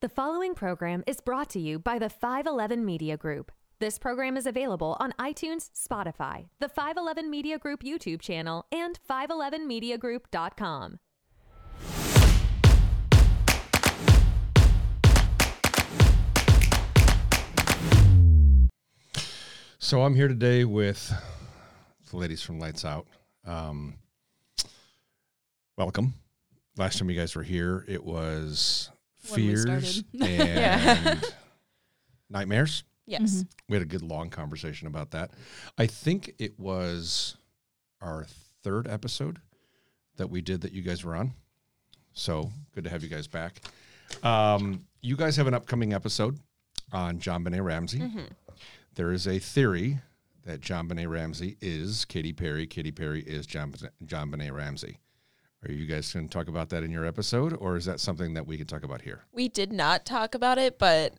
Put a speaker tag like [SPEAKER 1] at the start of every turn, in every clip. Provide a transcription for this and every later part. [SPEAKER 1] The following program is brought to you by the 511 Media Group. This program is available on iTunes, Spotify, the 511 Media Group YouTube channel, and 511mediagroup.com.
[SPEAKER 2] So I'm here today with the ladies from Lights Out. Um, welcome. Last time you guys were here, it was
[SPEAKER 3] When we
[SPEAKER 2] fears
[SPEAKER 3] started.
[SPEAKER 2] and
[SPEAKER 3] Yeah.
[SPEAKER 2] nightmares.
[SPEAKER 3] Yes.
[SPEAKER 2] We had a good long conversation about that. I think it was our third episode that we did that you guys were on. So good to have you guys back. Um, you guys have an upcoming episode on John Benet
[SPEAKER 3] Mm-hmm.
[SPEAKER 2] Ramsey. There is a theory that John Benet Ramsey is Katy Perry. Katy Perry is John, John Benet Ramsey. Are you guys going to talk about that in your episode, or is that something that we can talk about here?
[SPEAKER 4] We did not talk about it, but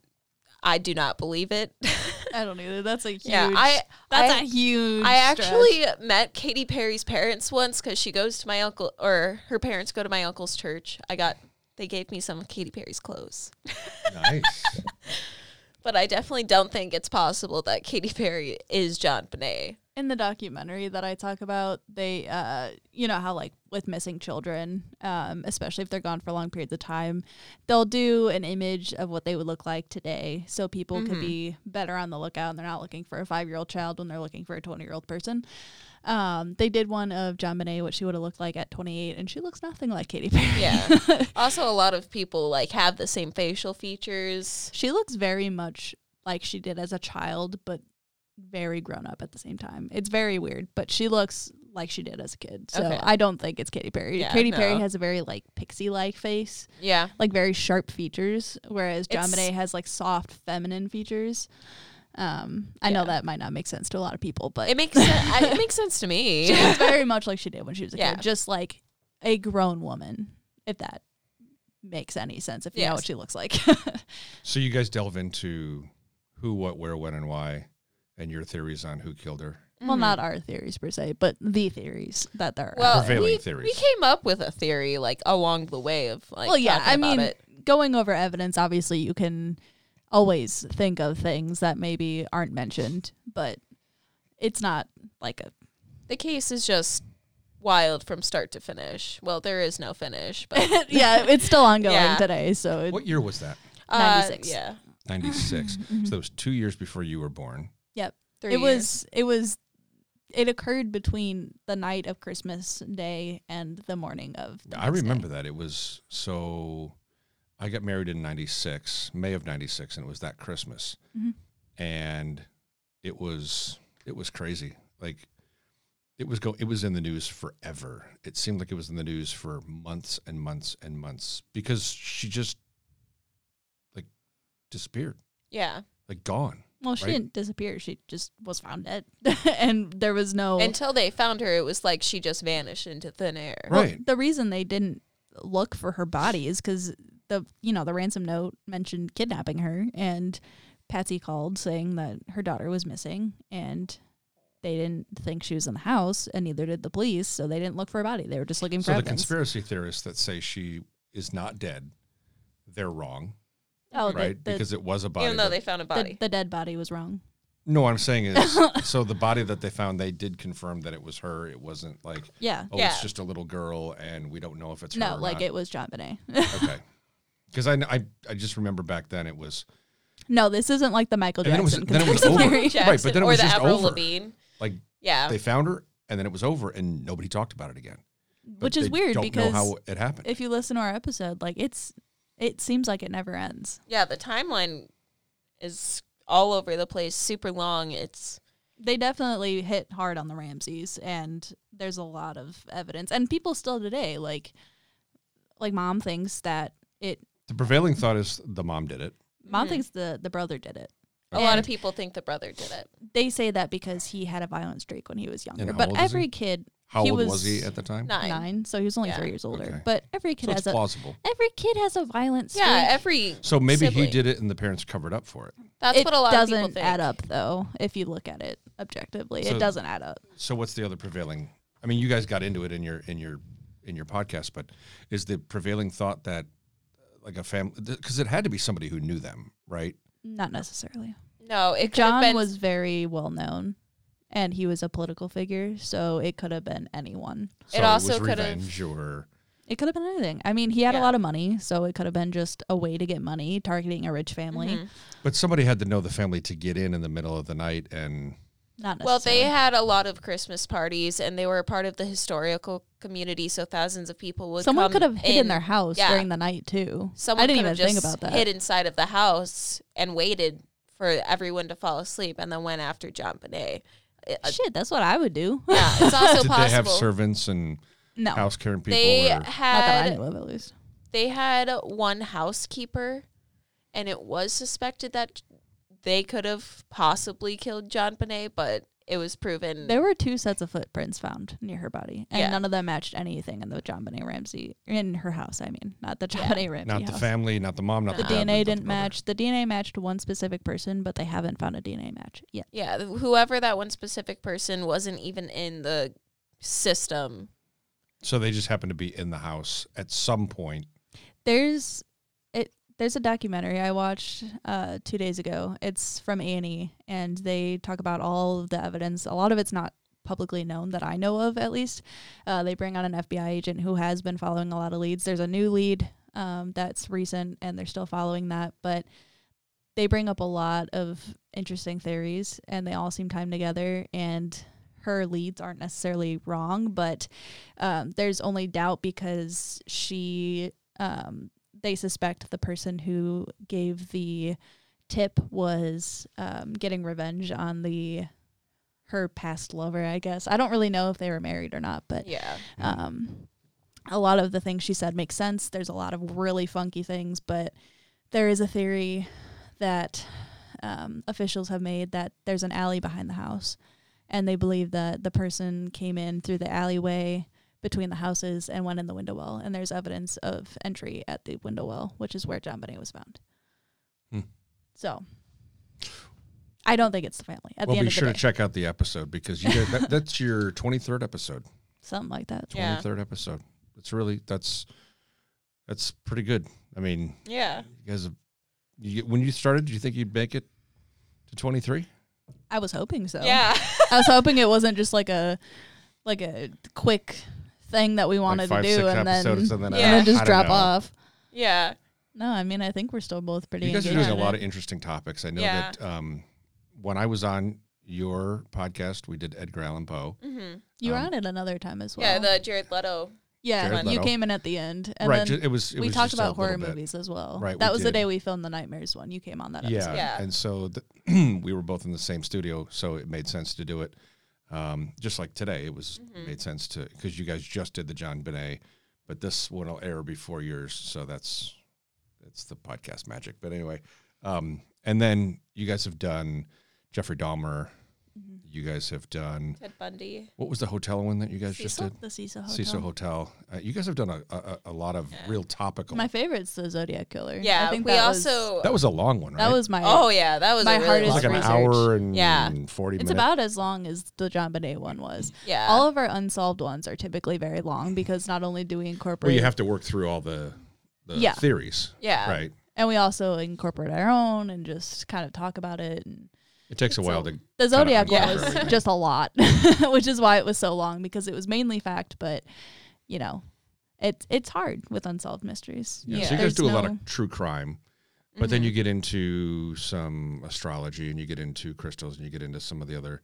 [SPEAKER 4] I do not believe it.
[SPEAKER 3] I don't either. That's a huge.
[SPEAKER 4] Yeah, I-
[SPEAKER 3] that's
[SPEAKER 4] I-
[SPEAKER 3] a huge.
[SPEAKER 4] I
[SPEAKER 3] stretch.
[SPEAKER 4] actually met Katy Perry's parents once because she goes to my uncle, or her parents go to my uncle's church. I got, they gave me some of Katy Perry's clothes.
[SPEAKER 2] Nice.
[SPEAKER 4] But I definitely don't think it's possible that Katy Perry is John Bonet.
[SPEAKER 3] in the documentary that I talk about, they, uh, you know how like with missing children, um, especially if they're gone for long periods of time, they'll do an image of what they would look like today, so people
[SPEAKER 4] Mm-hmm.
[SPEAKER 3] could be better on the lookout, and they're not looking for a five-year-old child when they're looking for a twenty-year-old person. Um, they did one of John Bonet, what she would have looked like at twenty-eight, and she looks nothing like Katy Perry.
[SPEAKER 4] Yeah. also, a lot of people like have the same facial features.
[SPEAKER 3] She looks very much like she did as a child, but very grown up at the same time. It's very weird, but she looks like she did as a kid. So
[SPEAKER 4] Okay.
[SPEAKER 3] I don't think it's Katy Perry.
[SPEAKER 4] Yeah,
[SPEAKER 3] Katy Perry
[SPEAKER 4] no.
[SPEAKER 3] has a very like pixie like face,
[SPEAKER 4] Yeah.
[SPEAKER 3] like very sharp features, whereas John
[SPEAKER 4] It's-
[SPEAKER 3] Bonet has like soft feminine features. Um, I know
[SPEAKER 4] Yeah.
[SPEAKER 3] that might not make sense to a lot of people, but
[SPEAKER 4] It makes sen- I, it makes sense to me.
[SPEAKER 3] she looks very much like she did when she was a
[SPEAKER 4] Yeah.
[SPEAKER 3] kid, just like a grown woman, if that makes any sense. If you know
[SPEAKER 4] Yes.
[SPEAKER 3] what she looks like.
[SPEAKER 2] So you guys delve into who, what, where, when, and why, and your theories on who killed her.
[SPEAKER 3] Well, not our theories per se, but the theories that there are.
[SPEAKER 4] Mm-hmm. Well,
[SPEAKER 2] Prevailing
[SPEAKER 4] we, we
[SPEAKER 2] theories.
[SPEAKER 4] came up with a theory like along the way of like.
[SPEAKER 3] well, yeah,
[SPEAKER 4] talking
[SPEAKER 3] I
[SPEAKER 4] about
[SPEAKER 3] mean,
[SPEAKER 4] it.
[SPEAKER 3] going over evidence, obviously, you can always think of things that maybe aren't mentioned, but it's not like a.
[SPEAKER 4] the case is just wild from start to finish. Well, there is no finish, but uh,
[SPEAKER 3] yeah, it's still ongoing
[SPEAKER 4] Yeah.
[SPEAKER 3] today, so it,
[SPEAKER 2] What year was that?
[SPEAKER 4] uh,
[SPEAKER 3] 96.
[SPEAKER 4] yeah,
[SPEAKER 2] 96. So that was two years before you were born.
[SPEAKER 3] yep,
[SPEAKER 4] three
[SPEAKER 3] it was it was it occurred between the night of Christmas Day and the morning of. the
[SPEAKER 2] I
[SPEAKER 3] next day.
[SPEAKER 2] remember that. It was so I got married in 96, May of 96, and it was that Christmas.
[SPEAKER 3] Mhm.
[SPEAKER 2] And it was it was crazy. Like it was go it was in the news forever. It seemed like it was in the news for months and months and months because she just like disappeared,
[SPEAKER 4] yeah.
[SPEAKER 2] like gone.
[SPEAKER 3] Well, she
[SPEAKER 2] right?
[SPEAKER 3] didn't disappear; she just was found dead, and there was no
[SPEAKER 4] Until they found her, it was like she just vanished into thin air.
[SPEAKER 2] Right.
[SPEAKER 3] the reason they didn't look for her body is because the you know the ransom note mentioned kidnapping her and patsy called saying that her daughter was missing and they didn't think she was in the house and neither did the police so they didn't look for her body they were just looking for
[SPEAKER 2] So the
[SPEAKER 3] evidence
[SPEAKER 2] conspiracy theorists that say she is not dead, they're wrong,
[SPEAKER 3] oh the-
[SPEAKER 2] right?
[SPEAKER 3] the,
[SPEAKER 2] because it was a body.
[SPEAKER 4] Even though
[SPEAKER 2] that-
[SPEAKER 4] they found a
[SPEAKER 3] the,
[SPEAKER 4] body,
[SPEAKER 3] the dead body was wrong
[SPEAKER 2] no, what I'm saying is, so the body that they found, they did confirm that it was her. It wasn't like,
[SPEAKER 3] yeah
[SPEAKER 2] oh,
[SPEAKER 4] Yeah.
[SPEAKER 2] it's just a little girl, and we don't know if it's her.
[SPEAKER 3] no
[SPEAKER 2] or
[SPEAKER 3] like
[SPEAKER 2] not.
[SPEAKER 3] it was john Bonet.
[SPEAKER 2] Okay. Because I, kn- I, I just remember back then it was
[SPEAKER 3] no this isn't like the michael
[SPEAKER 2] And then it was-
[SPEAKER 3] jackson
[SPEAKER 2] then it was
[SPEAKER 3] conspiracy
[SPEAKER 2] over.
[SPEAKER 3] theory.
[SPEAKER 2] Right, but then it
[SPEAKER 4] or
[SPEAKER 2] was
[SPEAKER 4] the
[SPEAKER 2] just
[SPEAKER 4] Avril
[SPEAKER 2] over.
[SPEAKER 4] Lavigne.
[SPEAKER 2] like
[SPEAKER 4] Yeah,
[SPEAKER 2] they found her, and then it was over, and nobody talked about it again. But
[SPEAKER 3] which is
[SPEAKER 2] they
[SPEAKER 3] weird
[SPEAKER 2] don't
[SPEAKER 3] because
[SPEAKER 2] know how it happened.
[SPEAKER 3] if you listen to our episode like it's it seems like it never ends
[SPEAKER 4] yeah. The timeline is all over the place, super long. It's
[SPEAKER 3] they definitely hit hard on the Ramses and there's a lot of evidence and people still today like like mom thinks that it
[SPEAKER 2] the prevailing thought is the mom did it.
[SPEAKER 3] mom thinks the the brother did it.
[SPEAKER 4] a lot of
[SPEAKER 3] And
[SPEAKER 4] people think the brother did it.
[SPEAKER 3] They say that because he had a violent streak when he was younger.
[SPEAKER 2] how
[SPEAKER 3] But
[SPEAKER 2] old is
[SPEAKER 3] every
[SPEAKER 2] he?
[SPEAKER 3] kid
[SPEAKER 2] How
[SPEAKER 3] he
[SPEAKER 2] old was,
[SPEAKER 3] was,
[SPEAKER 2] he at the time?
[SPEAKER 4] Nine.
[SPEAKER 3] nine, so he was only
[SPEAKER 4] Yeah.
[SPEAKER 3] 3 years older.
[SPEAKER 2] Okay.
[SPEAKER 3] But every kid
[SPEAKER 2] so it's
[SPEAKER 3] has a
[SPEAKER 2] plausible.
[SPEAKER 3] every kid has a violent streak.
[SPEAKER 4] Yeah, every
[SPEAKER 2] So maybe
[SPEAKER 4] sibling.
[SPEAKER 2] he did it, and the parents covered up for it.
[SPEAKER 4] That's
[SPEAKER 3] it
[SPEAKER 4] what a lot
[SPEAKER 3] doesn't
[SPEAKER 4] of people think.
[SPEAKER 3] add up though if you look at it objectively.
[SPEAKER 2] So-
[SPEAKER 3] it doesn't add up.
[SPEAKER 2] So what's the other prevailing? I mean, you guys got into it in your in your in your podcast, but is the prevailing thought that uh, like a family because it had to be somebody who knew them, right?
[SPEAKER 3] Not necessarily.
[SPEAKER 4] No, it could have
[SPEAKER 3] John
[SPEAKER 4] been
[SPEAKER 3] was very well known, and he was a political figure, so it could have been anyone.
[SPEAKER 2] So
[SPEAKER 4] It also
[SPEAKER 2] was
[SPEAKER 4] could've-
[SPEAKER 2] revenge or
[SPEAKER 3] It could have been anything. I mean, he had a
[SPEAKER 4] Yeah.
[SPEAKER 3] lot of money, so it could have been just a way to get money, targeting a rich family.
[SPEAKER 4] Mhm.
[SPEAKER 2] but somebody had to know the family to get in in the middle of the night and
[SPEAKER 3] Not necessarily.
[SPEAKER 4] Well, they had a lot of Christmas parties, and they were a part of the historical community, so thousands of people would.
[SPEAKER 3] someone
[SPEAKER 4] come
[SPEAKER 3] could have hid in,
[SPEAKER 4] in
[SPEAKER 3] their house
[SPEAKER 4] Yeah.
[SPEAKER 3] during the night too.
[SPEAKER 4] Someone
[SPEAKER 3] I didn't even
[SPEAKER 4] could've
[SPEAKER 3] think
[SPEAKER 4] just
[SPEAKER 3] about that.
[SPEAKER 4] Hid inside of the house and waited for everyone to fall asleep, and then went after John Bonet. It- uh,
[SPEAKER 3] Shit, that's what I would do.
[SPEAKER 4] yeah, it's also
[SPEAKER 2] did
[SPEAKER 4] possible.
[SPEAKER 2] they have servants and
[SPEAKER 3] no, not
[SPEAKER 2] house caring people?
[SPEAKER 4] They
[SPEAKER 2] or,
[SPEAKER 3] that I
[SPEAKER 4] had
[SPEAKER 3] knew of at least.
[SPEAKER 4] they had one housekeeper, and it was suspected that they could have possibly killed John Bonet, but it was proven.
[SPEAKER 3] There were two sets of footprints found near her body, and
[SPEAKER 4] Yeah.
[SPEAKER 3] none of them matched anything in the John Benet Ramsey in her house. I mean, not the John Benet Ramsey
[SPEAKER 2] not the
[SPEAKER 3] house.
[SPEAKER 2] family, not the mom, not
[SPEAKER 3] the
[SPEAKER 2] dad, not
[SPEAKER 3] DNA
[SPEAKER 2] the
[SPEAKER 3] didn't
[SPEAKER 2] brother.
[SPEAKER 3] match. The DNA matched one specific person, but they haven't found a DNA match yet.
[SPEAKER 4] Yeah, th- whoever that one specific person wasn't even in the system.
[SPEAKER 2] So they just happened to be in the house at some point.
[SPEAKER 3] There's it. There's a documentary I watched uh, two days ago. It's from Annie, and they talk about all of the evidence. A lot of it's not publicly known that I know of, at least. Uh, they bring on an FBI agent who has been following a lot of leads. There's a new lead um, that's recent, and they're still following that. But they bring up a lot of interesting theories, and they all seem timed together. And her leads aren't necessarily wrong, but um, there's only doubt because she. Um, they suspect the person who gave the tip was um, getting revenge on the her past lover i guess i don't really know if they were married or not but
[SPEAKER 4] Yeah.
[SPEAKER 3] um, a lot of the things she said make sense. There's a lot of really funky things, but there is a theory that um, officials have made that there's an alley behind the house, and they believe that the person came in through the alleyway between the houses and went in the window well. And there's evidence of entry at the window well, which is where John Bonet was found.
[SPEAKER 2] Hmm.
[SPEAKER 3] So. I don't think it's the family. At
[SPEAKER 2] well,
[SPEAKER 3] the end
[SPEAKER 2] be
[SPEAKER 3] of
[SPEAKER 2] sure to
[SPEAKER 3] the day,
[SPEAKER 2] check out the episode because you guys, that, that's your 23rd episode.
[SPEAKER 3] something like that.
[SPEAKER 4] Yeah.
[SPEAKER 2] 23rd episode. It's really that's that's pretty good. I mean,
[SPEAKER 4] Yeah.
[SPEAKER 2] you guys, have, you, when you started, did you think you'd make it to 23?
[SPEAKER 3] I was hoping so.
[SPEAKER 4] Yeah.
[SPEAKER 3] I was hoping it wasn't just like a like a quick thing that we wanted
[SPEAKER 2] five,
[SPEAKER 3] to do
[SPEAKER 2] six
[SPEAKER 3] and then,
[SPEAKER 2] episodes and then,
[SPEAKER 3] and
[SPEAKER 4] uh,
[SPEAKER 3] then
[SPEAKER 2] I
[SPEAKER 3] just
[SPEAKER 2] don't
[SPEAKER 3] drop
[SPEAKER 2] know.
[SPEAKER 3] off.
[SPEAKER 4] yeah.
[SPEAKER 3] No, I mean I think we're still both pretty.
[SPEAKER 2] You guys are
[SPEAKER 3] engaged
[SPEAKER 2] doing a
[SPEAKER 3] in
[SPEAKER 2] lot
[SPEAKER 3] it.
[SPEAKER 2] of interesting topics. I know
[SPEAKER 4] Yeah.
[SPEAKER 2] that um, when I was on your podcast, we did Edgar Allan Poe.
[SPEAKER 4] Mm-hmm.
[SPEAKER 3] You were
[SPEAKER 2] um,
[SPEAKER 3] on it another time as well.
[SPEAKER 4] Yeah, the Jared Leto.
[SPEAKER 3] yeah.
[SPEAKER 2] Jared
[SPEAKER 3] you
[SPEAKER 2] Leto.
[SPEAKER 3] came in at the end, and
[SPEAKER 2] right.
[SPEAKER 3] then
[SPEAKER 2] ju- it was. It
[SPEAKER 3] we
[SPEAKER 2] was
[SPEAKER 3] talked
[SPEAKER 2] just a
[SPEAKER 3] about horror
[SPEAKER 2] little bit.
[SPEAKER 3] movies as well.
[SPEAKER 2] Right,
[SPEAKER 3] that
[SPEAKER 2] we
[SPEAKER 3] was the
[SPEAKER 2] did.
[SPEAKER 3] day we filmed the nightmares one. You came on that.
[SPEAKER 2] Yeah.
[SPEAKER 3] episode.
[SPEAKER 4] Yeah.
[SPEAKER 2] And so the, we were both in the same studio, so it made sense to do it. Um, just like today, it was
[SPEAKER 3] Mm-hmm.
[SPEAKER 2] made sense to because you guys just did the John Binet, but this one will air before yours, so that's that's the podcast magic. But anyway, um, and then you guys have done Jeffrey Dahmer.
[SPEAKER 3] Mm-hmm.
[SPEAKER 2] You guys have done
[SPEAKER 4] Ted Bundy.
[SPEAKER 2] what was the hotel one that you guys
[SPEAKER 3] Cecil,
[SPEAKER 2] just did?
[SPEAKER 3] the Cecil Hotel.
[SPEAKER 2] Cecil Hotel. Uh, you guys have done a, a, a- a lot of real topical.
[SPEAKER 3] My favorite's the Zodiac Killer.
[SPEAKER 4] Yeah.
[SPEAKER 3] I think
[SPEAKER 4] we
[SPEAKER 3] that was-
[SPEAKER 4] also.
[SPEAKER 2] that was a long one, right?
[SPEAKER 3] that was my.
[SPEAKER 4] oh, yeah. That was
[SPEAKER 3] my
[SPEAKER 4] a really
[SPEAKER 2] It
[SPEAKER 3] hardest
[SPEAKER 2] was like
[SPEAKER 4] long
[SPEAKER 2] an
[SPEAKER 4] one.
[SPEAKER 3] research.
[SPEAKER 2] hour and
[SPEAKER 4] Yeah.
[SPEAKER 2] forty
[SPEAKER 3] It's
[SPEAKER 2] minutes.
[SPEAKER 3] about as long as the John Bonet one was.
[SPEAKER 4] Yeah.
[SPEAKER 3] All of our unsolved ones are typically very long because not only do we incorporate
[SPEAKER 2] Well, you have to work through all the, the
[SPEAKER 3] Yeah.
[SPEAKER 2] theories,
[SPEAKER 4] yeah.
[SPEAKER 2] right?
[SPEAKER 3] and we also incorporate our own and just kind of talk about it. And
[SPEAKER 2] It takes a while to.
[SPEAKER 3] the Zodiac
[SPEAKER 2] uncover
[SPEAKER 3] one was
[SPEAKER 2] everything.
[SPEAKER 3] just a lot, which is why it was so long because it was mainly fact, but you know, it's it's hard with unsolved mysteries.
[SPEAKER 2] Yeah.
[SPEAKER 4] Yeah.
[SPEAKER 2] So you guys
[SPEAKER 3] There's
[SPEAKER 2] do a lot
[SPEAKER 3] no- Mm-hmm.
[SPEAKER 2] of true crime, but then you get into some astrology and you get into crystals and you get into some of the other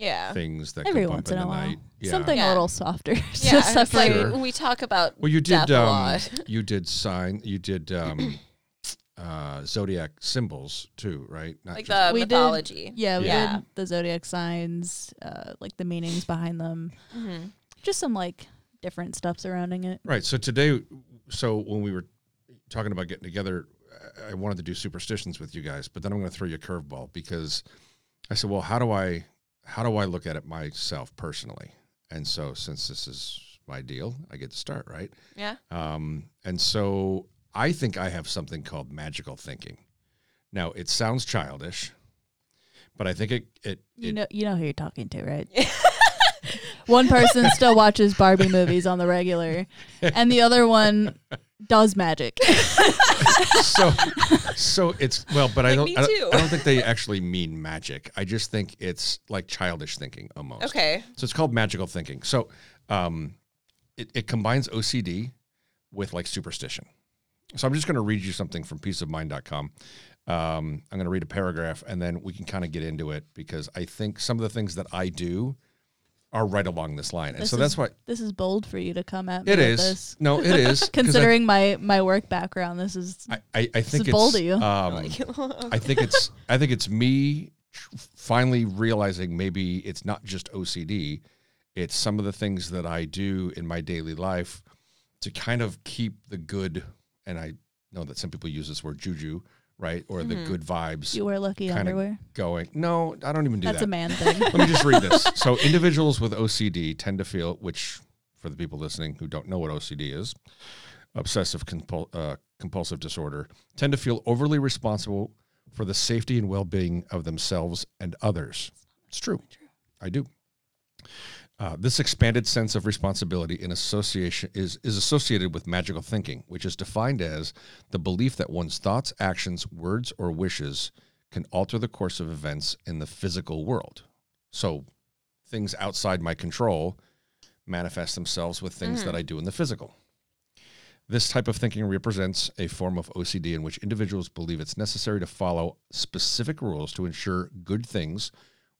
[SPEAKER 4] Yeah.
[SPEAKER 2] things that
[SPEAKER 3] Every
[SPEAKER 2] come
[SPEAKER 3] once
[SPEAKER 2] up
[SPEAKER 3] in
[SPEAKER 2] in
[SPEAKER 3] a
[SPEAKER 2] the
[SPEAKER 3] while,
[SPEAKER 2] night. Yeah.
[SPEAKER 3] something a
[SPEAKER 4] Yeah.
[SPEAKER 3] little softer.
[SPEAKER 4] Yeah.
[SPEAKER 3] so
[SPEAKER 4] it's like
[SPEAKER 3] separate.
[SPEAKER 2] Sure.
[SPEAKER 4] we talk about.
[SPEAKER 2] Well, you
[SPEAKER 4] death
[SPEAKER 2] did.
[SPEAKER 4] a
[SPEAKER 2] Um,
[SPEAKER 4] lot.
[SPEAKER 2] you did sign. You did um, uh, zodiac symbols too, right? Not
[SPEAKER 4] Like
[SPEAKER 2] just-
[SPEAKER 4] the
[SPEAKER 3] We did-
[SPEAKER 4] mythology.
[SPEAKER 3] Yeah, we
[SPEAKER 4] Yeah.
[SPEAKER 3] did the zodiac signs, uh, like the meanings behind them,
[SPEAKER 4] Mm-hmm.
[SPEAKER 3] just some like different stuff surrounding it.
[SPEAKER 2] Right. So today, so when we were talking about getting together, I- I wanted to do superstitions with you guys, but then I'm going to throw you a curveball because I said, well, how do I, how do I look at it myself personally? And so since this is my deal, I get to start, right?
[SPEAKER 4] Yeah.
[SPEAKER 2] Um, and so I think I have something called magical thinking. Now it sounds childish, but I think it, it,
[SPEAKER 3] You
[SPEAKER 2] it-
[SPEAKER 3] know, you know who you're talking to, right? One person still watches Barbie movies on the regular, and the other one does magic.
[SPEAKER 2] so so it's well but i
[SPEAKER 4] Like,
[SPEAKER 2] don't
[SPEAKER 4] me
[SPEAKER 2] I
[SPEAKER 4] too.
[SPEAKER 2] don't, I don't think they actually mean magic i just think it's like childish thinking almost
[SPEAKER 4] Okay.
[SPEAKER 2] so it's called magical thinking so um it, it combines ocd with like superstition so i'm just going to read you something from peaceofmind.com um, i'm going to read a paragraph and then we can kind of get into it because i think some of the things that i do are right along this line and
[SPEAKER 3] This
[SPEAKER 2] so that's
[SPEAKER 3] is-
[SPEAKER 2] why
[SPEAKER 3] this is bold for you to come at me.
[SPEAKER 2] it
[SPEAKER 3] with
[SPEAKER 2] is
[SPEAKER 3] This.
[SPEAKER 2] no it is 'cause I-
[SPEAKER 3] Considering my my work background, this is
[SPEAKER 2] I, I, I think it's
[SPEAKER 3] bold of you.
[SPEAKER 2] um, I think it's I think it's me tr- finally realizing maybe it's not just OCD, it's some of the things that I do in my daily life to kind of keep the good. And I know that some people use this word juju, right, or the good vibes
[SPEAKER 3] Mm-hmm. you wear lucky
[SPEAKER 2] kinda
[SPEAKER 3] underwear.
[SPEAKER 2] going. No, I don't even do
[SPEAKER 3] That's
[SPEAKER 2] that.
[SPEAKER 3] a man thing.
[SPEAKER 2] Let me just read this. So, individuals with OCD tend to feel, which for the people listening who don't know what OCD is, obsessive compul- uh, compulsive disorder, tend to feel overly responsible for the safety and well being of themselves and others. It's true. I do. Uh, this expanded sense of responsibility in association is, is associated with magical thinking, which is defined as the belief that one's thoughts, actions, words, or wishes can alter the course of events in the physical world. So things outside my control manifest themselves with things that I do in the physical. This type of thinking represents a form of OCD in which individuals believe it's necessary to follow specific rules to ensure good things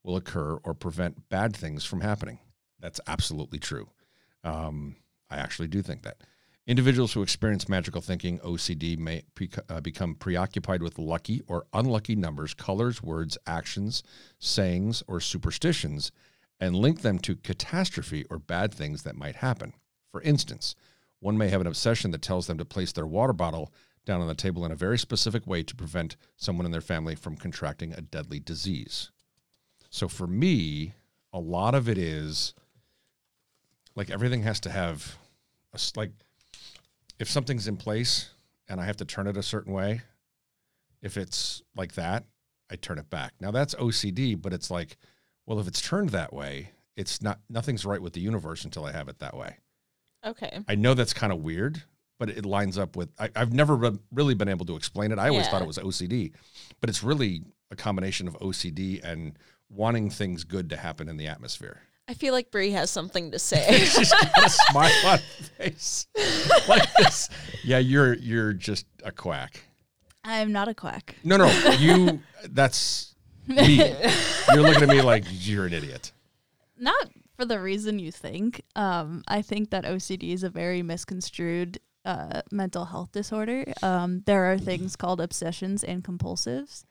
[SPEAKER 2] will occur or prevent bad things from happening. That's absolutely true. Um, I actually do think that. Individuals who experience magical thinking, OCD, may pre- uh, become preoccupied with lucky or unlucky numbers, colors, words, actions, sayings, or superstitions and link them to catastrophe or bad things that might happen. For instance, one may have an obsession that tells them to place their water bottle down on the table in a very specific way to prevent someone in their family from contracting a deadly disease. So for me, a lot of it is like everything has to have a s like if something's in place and I have to turn it a certain way, if it's like that, I turn it back. Now that's OCD, but it's like, well, if it's turned that way, it's not nothing's right with the universe until I have it that way.
[SPEAKER 4] Okay.
[SPEAKER 2] I know that's kind of weird, but it lines up with. I, I've never re- really been able to explain it. I always
[SPEAKER 4] Yeah.
[SPEAKER 2] thought it was OCD, but it's really a combination of OCD and wanting things good to happen in the atmosphere.
[SPEAKER 4] I feel like Brie has something to say.
[SPEAKER 2] She's got a smile on her face like this. Yeah, you're you're just a quack.
[SPEAKER 3] I'm not a quack.
[SPEAKER 2] No, no, you. That's me. You're looking at me like you're an idiot.
[SPEAKER 3] Not for the reason you think. Um, I think that OCD is a very misconstrued uh, mental health disorder. Um, there are things called obsessions and compulsives.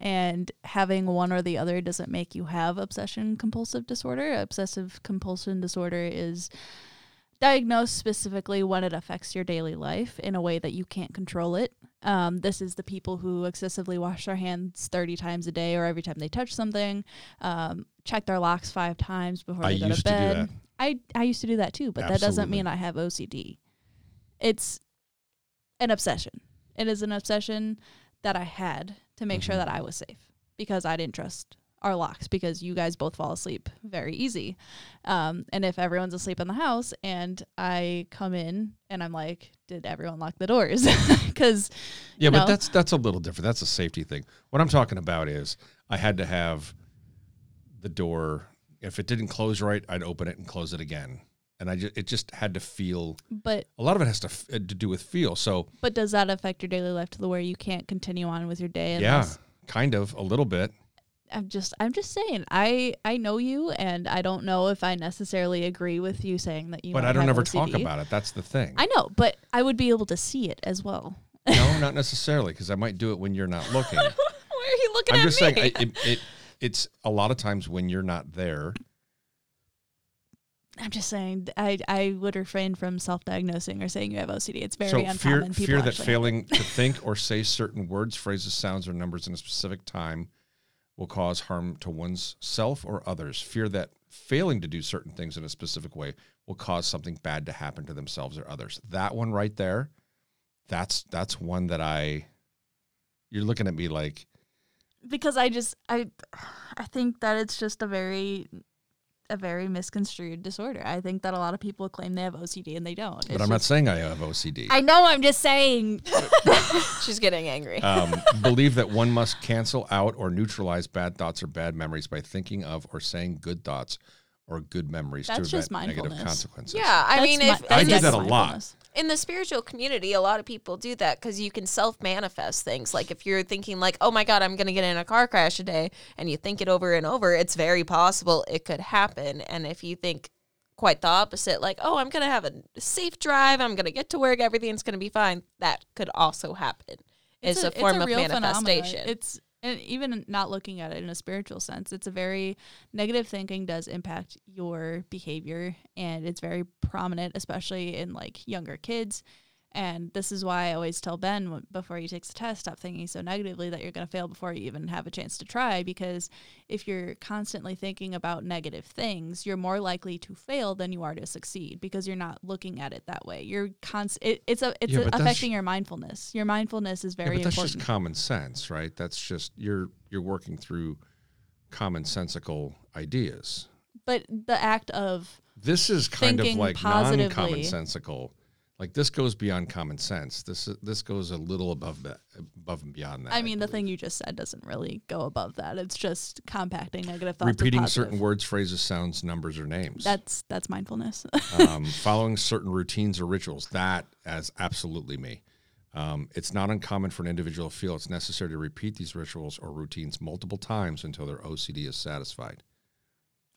[SPEAKER 3] And having one or the other doesn't make you have obsession compulsive disorder. Obsessive compulsion disorder is diagnosed specifically when it affects your daily life in a way that you can't control it. Um, this is the people who excessively wash their hands 30 times a day or every time they touch something, um, check their locks five times before
[SPEAKER 2] I
[SPEAKER 3] they go
[SPEAKER 2] used to
[SPEAKER 3] to
[SPEAKER 2] do
[SPEAKER 3] bed.
[SPEAKER 2] that.
[SPEAKER 3] I, I used to do that too, but that doesn't
[SPEAKER 2] Absolutely.
[SPEAKER 3] mean I have OCD. It's an obsession. It is an obsession that I had to make sure
[SPEAKER 2] Mhm.
[SPEAKER 3] that I was safe because I didn't trust our locks because you guys both fall asleep very easy. Um, and if everyone's asleep in the house and I come in and I'm like, did everyone lock the doors? Because
[SPEAKER 2] Yeah,
[SPEAKER 3] No.
[SPEAKER 2] but that's that's a little different. That's a safety thing. What I'm talking about is I had to have the door. If it didn't close right, I'd open it and close it again. And I just it just had to feel.
[SPEAKER 3] but
[SPEAKER 2] A lot of it has to f- uh, to do with feel. So
[SPEAKER 3] but does that affect your daily life to the where you can't continue on with your day?
[SPEAKER 2] yeah,
[SPEAKER 3] unless-
[SPEAKER 2] kind of a little bit.
[SPEAKER 3] I'm just I'm just saying I I know you and I don't know if I necessarily agree with you saying that you.
[SPEAKER 2] but
[SPEAKER 3] might
[SPEAKER 2] I don't
[SPEAKER 3] have
[SPEAKER 2] ever talk
[SPEAKER 3] OCD.
[SPEAKER 2] about it. That's the thing.
[SPEAKER 3] I know, but I would be able to see it as well.
[SPEAKER 2] no, not necessarily, because I might do it when you're not looking.
[SPEAKER 4] Why are you looking
[SPEAKER 2] I'm
[SPEAKER 4] at
[SPEAKER 2] just
[SPEAKER 4] me?
[SPEAKER 2] saying I, it, it. It's a lot of times when you're not there.
[SPEAKER 3] I'm just saying th- I I would refrain from self-diagnosing or saying you have OCD. It's very
[SPEAKER 2] so
[SPEAKER 3] uncommon.
[SPEAKER 2] fear
[SPEAKER 3] People
[SPEAKER 2] fear that
[SPEAKER 3] actually have
[SPEAKER 2] failing to think or say certain words phrases sounds or numbers in a specific time will cause harm to one's self or others fear that failing to do certain things in a specific way will cause something bad to happen to themselves or others that one right there that's that's one that i you're looking at me like
[SPEAKER 3] because I just I I think that it's just a very a very misconstrued disorder. I think that a lot of people claim they have OCD and they don't.
[SPEAKER 2] But I'm not saying I have OCD.
[SPEAKER 3] I know. I'm just saying.
[SPEAKER 4] She's getting angry.
[SPEAKER 2] um, believe that one must cancel out or neutralize bad thoughts or bad memories by thinking of or saying good thoughts or good memories to
[SPEAKER 3] That's just
[SPEAKER 2] prevent negative
[SPEAKER 3] mindfulness.
[SPEAKER 2] consequences.
[SPEAKER 4] yeah, I
[SPEAKER 3] That's
[SPEAKER 4] mean,
[SPEAKER 3] my-
[SPEAKER 4] if
[SPEAKER 2] I
[SPEAKER 3] that's
[SPEAKER 2] do
[SPEAKER 4] in,
[SPEAKER 2] did that
[SPEAKER 4] the,
[SPEAKER 2] a lot.
[SPEAKER 3] mindfulness.
[SPEAKER 4] in the spiritual community, a lot of people do that because you can self manifest things. Like if you're thinking, like, "Oh my God, I'm gonna get in a car crash today," and you think it over and over, it's very possible it could happen. And if you think quite the opposite, like, "Oh, I'm gonna have a safe drive. I'm gonna get to work. Everything's gonna be fine," that could also happen. It's, a, form of
[SPEAKER 3] real phenomenon.
[SPEAKER 4] manifestation.
[SPEAKER 3] It's and even not looking at it in a spiritual sense, it's a very negative thinking does impact your behavior, and it's very prominent, especially in like younger kids. And this is why I always tell Ben when- before he takes the test, stop thinking so negatively that you're going to fail before you even have a chance to try. Because if you're constantly thinking about negative things, you're more likely to fail than you are to succeed because you're not looking at it that way. You're const- it, It's a it's
[SPEAKER 2] Yeah,
[SPEAKER 3] a-
[SPEAKER 2] but that's-
[SPEAKER 3] affecting your mindfulness. Your mindfulness is
[SPEAKER 2] Yeah,
[SPEAKER 3] very
[SPEAKER 2] but that's
[SPEAKER 3] important.
[SPEAKER 2] just common sense, right? That's just you're you're working through commonsensical ideas.
[SPEAKER 3] but the act of
[SPEAKER 2] This is kind
[SPEAKER 3] Thinking
[SPEAKER 2] of like
[SPEAKER 3] positively.
[SPEAKER 2] non-commonsensical. Like this goes beyond common sense. This this goes a little above that, above and beyond that.
[SPEAKER 3] I mean the
[SPEAKER 2] believe.
[SPEAKER 3] thing you just said doesn't really go above that. It's just compacting negative thoughts. with
[SPEAKER 2] repeating
[SPEAKER 3] positive.
[SPEAKER 2] certain words, phrases, sounds, numbers, or names.
[SPEAKER 3] That's that's mindfulness.
[SPEAKER 2] um, following certain routines or rituals. That as absolutely me. Um, it's not uncommon for an individual to feel it's necessary to repeat these rituals or routines multiple times until their OCD is satisfied.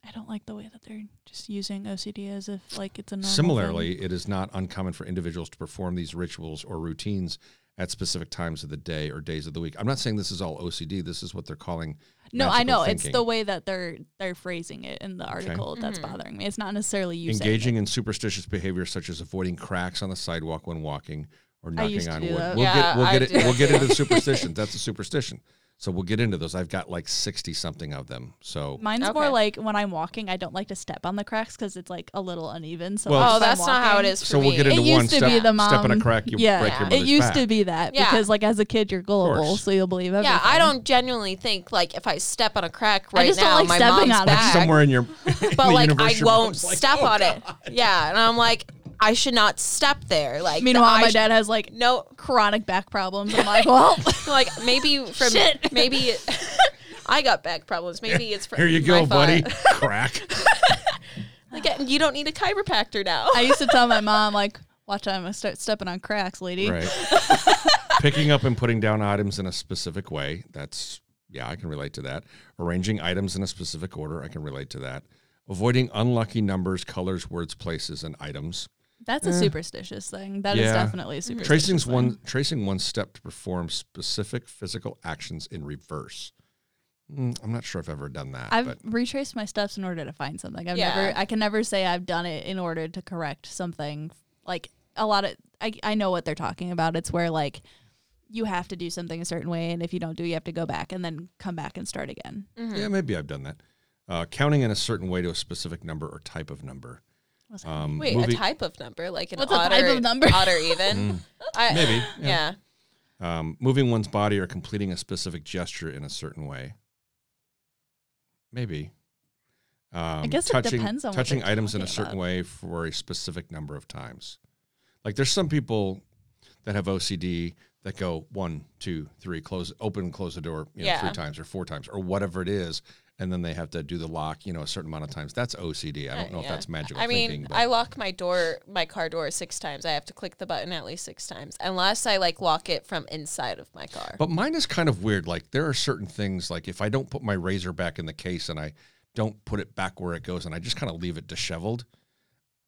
[SPEAKER 3] I don't like the way that they're just using OCD as if like it's a normal
[SPEAKER 2] Similarly, it is not uncommon for individuals to perform these rituals or routines at specific times of the day or days of the week. I'm not saying this is all OCD. This is what they're calling.
[SPEAKER 3] thing. No, I
[SPEAKER 2] magical
[SPEAKER 3] know it's
[SPEAKER 2] thinking.
[SPEAKER 3] the way that they're they're phrasing it in the article that's
[SPEAKER 4] Mm-hmm.
[SPEAKER 3] bothering me. It's not necessarily you saying
[SPEAKER 2] engaging in superstitious behavior such as avoiding cracks on the sidewalk when walking or
[SPEAKER 3] I
[SPEAKER 2] knocking
[SPEAKER 3] used to
[SPEAKER 2] on
[SPEAKER 3] do
[SPEAKER 2] wood.
[SPEAKER 3] that.
[SPEAKER 2] We'll
[SPEAKER 4] Yeah,
[SPEAKER 2] get we'll
[SPEAKER 4] I
[SPEAKER 2] get
[SPEAKER 4] do
[SPEAKER 2] it,
[SPEAKER 4] that
[SPEAKER 2] we'll get into the superstitions. That's a superstition. So we'll get into those. I've got like sixty something of them. So
[SPEAKER 3] it. Mine's
[SPEAKER 4] Okay.
[SPEAKER 3] more like when I'm walking, I don't like to step on the cracks because it's like a little uneven. So
[SPEAKER 2] Well,
[SPEAKER 3] like,
[SPEAKER 4] oh,
[SPEAKER 3] if I'm
[SPEAKER 4] that's not how it
[SPEAKER 3] walking-
[SPEAKER 4] is. For
[SPEAKER 2] so we'll
[SPEAKER 4] me.
[SPEAKER 2] get into
[SPEAKER 3] It used
[SPEAKER 2] one
[SPEAKER 3] to
[SPEAKER 2] step,
[SPEAKER 3] be the
[SPEAKER 2] step in a
[SPEAKER 3] mom-
[SPEAKER 2] crack, you
[SPEAKER 3] yeah,
[SPEAKER 2] break your
[SPEAKER 3] it
[SPEAKER 2] mother's
[SPEAKER 3] used
[SPEAKER 2] back.
[SPEAKER 3] to be that
[SPEAKER 4] Yeah.
[SPEAKER 3] because like as a kid you're gullible,
[SPEAKER 2] course.
[SPEAKER 3] so you'll believe everything.
[SPEAKER 4] Yeah, I don't genuinely think like if I step on a crack right
[SPEAKER 3] just don't
[SPEAKER 4] now,
[SPEAKER 3] like
[SPEAKER 4] my
[SPEAKER 3] stepping
[SPEAKER 4] mom's
[SPEAKER 3] on it.
[SPEAKER 2] Like
[SPEAKER 4] back.
[SPEAKER 2] somewhere in your in
[SPEAKER 4] but
[SPEAKER 2] the
[SPEAKER 4] like I
[SPEAKER 2] universe, your
[SPEAKER 4] won't
[SPEAKER 2] mom's like,
[SPEAKER 4] step
[SPEAKER 2] "Oh,
[SPEAKER 4] on it.
[SPEAKER 2] God."
[SPEAKER 4] Yeah, and I'm like, I should not step there. Like,
[SPEAKER 3] Meanwhile,
[SPEAKER 4] I
[SPEAKER 3] my
[SPEAKER 4] sh-
[SPEAKER 3] dad has like
[SPEAKER 4] No,
[SPEAKER 3] chronic back problems. I'm like, well,
[SPEAKER 4] like maybe from
[SPEAKER 3] Shit.
[SPEAKER 4] maybe it, I got back problems. Maybe it's from
[SPEAKER 2] Here you
[SPEAKER 4] my
[SPEAKER 2] go,
[SPEAKER 4] fault.
[SPEAKER 2] buddy. crack.
[SPEAKER 4] Like, you don't need a chiropractor now.
[SPEAKER 3] I used to tell my mom like, watch out, I'm gonna start stepping on cracks, lady.
[SPEAKER 2] Right. Picking up and putting down items in a specific way. That's, yeah, I can relate to that. Arranging items in a specific order. I can relate to that. Avoiding unlucky numbers, colors, words, places, and items.
[SPEAKER 3] That's a superstitious thing. That is
[SPEAKER 2] Yeah.
[SPEAKER 3] definitely a superstitious.
[SPEAKER 2] Tracing's
[SPEAKER 3] thing.
[SPEAKER 2] one tracing one step to perform specific physical actions in reverse. Mm, I'm not sure I've ever done that.
[SPEAKER 3] I've
[SPEAKER 2] but
[SPEAKER 3] retraced my steps in order to find something. I've
[SPEAKER 4] Yeah.
[SPEAKER 3] never. I can never say I've done it in order to correct something. Like a lot of, I I know what they're talking about. It's where like. You have to do something a certain way, and if you don't do, you have to go back and then come back and start again.
[SPEAKER 4] Mm-hmm.
[SPEAKER 2] yeah, maybe I've done that. Uh, counting in a certain way to a specific number or type of number.
[SPEAKER 3] What's that?
[SPEAKER 2] Um,
[SPEAKER 4] Wait,
[SPEAKER 2] moving-
[SPEAKER 4] a type of number, like an
[SPEAKER 3] What's a
[SPEAKER 4] odd
[SPEAKER 3] type
[SPEAKER 4] or,
[SPEAKER 3] of number?
[SPEAKER 4] odd or even. I,
[SPEAKER 2] Mm. Maybe,
[SPEAKER 4] Yeah.
[SPEAKER 2] yeah. um, moving one's body or completing a specific gesture in a certain way. Maybe. Um,
[SPEAKER 3] guess it
[SPEAKER 2] touching,
[SPEAKER 3] depends on what
[SPEAKER 2] touching
[SPEAKER 3] they're
[SPEAKER 2] items in a
[SPEAKER 3] talking
[SPEAKER 2] certain
[SPEAKER 3] about.
[SPEAKER 2] way for a specific number of times. Like there's some people that have OCD that go one, two, three, close, open, close the door, you know, three
[SPEAKER 4] Yeah.
[SPEAKER 2] times or four times or whatever it is, and then they have to do the lock, you know, a certain amount of times. That's OCD. I don't know
[SPEAKER 4] Yeah.
[SPEAKER 2] if that's magical
[SPEAKER 4] I mean,
[SPEAKER 2] thinking. But
[SPEAKER 4] I lock my door, my car door six times. I have to click the button at least six times, unless I like lock it from inside of my car.
[SPEAKER 2] But mine is kind of weird. Like there are certain things, like if I don't put my razor back in the case and I don't put it back where it goes, and I just kind of leave it disheveled,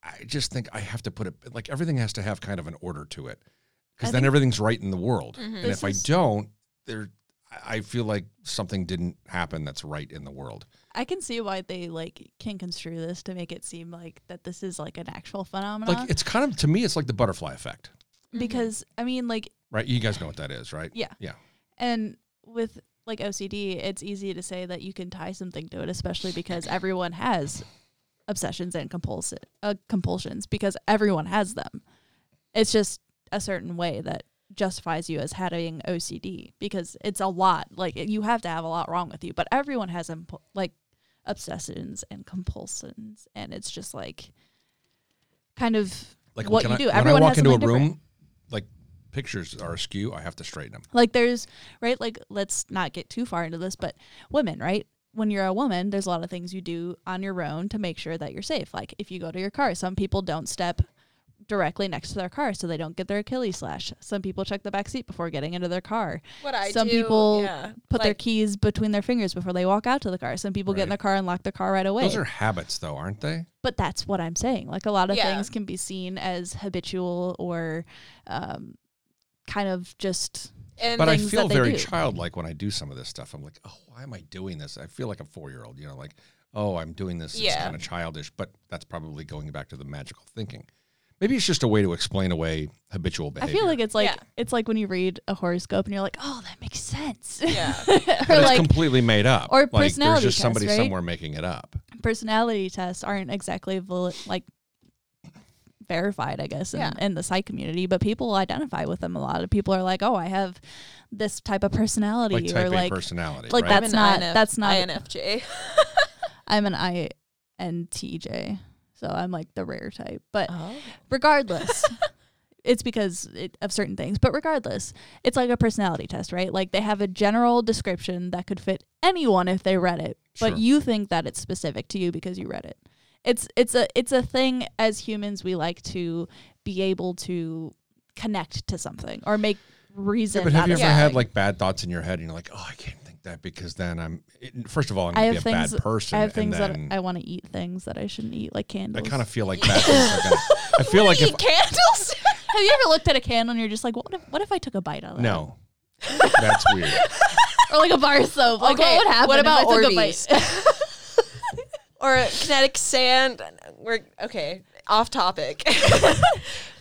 [SPEAKER 2] I just think I have to put it. Like everything has to have kind of an order to it,
[SPEAKER 3] I
[SPEAKER 2] because then
[SPEAKER 3] think- Mm-hmm.
[SPEAKER 2] everything's right in the world. And
[SPEAKER 3] This
[SPEAKER 2] if I
[SPEAKER 3] is-
[SPEAKER 2] don't, there, I- I feel like something didn't happen that's right in the world.
[SPEAKER 3] I can see why they like can construe this to make it seem like that this is like an actual phenomenon.
[SPEAKER 2] Like it's kind of to me, it's like the butterfly effect,
[SPEAKER 3] because I mean, like,
[SPEAKER 2] right? You guys know what that is, right?
[SPEAKER 3] yeah,
[SPEAKER 2] Yeah.
[SPEAKER 3] and with like OCD, it's easy to say that you can tie something to it, especially because everyone has obsessions and compulsi- uh, compulsions because everyone has them. It's just a certain way that justifies you as having OCD because it's a lot. Like you have to have a lot wrong with you, but everyone has impu- like obsessions and compulsions, and it's just like kind of
[SPEAKER 2] Like
[SPEAKER 3] what
[SPEAKER 2] when
[SPEAKER 3] you
[SPEAKER 2] I,
[SPEAKER 3] do.
[SPEAKER 2] When
[SPEAKER 3] Everyone
[SPEAKER 2] I walk
[SPEAKER 3] has
[SPEAKER 2] into a
[SPEAKER 3] something
[SPEAKER 2] room,
[SPEAKER 3] different.
[SPEAKER 2] like pictures are askew. I have to straighten them.
[SPEAKER 3] Like there's right, like let's not get too far into this, but women, right? When you're a woman, there's a lot of things you do on your own to make sure that you're safe. Like if you go to your car, some people don't step directly next to their car so they don't get their Achilles slash. Some people check the back seat before getting into their car.
[SPEAKER 4] What I
[SPEAKER 3] some
[SPEAKER 4] do,
[SPEAKER 3] people
[SPEAKER 4] yeah.
[SPEAKER 3] put their
[SPEAKER 4] Like-
[SPEAKER 3] keys between their fingers before they walk out to the car. Some people get in
[SPEAKER 2] Right.
[SPEAKER 3] their car and lock their car right away.
[SPEAKER 2] Those are habits, though, aren't they?
[SPEAKER 3] but that's what I'm saying. Like a lot of
[SPEAKER 4] Yeah.
[SPEAKER 3] things can be seen as habitual or um, kind of just
[SPEAKER 4] And
[SPEAKER 2] But I
[SPEAKER 3] things
[SPEAKER 2] feel
[SPEAKER 3] that they
[SPEAKER 2] very
[SPEAKER 3] do.
[SPEAKER 2] childlike when I do some of this stuff. I'm like, oh, why am I doing this? I feel like a four year old. You know, like, oh, I'm doing this. It's
[SPEAKER 4] Yeah.
[SPEAKER 2] kind of childish, but that's probably going back to the magical thinking. Maybe it's just a way to explain away habitual
[SPEAKER 3] I
[SPEAKER 2] behavior.
[SPEAKER 3] feel like it's like
[SPEAKER 4] Yeah.
[SPEAKER 3] it's like when you read a horoscope and you're like, oh, that makes sense.
[SPEAKER 4] yeah.
[SPEAKER 3] or
[SPEAKER 2] But it's
[SPEAKER 3] like
[SPEAKER 2] completely made up.
[SPEAKER 3] or
[SPEAKER 2] like,
[SPEAKER 3] personality
[SPEAKER 2] There's just
[SPEAKER 3] test,
[SPEAKER 2] somebody
[SPEAKER 3] right?
[SPEAKER 2] somewhere making it up.
[SPEAKER 3] personality tests aren't exactly vali- like verified, I guess, in,
[SPEAKER 4] Yeah.
[SPEAKER 3] in the psych community, but people identify with them. A lot of people are like, oh, I have this type of personality,
[SPEAKER 2] Like type
[SPEAKER 3] or
[SPEAKER 2] A
[SPEAKER 3] like
[SPEAKER 2] personality.
[SPEAKER 3] like
[SPEAKER 2] right?
[SPEAKER 3] that-
[SPEAKER 4] I'm an
[SPEAKER 3] not- that's not-
[SPEAKER 4] INFJ.
[SPEAKER 3] I'm an INTJ, so I'm like the rare type,
[SPEAKER 4] Oh.
[SPEAKER 3] but. regardless it's because it, of certain things but regardless it's like a personality test right like they have a general description that could fit anyone if they read it
[SPEAKER 2] Sure.
[SPEAKER 3] but you think that it's specific to you because you read it it's it's a it's a thing as humans we like to be able to connect to something or make reason
[SPEAKER 2] Yeah, but have
[SPEAKER 3] out
[SPEAKER 2] you
[SPEAKER 3] of
[SPEAKER 2] ever
[SPEAKER 4] Yeah.
[SPEAKER 2] had like bad thoughts in your head and you're like, oh, I can't think that because then I'm, it, first of all, I'm
[SPEAKER 3] I
[SPEAKER 2] going to be
[SPEAKER 3] have
[SPEAKER 2] a bad
[SPEAKER 3] things-
[SPEAKER 2] person.
[SPEAKER 3] I have
[SPEAKER 2] and
[SPEAKER 3] things that
[SPEAKER 2] then
[SPEAKER 3] I want to eat things that I shouldn't eat, like candles.
[SPEAKER 2] I kind of feel like bad things are going to, I feel like if,
[SPEAKER 4] Eat candles.
[SPEAKER 3] have you ever looked at a candle and you're just like, what if what if I took a bite out of that?
[SPEAKER 2] no, that's weird.
[SPEAKER 3] or like a bar of soap. Like
[SPEAKER 4] Okay,
[SPEAKER 3] what would happen?
[SPEAKER 4] what
[SPEAKER 3] if I
[SPEAKER 4] about
[SPEAKER 3] took a
[SPEAKER 4] Orbeez?
[SPEAKER 3] bite?
[SPEAKER 4] or kinetic sand. We're okay. Off topic.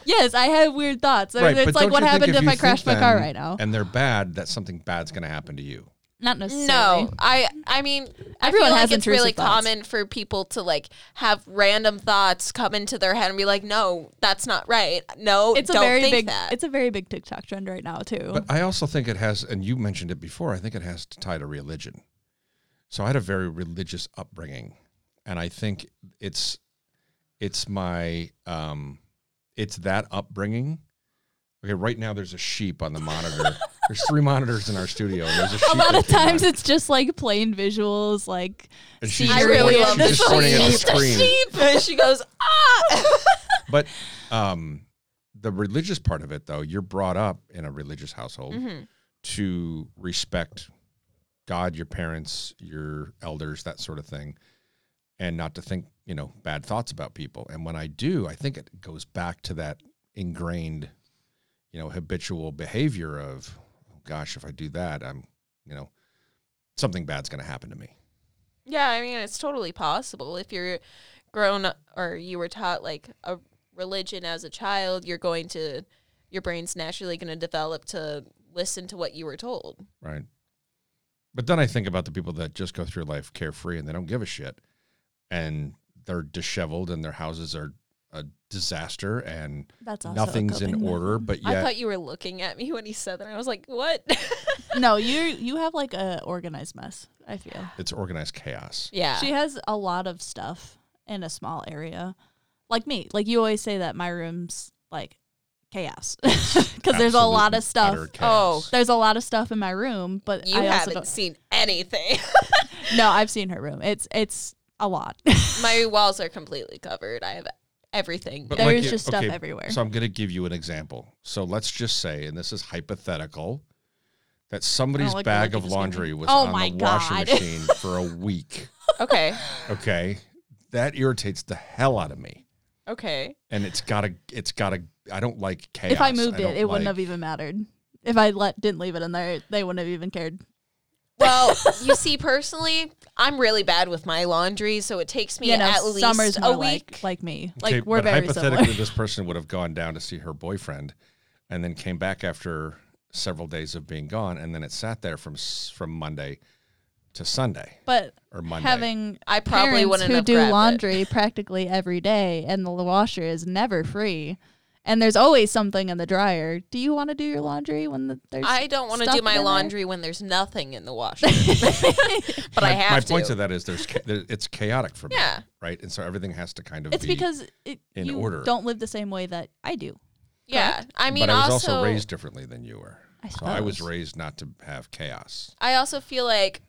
[SPEAKER 3] Yes, I have weird thoughts. I mean, it's like
[SPEAKER 2] don't
[SPEAKER 3] what
[SPEAKER 2] you think
[SPEAKER 3] happened if,
[SPEAKER 2] you
[SPEAKER 3] I crashed
[SPEAKER 2] think
[SPEAKER 3] my car
[SPEAKER 2] them
[SPEAKER 3] right now?
[SPEAKER 2] And they're bad, that something bad's going to happen to you.
[SPEAKER 3] Not necessarily.
[SPEAKER 4] no, I. I mean,
[SPEAKER 3] Everyone
[SPEAKER 4] I feel
[SPEAKER 3] has
[SPEAKER 4] like it's
[SPEAKER 3] intrusive
[SPEAKER 4] really
[SPEAKER 3] thoughts.
[SPEAKER 4] common for people to like have random thoughts come into their head and be like, "No, that's not right. No,
[SPEAKER 3] It's a
[SPEAKER 4] don't
[SPEAKER 3] very
[SPEAKER 4] think
[SPEAKER 3] big.
[SPEAKER 4] that."
[SPEAKER 3] It's a very big TikTok trend right now too.
[SPEAKER 2] But I also think it has, and you mentioned it before, I think it has to tie to religion. So I had a very religious upbringing, and I think it's it's my um, it's that upbringing. Okay, right now there's a sheep on the monitor. there's three monitors in our studio. And there's a, sheep
[SPEAKER 3] a lot
[SPEAKER 2] that
[SPEAKER 3] of
[SPEAKER 2] came
[SPEAKER 3] times
[SPEAKER 2] on,
[SPEAKER 3] it's just like plain visuals, like
[SPEAKER 2] and she's
[SPEAKER 3] I
[SPEAKER 2] just
[SPEAKER 3] really
[SPEAKER 2] pointing-
[SPEAKER 3] love
[SPEAKER 2] she's
[SPEAKER 3] this
[SPEAKER 2] just pointing at the
[SPEAKER 4] She's the
[SPEAKER 2] screen.
[SPEAKER 4] sheep. And she goes, "Ah."
[SPEAKER 2] But um, the religious part of it, though, you're brought up in a religious household to respect God, your parents, your elders, that sort of thing, and not to think, you know, bad thoughts about people. And when I do, I think it goes back to that ingrained, you know, habitual behavior of, oh, gosh, if I do that, I'm, you know, something bad's going to happen to me.
[SPEAKER 4] Yeah, I mean, it's totally possible if you're grown up or you were taught like a religion as a child, you're going to your brain's naturally going to develop to listen to what you were told.
[SPEAKER 2] Right. But then I think about the people that just go through life carefree and they don't give a shit. And they're disheveled and their houses are a disaster and
[SPEAKER 3] that's also a
[SPEAKER 2] nothing's in
[SPEAKER 3] coping
[SPEAKER 2] order. But
[SPEAKER 4] I
[SPEAKER 2] yet,
[SPEAKER 4] thought you were looking at me when he said that. I was like, "What?"
[SPEAKER 3] mechanism. No, you you have like a organized mess. I feel
[SPEAKER 2] it's organized chaos.
[SPEAKER 4] yeah.
[SPEAKER 3] she has a lot of stuff in a small area, like me. Like you always say that my room's like chaos because there's a
[SPEAKER 2] Absolute
[SPEAKER 3] lot of
[SPEAKER 2] and
[SPEAKER 3] stuff. Oh,
[SPEAKER 2] utter chaos.
[SPEAKER 3] There's a lot of stuff in my room, but
[SPEAKER 4] you
[SPEAKER 3] I also
[SPEAKER 4] haven't
[SPEAKER 3] don't-
[SPEAKER 4] seen anything.
[SPEAKER 3] No, I've seen her room. It's it's a lot.
[SPEAKER 4] My walls are completely covered. I have everything.
[SPEAKER 2] But
[SPEAKER 3] There
[SPEAKER 2] like
[SPEAKER 3] is
[SPEAKER 2] you-
[SPEAKER 3] just stuff everywhere.
[SPEAKER 2] So I'm going to give you an example. So let's just say, and this is hypothetical, that somebody's
[SPEAKER 3] like the
[SPEAKER 2] bag
[SPEAKER 3] look
[SPEAKER 2] of
[SPEAKER 3] you just gave
[SPEAKER 2] laundry
[SPEAKER 3] me.
[SPEAKER 2] was
[SPEAKER 3] Oh
[SPEAKER 2] on
[SPEAKER 3] my
[SPEAKER 2] the washing
[SPEAKER 3] God.
[SPEAKER 2] machine for a week.
[SPEAKER 4] okay.
[SPEAKER 2] Okay. That irritates the hell out of me.
[SPEAKER 4] Okay.
[SPEAKER 2] And it's got to, it's got to, I don't like chaos.
[SPEAKER 3] if I moved it,
[SPEAKER 2] don't
[SPEAKER 3] it wouldn't
[SPEAKER 2] like-
[SPEAKER 3] have even mattered. If I let didn't leave it in there, they wouldn't have even cared.
[SPEAKER 4] Well, you see, personally, I'm really bad with my laundry, so it takes me
[SPEAKER 3] you know,
[SPEAKER 4] at least
[SPEAKER 3] Summer's
[SPEAKER 4] a
[SPEAKER 3] more
[SPEAKER 4] week.
[SPEAKER 3] like like me. Like
[SPEAKER 2] Okay,
[SPEAKER 3] we're
[SPEAKER 2] but
[SPEAKER 3] very
[SPEAKER 2] hypothetically,
[SPEAKER 3] similar.
[SPEAKER 2] this person would have gone down to see her boyfriend, and then came back after several days of being gone, and then it sat there from s- from Monday to Sunday
[SPEAKER 3] But
[SPEAKER 2] or Monday.
[SPEAKER 3] having
[SPEAKER 4] I probably
[SPEAKER 3] parents
[SPEAKER 4] wouldn't
[SPEAKER 3] who
[SPEAKER 4] have
[SPEAKER 3] do
[SPEAKER 4] grabbed it.
[SPEAKER 3] laundry practically every day, and the washer is never free. And there's always something in the dryer. Do you want to do your laundry when the, there's?
[SPEAKER 4] I don't want to
[SPEAKER 3] stuff
[SPEAKER 4] do my
[SPEAKER 3] in there?
[SPEAKER 4] laundry when there's nothing in the washer, but
[SPEAKER 2] my,
[SPEAKER 4] I have
[SPEAKER 2] my
[SPEAKER 4] to.
[SPEAKER 2] point to that is there's cha- there, it's chaotic for me,
[SPEAKER 4] Yeah.
[SPEAKER 2] right? And so everything has to kind of
[SPEAKER 3] It's
[SPEAKER 2] be,
[SPEAKER 3] because it,
[SPEAKER 2] in
[SPEAKER 3] you
[SPEAKER 2] order.
[SPEAKER 3] don't live the same way that I do.
[SPEAKER 4] yeah, I mean,
[SPEAKER 2] but I was
[SPEAKER 4] also,
[SPEAKER 2] also, raised differently than you were.
[SPEAKER 3] I
[SPEAKER 2] so I was
[SPEAKER 3] suppose.
[SPEAKER 2] raised not to have chaos.
[SPEAKER 4] I also feel like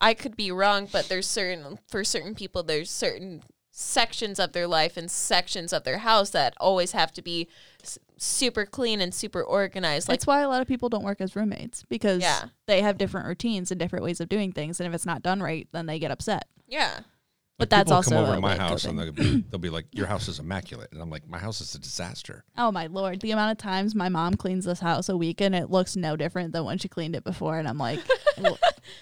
[SPEAKER 4] I could be wrong, but there's certain for certain people there's certain sections of their life and sections of their house that always have to be s- super clean and super organized. Like
[SPEAKER 3] That's why a lot of people don't work as roommates because
[SPEAKER 4] Yeah.
[SPEAKER 3] they have different routines and different ways of doing things. And if it's not done right, then they get upset.
[SPEAKER 4] yeah,
[SPEAKER 3] But
[SPEAKER 2] Like,
[SPEAKER 3] that's
[SPEAKER 2] people
[SPEAKER 3] also
[SPEAKER 2] come over
[SPEAKER 3] a
[SPEAKER 2] to my
[SPEAKER 3] way of
[SPEAKER 2] house and
[SPEAKER 3] coping.
[SPEAKER 2] they'll be, they'll be like, "Your house is immaculate," and I'm like, "My house is a disaster."
[SPEAKER 3] Oh my lord! The amount of times my mom cleans this house a week and it looks no different than when she cleaned it before, and I'm like, "Wha-"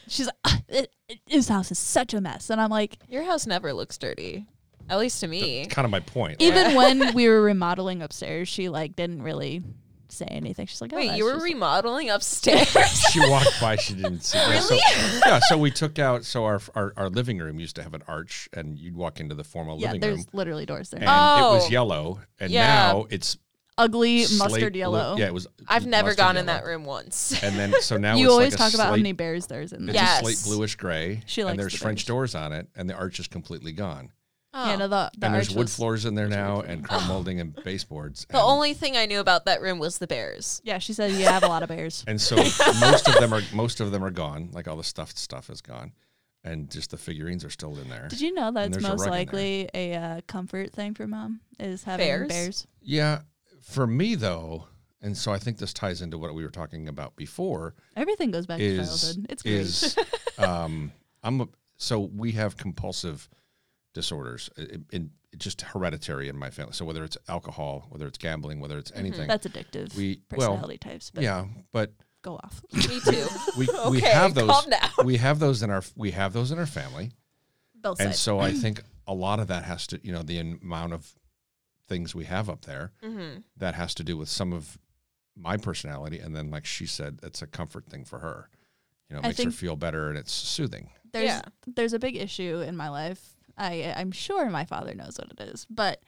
[SPEAKER 3] she's like, "Ah, it, it- this house is such a mess, and I'm like,
[SPEAKER 4] your house never looks dirty, at least to me.
[SPEAKER 2] It's kind of my point. Like,
[SPEAKER 3] even when we were remodeling upstairs, she like didn't really say anything. She's like, oh,
[SPEAKER 4] Wait,
[SPEAKER 3] that's
[SPEAKER 4] you were
[SPEAKER 3] just-
[SPEAKER 4] remodeling upstairs?
[SPEAKER 2] she walked by, she didn't see. Yeah, so, yeah, so we took out. So our, our our living room used to have an arch, and you'd walk into the formal
[SPEAKER 3] yeah,
[SPEAKER 2] living
[SPEAKER 3] there's
[SPEAKER 2] room,
[SPEAKER 3] literally doors there.
[SPEAKER 2] and it
[SPEAKER 4] Oh.
[SPEAKER 2] was yellow, and
[SPEAKER 4] Yeah.
[SPEAKER 2] now it's
[SPEAKER 3] Ugly
[SPEAKER 2] slate
[SPEAKER 3] mustard
[SPEAKER 2] blue-
[SPEAKER 3] yellow.
[SPEAKER 2] Yeah, it was.
[SPEAKER 4] I've never
[SPEAKER 2] mustard
[SPEAKER 4] gone in
[SPEAKER 2] yellow.
[SPEAKER 4] that room once.
[SPEAKER 2] And then so now
[SPEAKER 3] you
[SPEAKER 2] it's
[SPEAKER 3] always
[SPEAKER 2] like a
[SPEAKER 3] talk about how
[SPEAKER 2] slate-
[SPEAKER 3] many bears there's in there.
[SPEAKER 2] It's
[SPEAKER 4] Yeah.
[SPEAKER 2] a slate
[SPEAKER 4] Yes.
[SPEAKER 2] bluish gray.
[SPEAKER 3] She likes
[SPEAKER 2] and there's
[SPEAKER 3] the
[SPEAKER 2] French
[SPEAKER 3] beige.
[SPEAKER 2] doors on it, and the arch is completely gone.
[SPEAKER 4] Oh.
[SPEAKER 3] Yeah, no, the, the
[SPEAKER 2] and there's
[SPEAKER 3] arch
[SPEAKER 2] wood
[SPEAKER 3] was-
[SPEAKER 2] floors in there now, and crown molding and baseboards.
[SPEAKER 4] the
[SPEAKER 2] and,
[SPEAKER 4] only thing I knew about that room was the bears.
[SPEAKER 3] Yeah, she said you have a lot of bears.
[SPEAKER 2] and so most of them are most of them are gone. Like all the stuffed stuff is gone, and just the figurines are still in there.
[SPEAKER 3] Did you know
[SPEAKER 2] And
[SPEAKER 3] that's
[SPEAKER 2] there's a
[SPEAKER 3] most
[SPEAKER 2] rug in there.
[SPEAKER 3] likely a uh, comfort thing for mom is having
[SPEAKER 4] Bears?
[SPEAKER 3] bears?
[SPEAKER 2] Yeah, for me though, and so I think this ties into what we were talking about before.
[SPEAKER 3] Everything goes back to
[SPEAKER 2] is
[SPEAKER 3] childhood. It's great.
[SPEAKER 2] is um I'm a, so we have compulsive disorders in, in just hereditary in my family. So whether it's alcohol, whether it's gambling, whether it's anything,
[SPEAKER 3] Mm-hmm. that's addictive.
[SPEAKER 2] we well
[SPEAKER 3] personality types, but
[SPEAKER 2] yeah, but
[SPEAKER 3] go off.
[SPEAKER 4] Me too.
[SPEAKER 2] we we
[SPEAKER 4] Okay,
[SPEAKER 2] have those
[SPEAKER 4] calm down.
[SPEAKER 2] we have those in our we have those in our family.
[SPEAKER 3] Both
[SPEAKER 2] And
[SPEAKER 3] sides.
[SPEAKER 2] so I think a lot of that has to, you know, the amount of things we have up there
[SPEAKER 3] Mm-hmm.
[SPEAKER 2] that has to do with some of my personality. And then, like she said, it's a comfort thing for her. You know, it
[SPEAKER 3] I
[SPEAKER 2] makes her
[SPEAKER 3] think-
[SPEAKER 2] feel better and it's soothing.
[SPEAKER 3] there's
[SPEAKER 4] Yeah.
[SPEAKER 3] there's a big issue in my life. I I'm sure my father knows what it is, but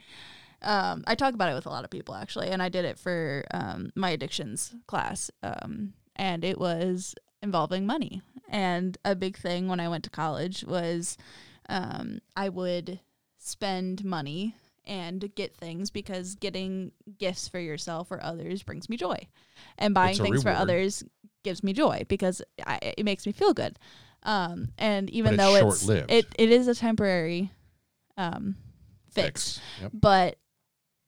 [SPEAKER 3] um, I talk about it with a lot of people actually, and I did it for um, my addictions class, um, and it was involving money. And a big thing when I went to college was um, I would spend money and get things because getting gifts for yourself or others brings me joy, and buying
[SPEAKER 2] It's a
[SPEAKER 3] things for
[SPEAKER 2] reward.
[SPEAKER 3] others gives me joy because I, it makes me feel good. Um, and even
[SPEAKER 2] it's
[SPEAKER 3] though it's
[SPEAKER 2] short-lived.
[SPEAKER 3] it it is a temporary um, fix,
[SPEAKER 2] Fix. Yep.
[SPEAKER 3] but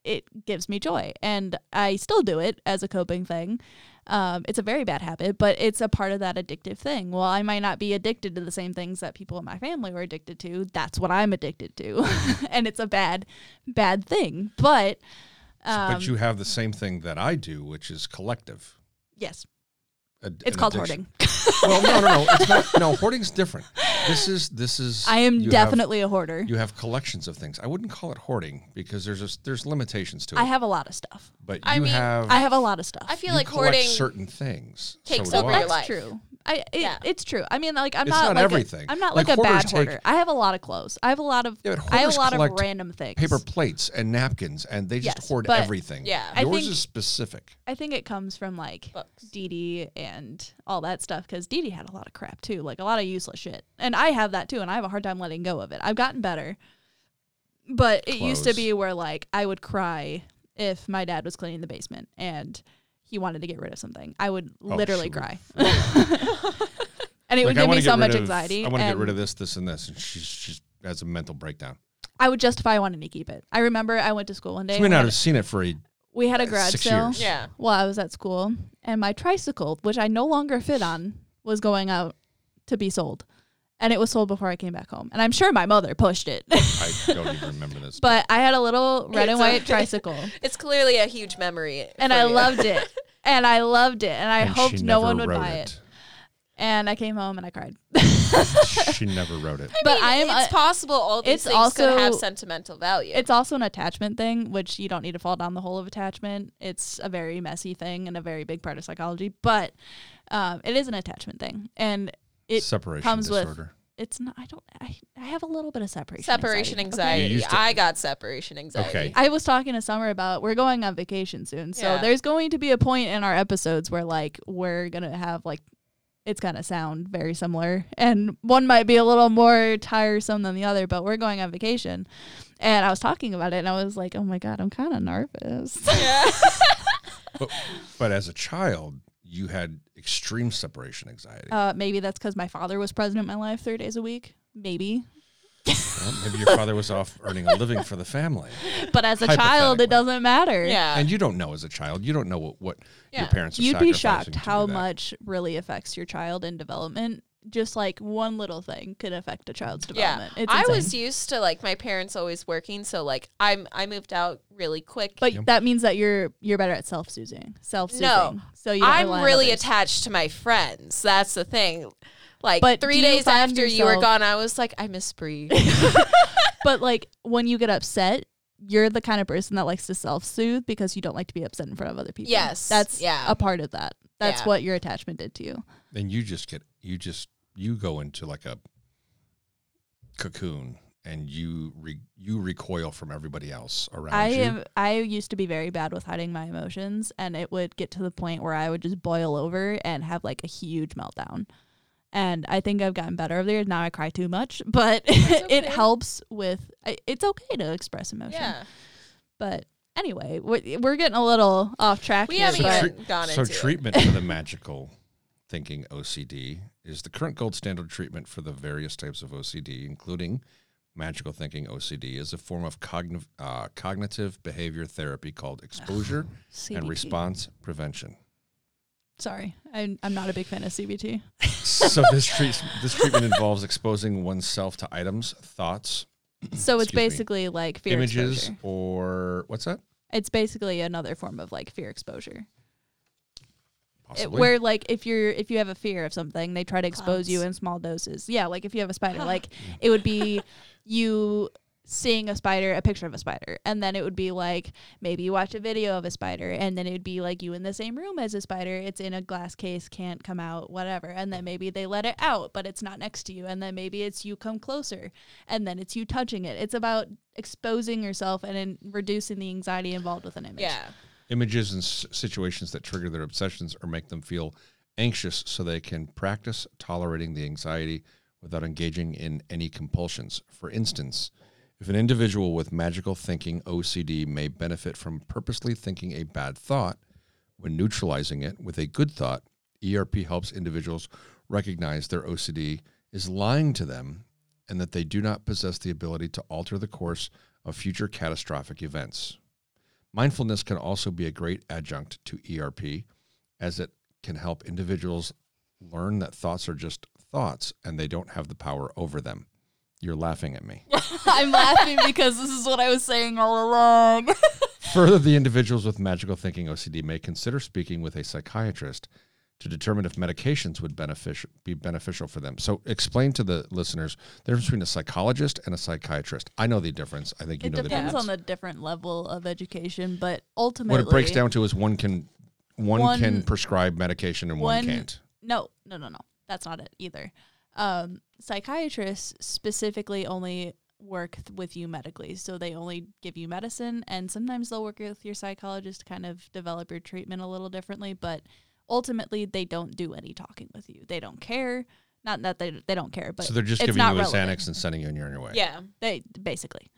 [SPEAKER 3] it gives me joy, and I still do it as a coping thing. Um, it's a very bad habit, but it's a part of that addictive thing. Well, I might not be addicted to the same things that people in my family were addicted to. That's what I'm addicted to, and it's a bad, bad thing. But um,
[SPEAKER 2] but you have the same thing that I do, which is collective.
[SPEAKER 3] yes,
[SPEAKER 2] ad-
[SPEAKER 3] it's
[SPEAKER 2] an
[SPEAKER 3] called
[SPEAKER 2] addiction.
[SPEAKER 3] hoarding.
[SPEAKER 2] Well, no, no, no. It's not, no, hoarding's different. This is, this is,
[SPEAKER 3] I am
[SPEAKER 2] you have-
[SPEAKER 3] definitely a hoarder.
[SPEAKER 2] you have collections of things. I wouldn't call it hoarding because there's a, there's limitations to it.
[SPEAKER 3] I have a lot of stuff.
[SPEAKER 2] but you
[SPEAKER 4] I mean,
[SPEAKER 2] have,
[SPEAKER 3] I have a lot of stuff.
[SPEAKER 4] I feel
[SPEAKER 2] you
[SPEAKER 4] like
[SPEAKER 2] collect
[SPEAKER 4] hoarding.
[SPEAKER 2] certain things.
[SPEAKER 4] takes
[SPEAKER 2] do
[SPEAKER 4] over
[SPEAKER 2] I.
[SPEAKER 4] your life.
[SPEAKER 3] true. I it,
[SPEAKER 4] Yeah.
[SPEAKER 3] it's true. I mean, like I'm
[SPEAKER 2] It's
[SPEAKER 3] not,
[SPEAKER 2] not
[SPEAKER 3] like
[SPEAKER 2] everything.
[SPEAKER 3] A, I'm not
[SPEAKER 2] Like,
[SPEAKER 3] like, a
[SPEAKER 2] hoarders
[SPEAKER 3] bad
[SPEAKER 2] take-
[SPEAKER 3] hoarder. I have a lot of clothes. I have a lot of
[SPEAKER 2] Yeah, but
[SPEAKER 3] I have
[SPEAKER 2] hoarders
[SPEAKER 3] a lot of
[SPEAKER 2] collect
[SPEAKER 3] random things.
[SPEAKER 2] paper plates and napkins, and they just
[SPEAKER 3] Yes,
[SPEAKER 2] hoard
[SPEAKER 3] but-
[SPEAKER 2] everything.
[SPEAKER 4] Yeah.
[SPEAKER 3] I
[SPEAKER 2] yours
[SPEAKER 3] think-
[SPEAKER 2] is specific.
[SPEAKER 3] I think it comes from like
[SPEAKER 4] Books.
[SPEAKER 3] Dee Dee and all that stuff because Dee Dee had a lot of crap too, like a lot of useless shit, and I have that too, and I have a hard time letting go of it. I've gotten better, but it used to
[SPEAKER 2] Clothes.
[SPEAKER 3] be where like I would cry if my dad was cleaning the basement and he wanted to get rid of something. I would literally
[SPEAKER 2] she would.
[SPEAKER 3] cry, and it
[SPEAKER 2] Oh,
[SPEAKER 3] would
[SPEAKER 2] Like, I
[SPEAKER 3] give
[SPEAKER 2] wanna
[SPEAKER 3] me
[SPEAKER 2] get
[SPEAKER 3] so
[SPEAKER 2] rid
[SPEAKER 3] much
[SPEAKER 2] of-
[SPEAKER 3] anxiety.
[SPEAKER 2] I want to get
[SPEAKER 3] and-
[SPEAKER 2] rid of this, this, and this, and she she has a mental breakdown.
[SPEAKER 3] I would justify wanting to keep it. I remember I went to school one day.
[SPEAKER 2] She may
[SPEAKER 3] and we
[SPEAKER 2] not
[SPEAKER 3] had
[SPEAKER 2] have seen it for a.
[SPEAKER 3] a- we had a garage
[SPEAKER 2] six
[SPEAKER 3] sale
[SPEAKER 2] years.
[SPEAKER 4] Yeah.
[SPEAKER 3] while I was at school, and my tricycle, which I no longer fit on, was going out to be sold. And it was sold before I came back home. And I'm sure my mother pushed it.
[SPEAKER 2] I don't even remember this.
[SPEAKER 3] but I had a little red and
[SPEAKER 4] It's
[SPEAKER 3] white
[SPEAKER 4] okay.
[SPEAKER 3] tricycle,
[SPEAKER 4] It's clearly a huge memory.
[SPEAKER 3] and
[SPEAKER 4] for
[SPEAKER 3] I
[SPEAKER 4] you.
[SPEAKER 3] loved it. And I loved it. And I
[SPEAKER 2] And she
[SPEAKER 3] hoped no
[SPEAKER 2] never
[SPEAKER 3] one would
[SPEAKER 2] wrote
[SPEAKER 3] buy it. And I came home and I cried.
[SPEAKER 2] it. she never wrote it.
[SPEAKER 3] but I am.
[SPEAKER 4] It's
[SPEAKER 3] a-
[SPEAKER 4] possible all these
[SPEAKER 3] it's
[SPEAKER 4] things
[SPEAKER 3] also-
[SPEAKER 4] could have sentimental value.
[SPEAKER 3] it's also an attachment thing, which you don't need to fall down the hole of attachment. It's a very messy thing and a very big part of psychology, but um, it is an attachment thing, and it
[SPEAKER 2] Separation
[SPEAKER 3] comes with
[SPEAKER 2] disorder.
[SPEAKER 3] it's not. I don't. I, I have a little bit of separation.
[SPEAKER 4] Separation
[SPEAKER 3] okay?
[SPEAKER 2] You
[SPEAKER 4] anxiety.
[SPEAKER 2] used to-
[SPEAKER 4] I got separation anxiety.
[SPEAKER 2] Okay.
[SPEAKER 3] I was talking to Summer about we're going on vacation soon, so
[SPEAKER 4] Yeah.
[SPEAKER 3] there's going to be a point in our episodes where like we're gonna have like it's gonna sound very similar, and one might be a little more tiresome than the other, but we're going on vacation, and I was talking about it, and I was like, oh my god, I'm kind of nervous.
[SPEAKER 4] Yeah.
[SPEAKER 2] But, but as a child, you had extreme separation anxiety.
[SPEAKER 3] uh, maybe that's because my father was present in my life three days a week, maybe.
[SPEAKER 2] Well, maybe your father was off earning a living for the family.
[SPEAKER 3] But as a child,
[SPEAKER 2] Hypothetically.
[SPEAKER 3] it doesn't matter.
[SPEAKER 4] yeah.
[SPEAKER 2] and you don't know as a child. You don't know what, what your
[SPEAKER 4] Yeah.
[SPEAKER 2] parents are
[SPEAKER 3] Uh, You'd be
[SPEAKER 2] sacrificing
[SPEAKER 3] shocked
[SPEAKER 2] to do
[SPEAKER 3] how
[SPEAKER 2] that.
[SPEAKER 3] much really affects your child in development. Just like one little thing can affect a child's
[SPEAKER 4] yeah.
[SPEAKER 3] development. It's
[SPEAKER 4] I was
[SPEAKER 3] insane.
[SPEAKER 4] used to like my parents always working, so like I'm I moved out really quick.
[SPEAKER 3] but
[SPEAKER 2] Yep.
[SPEAKER 3] that means that you're you're better at self soothing, self soothing.
[SPEAKER 4] No,
[SPEAKER 3] so you don't rely
[SPEAKER 4] I'm
[SPEAKER 3] on
[SPEAKER 4] really
[SPEAKER 3] others.
[SPEAKER 4] attached to my friends. That's the thing. Like
[SPEAKER 3] But do
[SPEAKER 4] three
[SPEAKER 3] you
[SPEAKER 4] days
[SPEAKER 3] find
[SPEAKER 4] after you were
[SPEAKER 3] yourself-
[SPEAKER 4] gone, I was like, I miss Bree.
[SPEAKER 3] But like when you get upset, you're the kind of person that likes to self soothe because you don't like to be upset in front of other people.
[SPEAKER 4] Yes,
[SPEAKER 3] that's
[SPEAKER 4] yeah.
[SPEAKER 3] a part of that. That's
[SPEAKER 4] Yeah.
[SPEAKER 3] what your attachment did to you.
[SPEAKER 2] Then you just get you just you go into like a cocoon and you re, you recoil from everybody else around
[SPEAKER 3] I
[SPEAKER 2] you.
[SPEAKER 3] am. I used to be very bad with hiding my emotions, and it would get to the point where I would just boil over and have like a huge meltdown. And I think I've gotten better over the years. Now I cry too much, but it
[SPEAKER 4] okay.
[SPEAKER 3] helps with. I- It's okay to express emotion,
[SPEAKER 4] yeah.
[SPEAKER 3] but anyway, we're, we're getting a little off track.
[SPEAKER 4] We
[SPEAKER 3] here,
[SPEAKER 4] haven't
[SPEAKER 3] but
[SPEAKER 4] even gone
[SPEAKER 2] so
[SPEAKER 4] into it.
[SPEAKER 2] treatment for the magical thinking OCD is the current gold standard treatment for the various types of OCD, including magical thinking OCD, is a form of cognitive uh, cognitive behavior therapy called exposure and
[SPEAKER 3] CBT.
[SPEAKER 2] response prevention.
[SPEAKER 3] Sorry, I'm, I'm not a big fan of CBT.
[SPEAKER 2] so this treats this treatment involves exposing oneself to items, thoughts,
[SPEAKER 3] So it's
[SPEAKER 2] Excuse me.
[SPEAKER 3] basically like fear
[SPEAKER 2] images,
[SPEAKER 3] exposure.
[SPEAKER 2] or what's that?
[SPEAKER 3] It's basically another form of like fear exposure. it,
[SPEAKER 2] Possibly.
[SPEAKER 3] where like if you're if you have a fear of something they try to expose you in small doses yeah like if you have a spider like it would be you seeing a spider a picture of a spider and then it would be like maybe you watch a video of a spider and then it would be like you in the same room as a spider it's in a glass case can't come out whatever and then maybe they let it out but it's not next to you and then maybe it's you come closer and then it's you touching it it's about exposing yourself and in reducing the anxiety involved with an image
[SPEAKER 4] Yeah.
[SPEAKER 2] images and s- situations that trigger their obsessions or make them feel anxious so they can practice tolerating the anxiety without engaging in any compulsions. For instance, if an individual with magical thinking OCD may benefit from purposely thinking a bad thought when neutralizing it with a good thought, ERP helps individuals recognize their OCD is lying to them and that they do not possess the ability to alter the course of future catastrophic events. Mindfulness can also be a great adjunct to ERP as it can help individuals learn that thoughts are just thoughts and they don't have the power over them. You're laughing at me.
[SPEAKER 3] i'm laughing because this is what i was saying all along
[SPEAKER 2] Further, the individuals with magical thinking OCD may consider speaking with a psychiatrist to determine if medications would benefic- be beneficial for them. So, explain to the listeners the difference between a psychologist and a psychiatrist. I know the difference. I think you
[SPEAKER 3] it
[SPEAKER 2] know the
[SPEAKER 3] depends
[SPEAKER 2] difference.
[SPEAKER 3] on the different level of education, but
[SPEAKER 2] what
[SPEAKER 3] ultimately,
[SPEAKER 2] it breaks down to is one can one,
[SPEAKER 3] One-
[SPEAKER 2] can prescribe medication and one
[SPEAKER 3] one-
[SPEAKER 2] can't.
[SPEAKER 3] No, no, no, no. That's not it either. Um, psychiatrists specifically only work th- with you medically, so they only give you medicine, and sometimes they'll work with your psychologist to kind of develop your treatment a little differently. But ultimately, they don't do any talking with you. They don't care. Not that they they don't care, but
[SPEAKER 2] so they're just
[SPEAKER 3] it's
[SPEAKER 2] giving
[SPEAKER 3] not
[SPEAKER 2] you a
[SPEAKER 3] relevant.
[SPEAKER 2] Xanax and sending you on your way.
[SPEAKER 4] Yeah.
[SPEAKER 3] They basically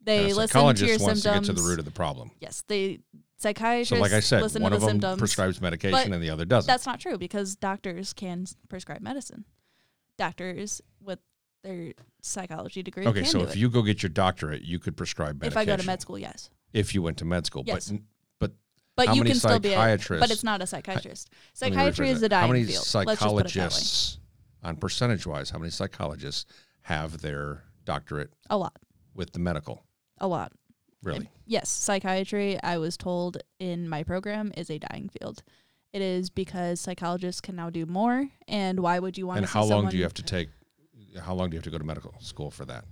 [SPEAKER 2] And
[SPEAKER 3] they
[SPEAKER 2] a
[SPEAKER 3] listen to
[SPEAKER 2] psychologist
[SPEAKER 3] your
[SPEAKER 2] wants
[SPEAKER 3] symptoms.
[SPEAKER 2] to get to the root of the problem.
[SPEAKER 3] yes, they psychiatrists.
[SPEAKER 2] So, like I said,
[SPEAKER 3] listen
[SPEAKER 2] one
[SPEAKER 3] to
[SPEAKER 2] of
[SPEAKER 3] the
[SPEAKER 2] them
[SPEAKER 3] symptoms.
[SPEAKER 2] prescribes medication
[SPEAKER 3] But
[SPEAKER 2] and the other doesn't.
[SPEAKER 3] That's not true because doctors can s- prescribe medicine. Doctors with their psychology degree.
[SPEAKER 2] okay,
[SPEAKER 3] can
[SPEAKER 2] so
[SPEAKER 3] do
[SPEAKER 2] if
[SPEAKER 3] it.
[SPEAKER 2] you go get your doctorate, you could prescribe
[SPEAKER 3] if
[SPEAKER 2] medication.
[SPEAKER 3] I go to med school, yes,
[SPEAKER 2] if you went to med school,
[SPEAKER 3] Yes.
[SPEAKER 2] but but
[SPEAKER 3] but
[SPEAKER 2] How
[SPEAKER 3] you
[SPEAKER 2] many
[SPEAKER 3] can still be a,
[SPEAKER 2] psychiatrists-
[SPEAKER 3] but it's not a psychiatrist.
[SPEAKER 2] let me
[SPEAKER 3] Psychiatry
[SPEAKER 2] rephrase
[SPEAKER 3] is
[SPEAKER 2] that.
[SPEAKER 3] a dying
[SPEAKER 2] How many
[SPEAKER 3] field. Let's just put it that way.
[SPEAKER 2] psychologists, on percentage wise, how many psychologists have their doctorate
[SPEAKER 3] A lot,
[SPEAKER 2] with the medical?
[SPEAKER 3] a lot.
[SPEAKER 2] Really?
[SPEAKER 3] Yes, psychiatry. I was told in my program is a dying field. It is because psychologists can now do more. And why would you want?
[SPEAKER 2] And
[SPEAKER 3] to
[SPEAKER 2] how
[SPEAKER 3] see
[SPEAKER 2] long
[SPEAKER 3] someone-
[SPEAKER 2] do you have to take? How long do you have to go to medical school for that?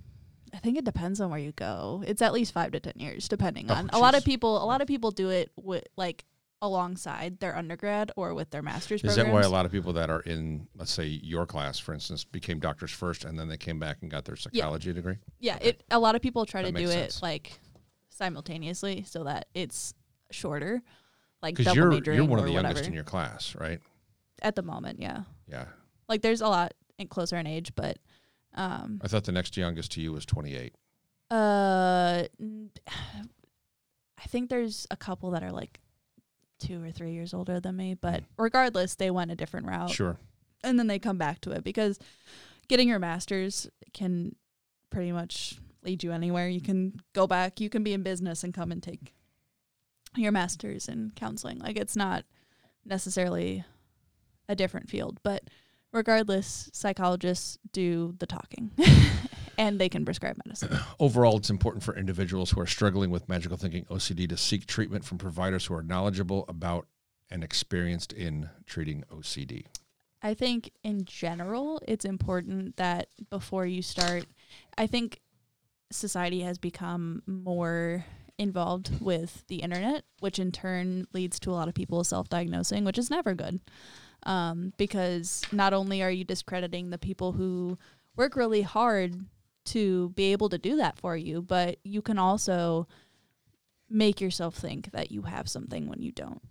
[SPEAKER 3] I think it depends on where you go. It's at least five to ten years, depending
[SPEAKER 2] Oh,
[SPEAKER 3] on. A lot of
[SPEAKER 2] jeez.
[SPEAKER 3] people, a lot of people do it with like alongside their undergrad or with their master's
[SPEAKER 2] Is
[SPEAKER 3] programs.
[SPEAKER 2] that why a lot of people that are in, let's say, your class, for instance, became doctors first, and then they came back and got their psychology degree?
[SPEAKER 3] yeah, it a lot of people try
[SPEAKER 2] That
[SPEAKER 3] to do
[SPEAKER 2] makes
[SPEAKER 3] it
[SPEAKER 2] sense.
[SPEAKER 3] like simultaneously so that it's shorter. Like
[SPEAKER 2] Because
[SPEAKER 3] double
[SPEAKER 2] you're
[SPEAKER 3] majoring
[SPEAKER 2] you're one
[SPEAKER 3] or
[SPEAKER 2] of the
[SPEAKER 3] whatever.
[SPEAKER 2] youngest in your class, right?
[SPEAKER 3] at the moment, yeah.
[SPEAKER 2] Yeah,
[SPEAKER 3] Like there's a lot in closer in age, but um
[SPEAKER 2] I thought the next youngest to you was 28.
[SPEAKER 3] uh n- I think there's a couple that are like two or three years older than me,
[SPEAKER 2] Mm.
[SPEAKER 3] but regardless, they went a different route.
[SPEAKER 2] Sure,
[SPEAKER 3] and then they come back to it because getting your master's can pretty much lead you anywhere. You can go back, you can be in business and come and take your master's in counseling. Like it's not necessarily a different field, but regardless, psychologists do the talking and they can prescribe medicine.
[SPEAKER 2] Overall, it's important for individuals who are struggling with magical thinking OCD to seek treatment from providers who are knowledgeable about and experienced in treating OCD.
[SPEAKER 3] I think in general, it's important that before you start, I think society has become more involved with the internet, which in turn leads to a lot of people self diagnosing, which is never good. Um, because not only are you discrediting the people who work really hard to be able to do that for you, but you can also make yourself think that you have something when you don't.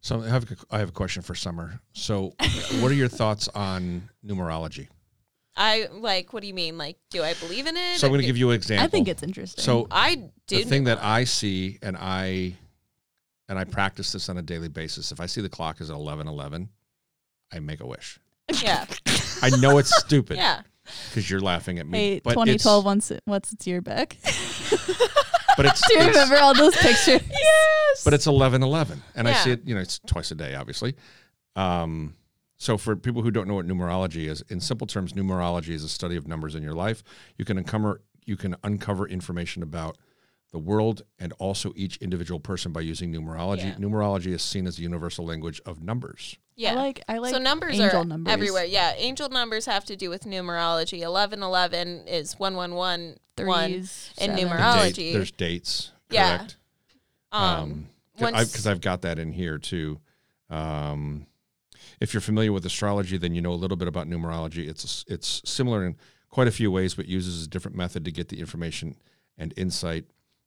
[SPEAKER 2] So I have a, I have a question for Summer. So, what are your thoughts on numerology?
[SPEAKER 4] I like. What do you mean? Like, do I believe in it?
[SPEAKER 2] So I'm going to give you an example.
[SPEAKER 3] I think it's interesting.
[SPEAKER 2] so.
[SPEAKER 4] I
[SPEAKER 2] The
[SPEAKER 4] did.
[SPEAKER 2] thing that I see, and I and I practice this on a daily basis. If I see the clock is at 11, 11, I make a wish.
[SPEAKER 4] yeah,
[SPEAKER 2] I know it's stupid
[SPEAKER 4] yeah.
[SPEAKER 2] because you're laughing at me.
[SPEAKER 3] Hey,
[SPEAKER 2] but
[SPEAKER 3] 2012 once it, once it's year back.
[SPEAKER 2] It's, but it's,
[SPEAKER 3] Do you
[SPEAKER 2] it's-
[SPEAKER 3] remember all those pictures? yes.
[SPEAKER 2] but it's 11 11 and i
[SPEAKER 4] Yeah.
[SPEAKER 2] see it you know it's twice a day obviously um, so for people who don't know what numerology is in simple terms numerology is a study of numbers in your life you can uncover you can uncover information about the world and also each individual person by using numerology
[SPEAKER 4] Yeah.
[SPEAKER 2] numerology is seen as the universal language of numbers
[SPEAKER 4] Yeah.
[SPEAKER 3] I like I like
[SPEAKER 4] so numbers
[SPEAKER 3] angel
[SPEAKER 4] are
[SPEAKER 3] numbers.
[SPEAKER 4] everywhere. Yeah, angel numbers have to do with numerology. Eleven eleven is one one one one.
[SPEAKER 3] Threes,
[SPEAKER 2] The date-
[SPEAKER 3] sevens.
[SPEAKER 4] in Numerology.
[SPEAKER 2] there's dates
[SPEAKER 4] Oh, Yeah.
[SPEAKER 2] correct
[SPEAKER 4] Um, once-
[SPEAKER 2] because I've got that in here too. Um, if you're familiar with astrology, then you know a little bit about numerology. It's it's similar in quite a few ways, but uses a different method to get the information and insight.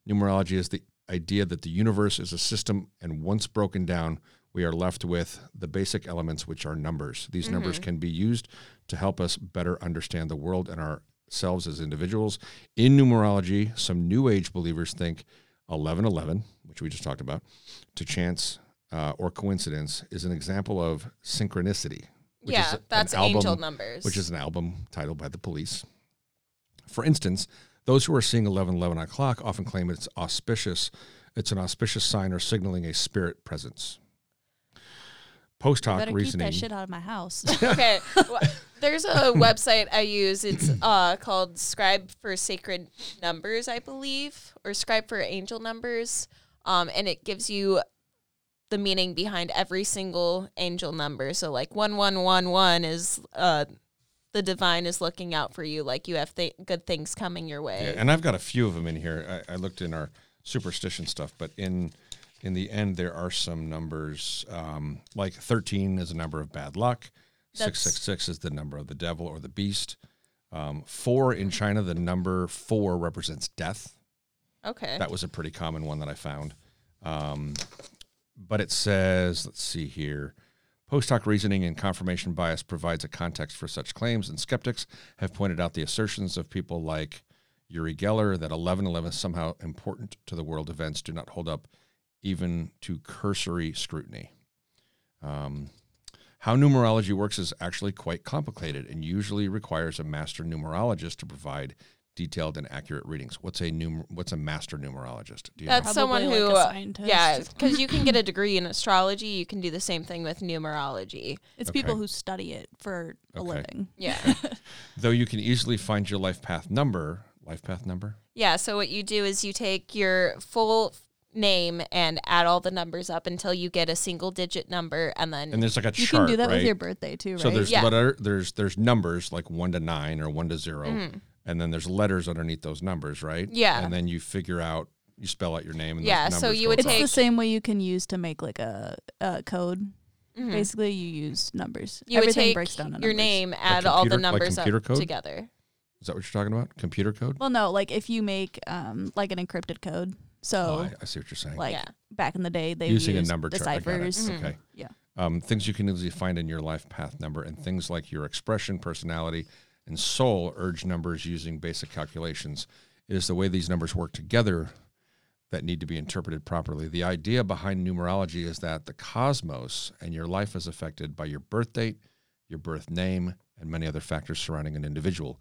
[SPEAKER 2] Numerology is the idea that the universe is a system, and once broken down, we are left with the basic elements, which are numbers.
[SPEAKER 4] Mm-hmm.
[SPEAKER 2] These numbers can be used to help us better understand the world and ourselves as individuals. In numerology, some New Age believers think 1111, which we just talked about, to chance uh, or coincidence is an example of synchronicity. which is
[SPEAKER 4] yeah,
[SPEAKER 2] an
[SPEAKER 4] that's
[SPEAKER 2] album-
[SPEAKER 4] angel numbers.
[SPEAKER 2] Which is an album titled by the police. For instance, those who are seeing 1111 on clock often claim it's auspicious. It's an auspicious sign or signaling a spirit presence. Post hoc
[SPEAKER 3] Better
[SPEAKER 2] reasoning.
[SPEAKER 3] keep that shit out of my house.
[SPEAKER 4] okay. Well, There's a website I use. It's uh, called Scribe for Sacred Numbers, I believe, or Scribe for Angel Numbers, um, and it gives you the meaning behind every single angel number. So, like one one one one is uh, the divine is looking out for you. Like you have th- good things coming your way.
[SPEAKER 2] Yeah, and I've got a few of them in here. I, I looked in our superstition stuff, but in in the end, there are some numbers um, like thirteen is a number of bad luck. Six
[SPEAKER 4] That's-
[SPEAKER 2] six six is the number of the devil or the beast. Um, four in China, the number four represents death.
[SPEAKER 4] Okay.
[SPEAKER 2] That was a pretty common one that I found. Um, but it says, let's see here. Post hoc reasoning and confirmation bias provides a context for such claims, and skeptics have pointed out the assertions of people like Uri Geller that 1111 is somehow important to the world events do not hold up even to cursory scrutiny. Um, how numerology works is actually quite complicated and usually requires a master numerologist to provide detailed and accurate readings. What's a numer- what's a master numerologist? Do you know?
[SPEAKER 4] That's someone
[SPEAKER 3] Probably
[SPEAKER 4] who,
[SPEAKER 3] like a scientist.
[SPEAKER 4] yeah, because you can get a degree in astrology. You can do the same thing with numerology.
[SPEAKER 3] It's
[SPEAKER 2] Okay.
[SPEAKER 3] people who study it for a
[SPEAKER 2] Okay.
[SPEAKER 3] living.
[SPEAKER 4] Yeah.
[SPEAKER 2] Though you can easily find your life path number, life path number,
[SPEAKER 4] Yeah, so what you do is you take your full name and add all the numbers up until you get a single digit number and then
[SPEAKER 2] and there's like a
[SPEAKER 3] You
[SPEAKER 2] chart.
[SPEAKER 3] can do that
[SPEAKER 2] right?
[SPEAKER 3] with your birthday too, right?
[SPEAKER 2] So there's
[SPEAKER 4] Yeah.
[SPEAKER 2] letter, there's there's numbers like one to nine or one to 0 and then there's letters underneath those numbers, right?
[SPEAKER 4] Mm-hmm. Yeah.
[SPEAKER 2] And then you figure out you spell out your name. And the
[SPEAKER 4] Yeah, so
[SPEAKER 2] numbers
[SPEAKER 4] you
[SPEAKER 2] go
[SPEAKER 4] would
[SPEAKER 2] across.
[SPEAKER 3] It's the
[SPEAKER 4] take-
[SPEAKER 3] same way you can use to make like a, a code.
[SPEAKER 4] Mhm.
[SPEAKER 3] Basically, you use numbers.
[SPEAKER 4] You would
[SPEAKER 3] Everything
[SPEAKER 4] take
[SPEAKER 3] breaks down to
[SPEAKER 4] your
[SPEAKER 3] numbers.
[SPEAKER 4] name, add all the
[SPEAKER 2] computer- like
[SPEAKER 4] numbers
[SPEAKER 2] computer
[SPEAKER 4] up
[SPEAKER 2] code?
[SPEAKER 4] together.
[SPEAKER 2] Is that what you're talking about? Computer code?
[SPEAKER 3] Well, no, like if you make um like an encrypted code.
[SPEAKER 2] Oh,
[SPEAKER 3] So
[SPEAKER 2] I, I see what you're saying.
[SPEAKER 3] like
[SPEAKER 4] Yeah. Mm-hmm.
[SPEAKER 3] back in the day, they
[SPEAKER 2] Using a
[SPEAKER 3] used
[SPEAKER 2] number
[SPEAKER 3] the
[SPEAKER 2] chart, I got it.
[SPEAKER 3] ciphers.
[SPEAKER 2] Okay.
[SPEAKER 3] Yeah.
[SPEAKER 2] Um, things you can easily find in your life path number and things like your expression, personality, and soul urge numbers using basic calculations. It is the way these numbers work together that need to be interpreted properly. The idea behind numerology is that the cosmos and your life is affected by your birth date, your birth name, and many other factors surrounding an individual.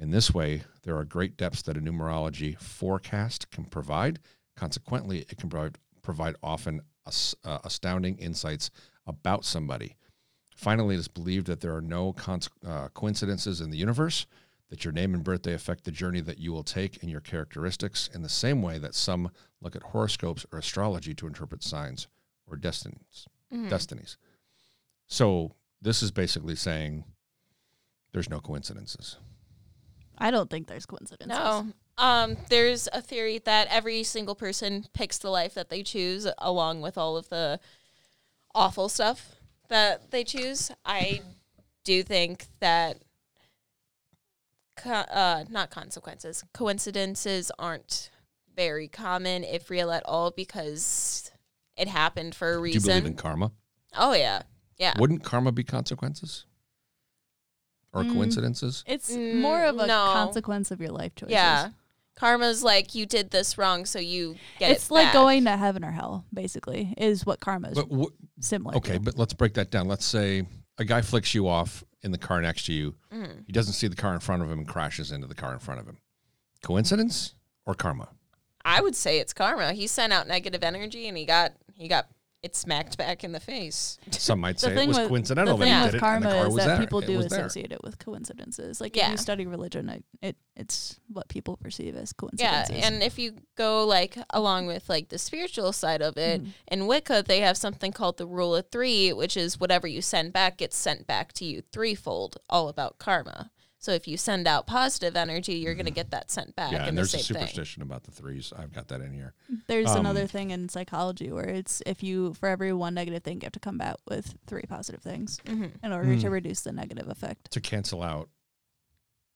[SPEAKER 2] In this way, there are great depths that a numerology forecast can provide. Consequently, it can provide, provide often as, uh, astounding insights about somebody. Finally, it is believed that there are no cons- uh, coincidences in the universe, that your name and birthday affect the journey that you will take and your characteristics in the same way that some look at horoscopes or astrology to interpret signs or destinies. destinies. So, this is basically saying there's no coincidences.
[SPEAKER 3] I don't think there's coincidences.
[SPEAKER 4] No. Um, there's a theory that every single person picks the life that they choose, along with all of the awful stuff that they choose. I do think that co- uh, not consequences, coincidences aren't very common, if real at all, because it happened for a
[SPEAKER 2] Do you believe
[SPEAKER 4] reason.
[SPEAKER 2] in karma?
[SPEAKER 4] oh yeah, yeah.
[SPEAKER 2] Wouldn't karma be consequences or
[SPEAKER 3] Mm.
[SPEAKER 2] coincidences?
[SPEAKER 3] It's
[SPEAKER 4] Mm,
[SPEAKER 3] more of a
[SPEAKER 4] no.
[SPEAKER 3] consequence of your life choices.
[SPEAKER 4] Yeah. Karma's like you did this wrong, so you get
[SPEAKER 3] It's
[SPEAKER 4] it
[SPEAKER 3] like
[SPEAKER 4] back.
[SPEAKER 3] going to heaven or hell, basically, is what karma is
[SPEAKER 2] But wh-
[SPEAKER 3] similar.
[SPEAKER 2] okay,
[SPEAKER 3] to.
[SPEAKER 2] but let's break that down. Let's say a guy flicks you off in the car next to you.
[SPEAKER 3] Mm.
[SPEAKER 2] He doesn't see the car in front of him and crashes into the car in front of him. Coincidence or karma?
[SPEAKER 4] I would say it's karma. He sent out negative energy and he got he got it smacked back in the face.
[SPEAKER 2] Some might say it
[SPEAKER 3] thing
[SPEAKER 2] was
[SPEAKER 3] with-
[SPEAKER 2] coincidental
[SPEAKER 3] the
[SPEAKER 2] that
[SPEAKER 3] thing
[SPEAKER 2] he
[SPEAKER 3] with
[SPEAKER 2] did it and
[SPEAKER 3] karma
[SPEAKER 2] the car
[SPEAKER 3] is
[SPEAKER 2] was
[SPEAKER 3] that
[SPEAKER 2] there.
[SPEAKER 3] people
[SPEAKER 2] It
[SPEAKER 3] do
[SPEAKER 2] was there.
[SPEAKER 3] associate it with coincidences. Like if
[SPEAKER 4] Yeah.
[SPEAKER 3] you study religion, I, it it's what people perceive as
[SPEAKER 4] Yeah,
[SPEAKER 3] coincidences.
[SPEAKER 4] and if you go like along with like the spiritual side of it, in Wicca they have something called the rule of 3, which is whatever you send back gets sent back to you threefold, all about karma. So if you send out positive energy, you're going to get that sent back
[SPEAKER 2] Yeah,
[SPEAKER 4] in
[SPEAKER 2] and
[SPEAKER 4] the
[SPEAKER 2] there's a
[SPEAKER 4] same thing.
[SPEAKER 2] superstition about the threes. I've got that in here.
[SPEAKER 3] There's
[SPEAKER 2] Um,
[SPEAKER 3] another thing in psychology where it's if you for every one negative thing you have to come back with three positive things
[SPEAKER 4] Mm-hmm.
[SPEAKER 3] in order to
[SPEAKER 2] Mm.
[SPEAKER 3] reduce the negative effect.
[SPEAKER 2] To cancel out,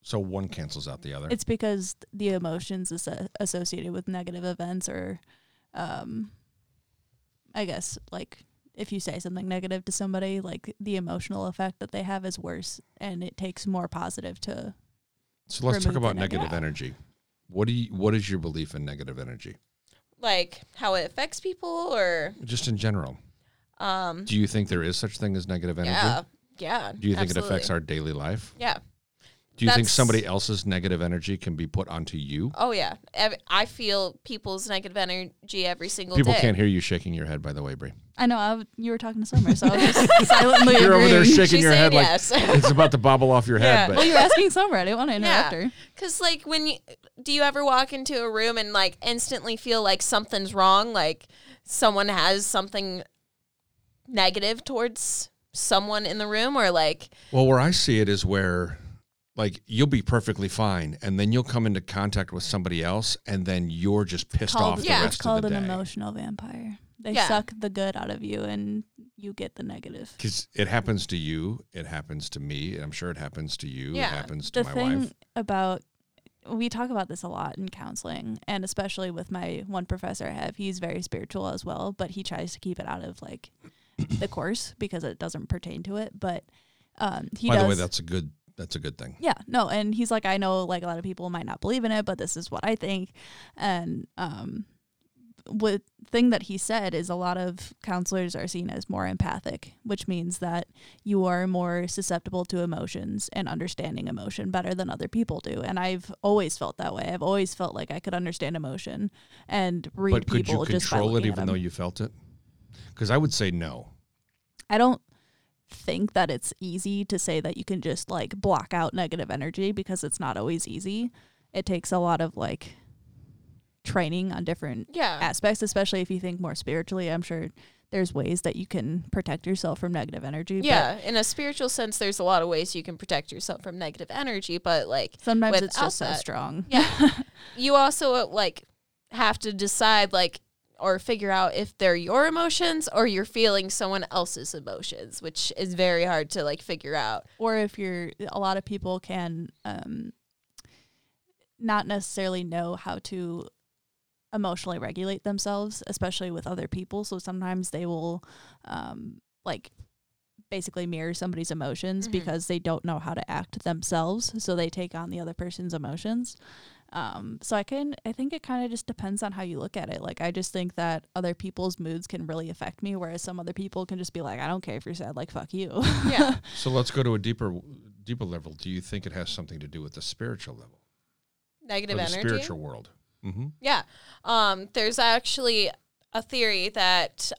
[SPEAKER 2] so one cancels out the other.
[SPEAKER 3] It's because the emotions is associated with negative events or um I guess like if you say something negative to somebody, like the emotional effect that they have is worse and it takes more positive to
[SPEAKER 2] so let's talk
[SPEAKER 3] remove the
[SPEAKER 2] about
[SPEAKER 3] negative.
[SPEAKER 2] negative energy. What do you? What is your belief in negative energy,
[SPEAKER 4] Like how it affects people or
[SPEAKER 2] just in general?
[SPEAKER 4] um
[SPEAKER 2] Do you think there is such thing as negative energy?
[SPEAKER 4] yeah, yeah.
[SPEAKER 2] Do you think it affects
[SPEAKER 4] absolutely.
[SPEAKER 2] our daily life?
[SPEAKER 4] Yeah.
[SPEAKER 2] Do you think
[SPEAKER 4] That's-
[SPEAKER 2] somebody else's negative energy can be put onto you?
[SPEAKER 4] Oh yeah, Ev- I feel people's negative energy every single
[SPEAKER 2] People
[SPEAKER 4] day.
[SPEAKER 2] can't hear you shaking your head, by the way, Brie.
[SPEAKER 3] I know I w- you were talking to Summer, so I was just silently
[SPEAKER 2] You're over there
[SPEAKER 3] agreeing.
[SPEAKER 2] shaking
[SPEAKER 4] She's
[SPEAKER 2] your head
[SPEAKER 4] saying
[SPEAKER 2] like
[SPEAKER 4] yes.
[SPEAKER 2] it's about to bobble off your head.
[SPEAKER 4] Yeah.
[SPEAKER 2] But
[SPEAKER 3] well, you're asking Summer. I didn't want to interrupt
[SPEAKER 4] Yeah.
[SPEAKER 3] her.
[SPEAKER 4] Cause like when you do you ever walk into a room and like instantly feel like something's wrong, like someone has something negative towards someone in the room, or like
[SPEAKER 2] Well, where I see it is where like you'll be perfectly fine and then you'll come into contact with somebody else and then you're just pissed off
[SPEAKER 4] yeah.
[SPEAKER 2] the
[SPEAKER 3] it's
[SPEAKER 2] rest
[SPEAKER 3] called
[SPEAKER 2] of the
[SPEAKER 3] an
[SPEAKER 2] day.
[SPEAKER 3] emotional vampire. They
[SPEAKER 4] Yeah.
[SPEAKER 3] suck the good out of you, and you get the negative.
[SPEAKER 2] Because it happens to you, it happens to me, and I'm sure it happens to you,
[SPEAKER 4] Yeah.
[SPEAKER 2] it happens to
[SPEAKER 3] The
[SPEAKER 2] my
[SPEAKER 3] thing
[SPEAKER 2] wife.
[SPEAKER 3] about we talk about this a lot in counseling, and especially with my one professor I have. He's very spiritual as well, but he tries to keep it out of like the course because it doesn't pertain to it. But um, he
[SPEAKER 2] By
[SPEAKER 3] does.
[SPEAKER 2] the way, that's a good that's a good thing.
[SPEAKER 3] Yeah, no, and he's like, I know like a lot of people might not believe in it, but this is what I think. And um what thing that he said is a lot of counselors are seen as more empathic, which means that you are more susceptible to emotions and understanding emotion better than other people do. And I've always felt that way. I've always felt like I could understand emotion and read
[SPEAKER 2] But could you
[SPEAKER 3] people just by
[SPEAKER 2] control it
[SPEAKER 3] looking at
[SPEAKER 2] even though
[SPEAKER 3] them.
[SPEAKER 2] you felt it? Because I would say no.
[SPEAKER 3] I don't think that it's easy to say that you can just like block out negative energy because it's not always easy. It takes a lot of like training on different
[SPEAKER 4] yeah,
[SPEAKER 3] aspects, especially if you think more spiritually. I'm sure there's ways that you can protect yourself from negative energy. but
[SPEAKER 4] yeah. In a spiritual sense, there's a lot of ways you can protect yourself from negative energy, but like
[SPEAKER 3] Sometimes it's
[SPEAKER 4] Without
[SPEAKER 3] just so
[SPEAKER 4] that-
[SPEAKER 3] strong.
[SPEAKER 4] Yeah. you also uh, like have to decide like or figure out if they're your emotions or you're feeling someone else's emotions, which is very hard to like figure out.
[SPEAKER 3] or if you're a lot of people can um not necessarily know how to emotionally regulate themselves especially with other people so sometimes they will um like basically mirror somebody's emotions
[SPEAKER 4] Mhm.
[SPEAKER 3] because they don't know how to act themselves so they take on the other person's emotions um so i can i think it kind of just depends on how you look at it like i just think that other people's moods can really affect me whereas some other people can just be like i don't care if you're sad like fuck you
[SPEAKER 4] Yeah.
[SPEAKER 2] So let's go to a deeper deeper level. Do you think it has something to do with the spiritual level, or
[SPEAKER 4] Negative
[SPEAKER 2] the
[SPEAKER 4] energy.
[SPEAKER 2] spiritual world? Mm-hmm.
[SPEAKER 4] Yeah. Um, there's actually a theory that,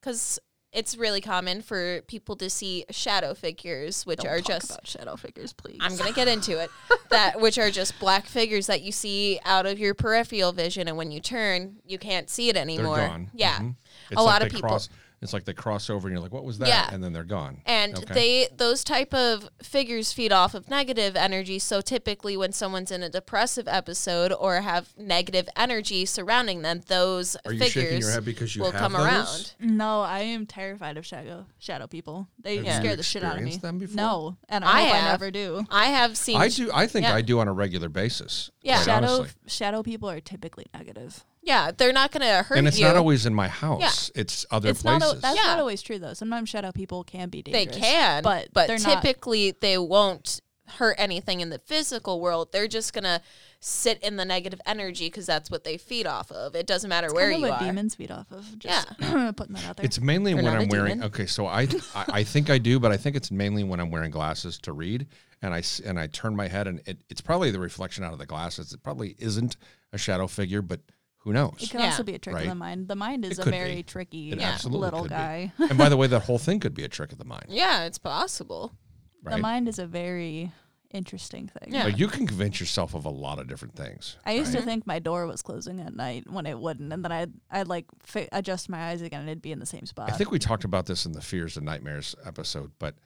[SPEAKER 4] because it's really common for people to see shadow figures, which
[SPEAKER 3] Don't
[SPEAKER 4] are
[SPEAKER 3] talk
[SPEAKER 4] just.
[SPEAKER 3] about shadow figures, please.
[SPEAKER 4] I'm gonna get into it. That which are just black figures that you see out of your peripheral vision, and when you turn, you can't see it
[SPEAKER 2] They're
[SPEAKER 4] anymore.
[SPEAKER 2] gone.
[SPEAKER 4] Yeah,
[SPEAKER 2] Mhm. It's
[SPEAKER 4] a lot
[SPEAKER 2] they
[SPEAKER 4] of people.
[SPEAKER 2] Cross, it's like they cross over, and you're like, "What was that?"
[SPEAKER 4] Yeah.
[SPEAKER 2] And then they're gone.
[SPEAKER 4] And
[SPEAKER 2] Okay.
[SPEAKER 4] they those type of figures feed off of negative energy. So typically when someone's in a depressive episode or have negative energy surrounding them, those
[SPEAKER 2] Are you
[SPEAKER 4] figures
[SPEAKER 2] shaking your head because you
[SPEAKER 4] will
[SPEAKER 2] have
[SPEAKER 4] come
[SPEAKER 2] those?
[SPEAKER 4] around.
[SPEAKER 3] No, I am terrified of shadow shadow people. They
[SPEAKER 2] Have
[SPEAKER 3] scare
[SPEAKER 2] you
[SPEAKER 3] the shit out of me.
[SPEAKER 2] experienced them before?
[SPEAKER 3] No, and I,
[SPEAKER 4] I
[SPEAKER 3] hope I
[SPEAKER 4] have.
[SPEAKER 3] never do.
[SPEAKER 4] I have seen
[SPEAKER 2] I do. I think
[SPEAKER 4] Yeah.
[SPEAKER 2] I do on a regular basis.
[SPEAKER 4] Yeah.
[SPEAKER 2] quite
[SPEAKER 3] Shadow
[SPEAKER 2] honestly.
[SPEAKER 3] shadow people are typically negative.
[SPEAKER 4] Yeah, they're not going to hurt
[SPEAKER 2] And it's
[SPEAKER 4] you.
[SPEAKER 2] not always in my house. It's other
[SPEAKER 3] it's
[SPEAKER 2] places.
[SPEAKER 3] not al- that's not
[SPEAKER 4] Yeah.
[SPEAKER 3] always true though. Sometimes shadow people can be
[SPEAKER 4] they
[SPEAKER 3] dangerous.
[SPEAKER 4] can,
[SPEAKER 3] but
[SPEAKER 4] but
[SPEAKER 3] they're not-
[SPEAKER 4] typically they won't hurt anything in the physical world. They're just going to sit in the negative energy because that's what they feed off of. It doesn't matter where
[SPEAKER 3] Kinda
[SPEAKER 4] you
[SPEAKER 3] what
[SPEAKER 4] are.
[SPEAKER 3] demons feed off of. Just putting that out there.
[SPEAKER 2] It's mainly
[SPEAKER 4] They're
[SPEAKER 2] when
[SPEAKER 4] not a
[SPEAKER 2] I'm wearing.
[SPEAKER 4] demon.
[SPEAKER 2] Okay, so I, I I think I do, but I think it's mainly when I'm wearing glasses to read, and I s- and I turn my head, and it, it's probably the reflection out of the glasses. It probably isn't a shadow figure, but who
[SPEAKER 3] it
[SPEAKER 2] knows?
[SPEAKER 3] can
[SPEAKER 4] Yeah.
[SPEAKER 3] also be a trick of the
[SPEAKER 2] Right.
[SPEAKER 3] mind. The mind
[SPEAKER 2] It
[SPEAKER 3] is a
[SPEAKER 2] could
[SPEAKER 3] very
[SPEAKER 2] be.
[SPEAKER 3] tricky
[SPEAKER 2] It absolutely
[SPEAKER 3] little
[SPEAKER 2] could be.
[SPEAKER 3] guy.
[SPEAKER 2] and by the way, that whole thing could be a trick of the mind.
[SPEAKER 4] Yeah, it's possible.
[SPEAKER 2] Right?
[SPEAKER 3] The mind is a very interesting thing.
[SPEAKER 4] Yeah.
[SPEAKER 2] Like you can convince yourself of a lot of different things.
[SPEAKER 3] I used
[SPEAKER 2] right?
[SPEAKER 3] to think my door was closing at night when it wouldn't, and then I'd I'd like fi- adjust my eyes again, and it'd be in the same spot.
[SPEAKER 2] I think we talked about this in the fears and nightmares episode, but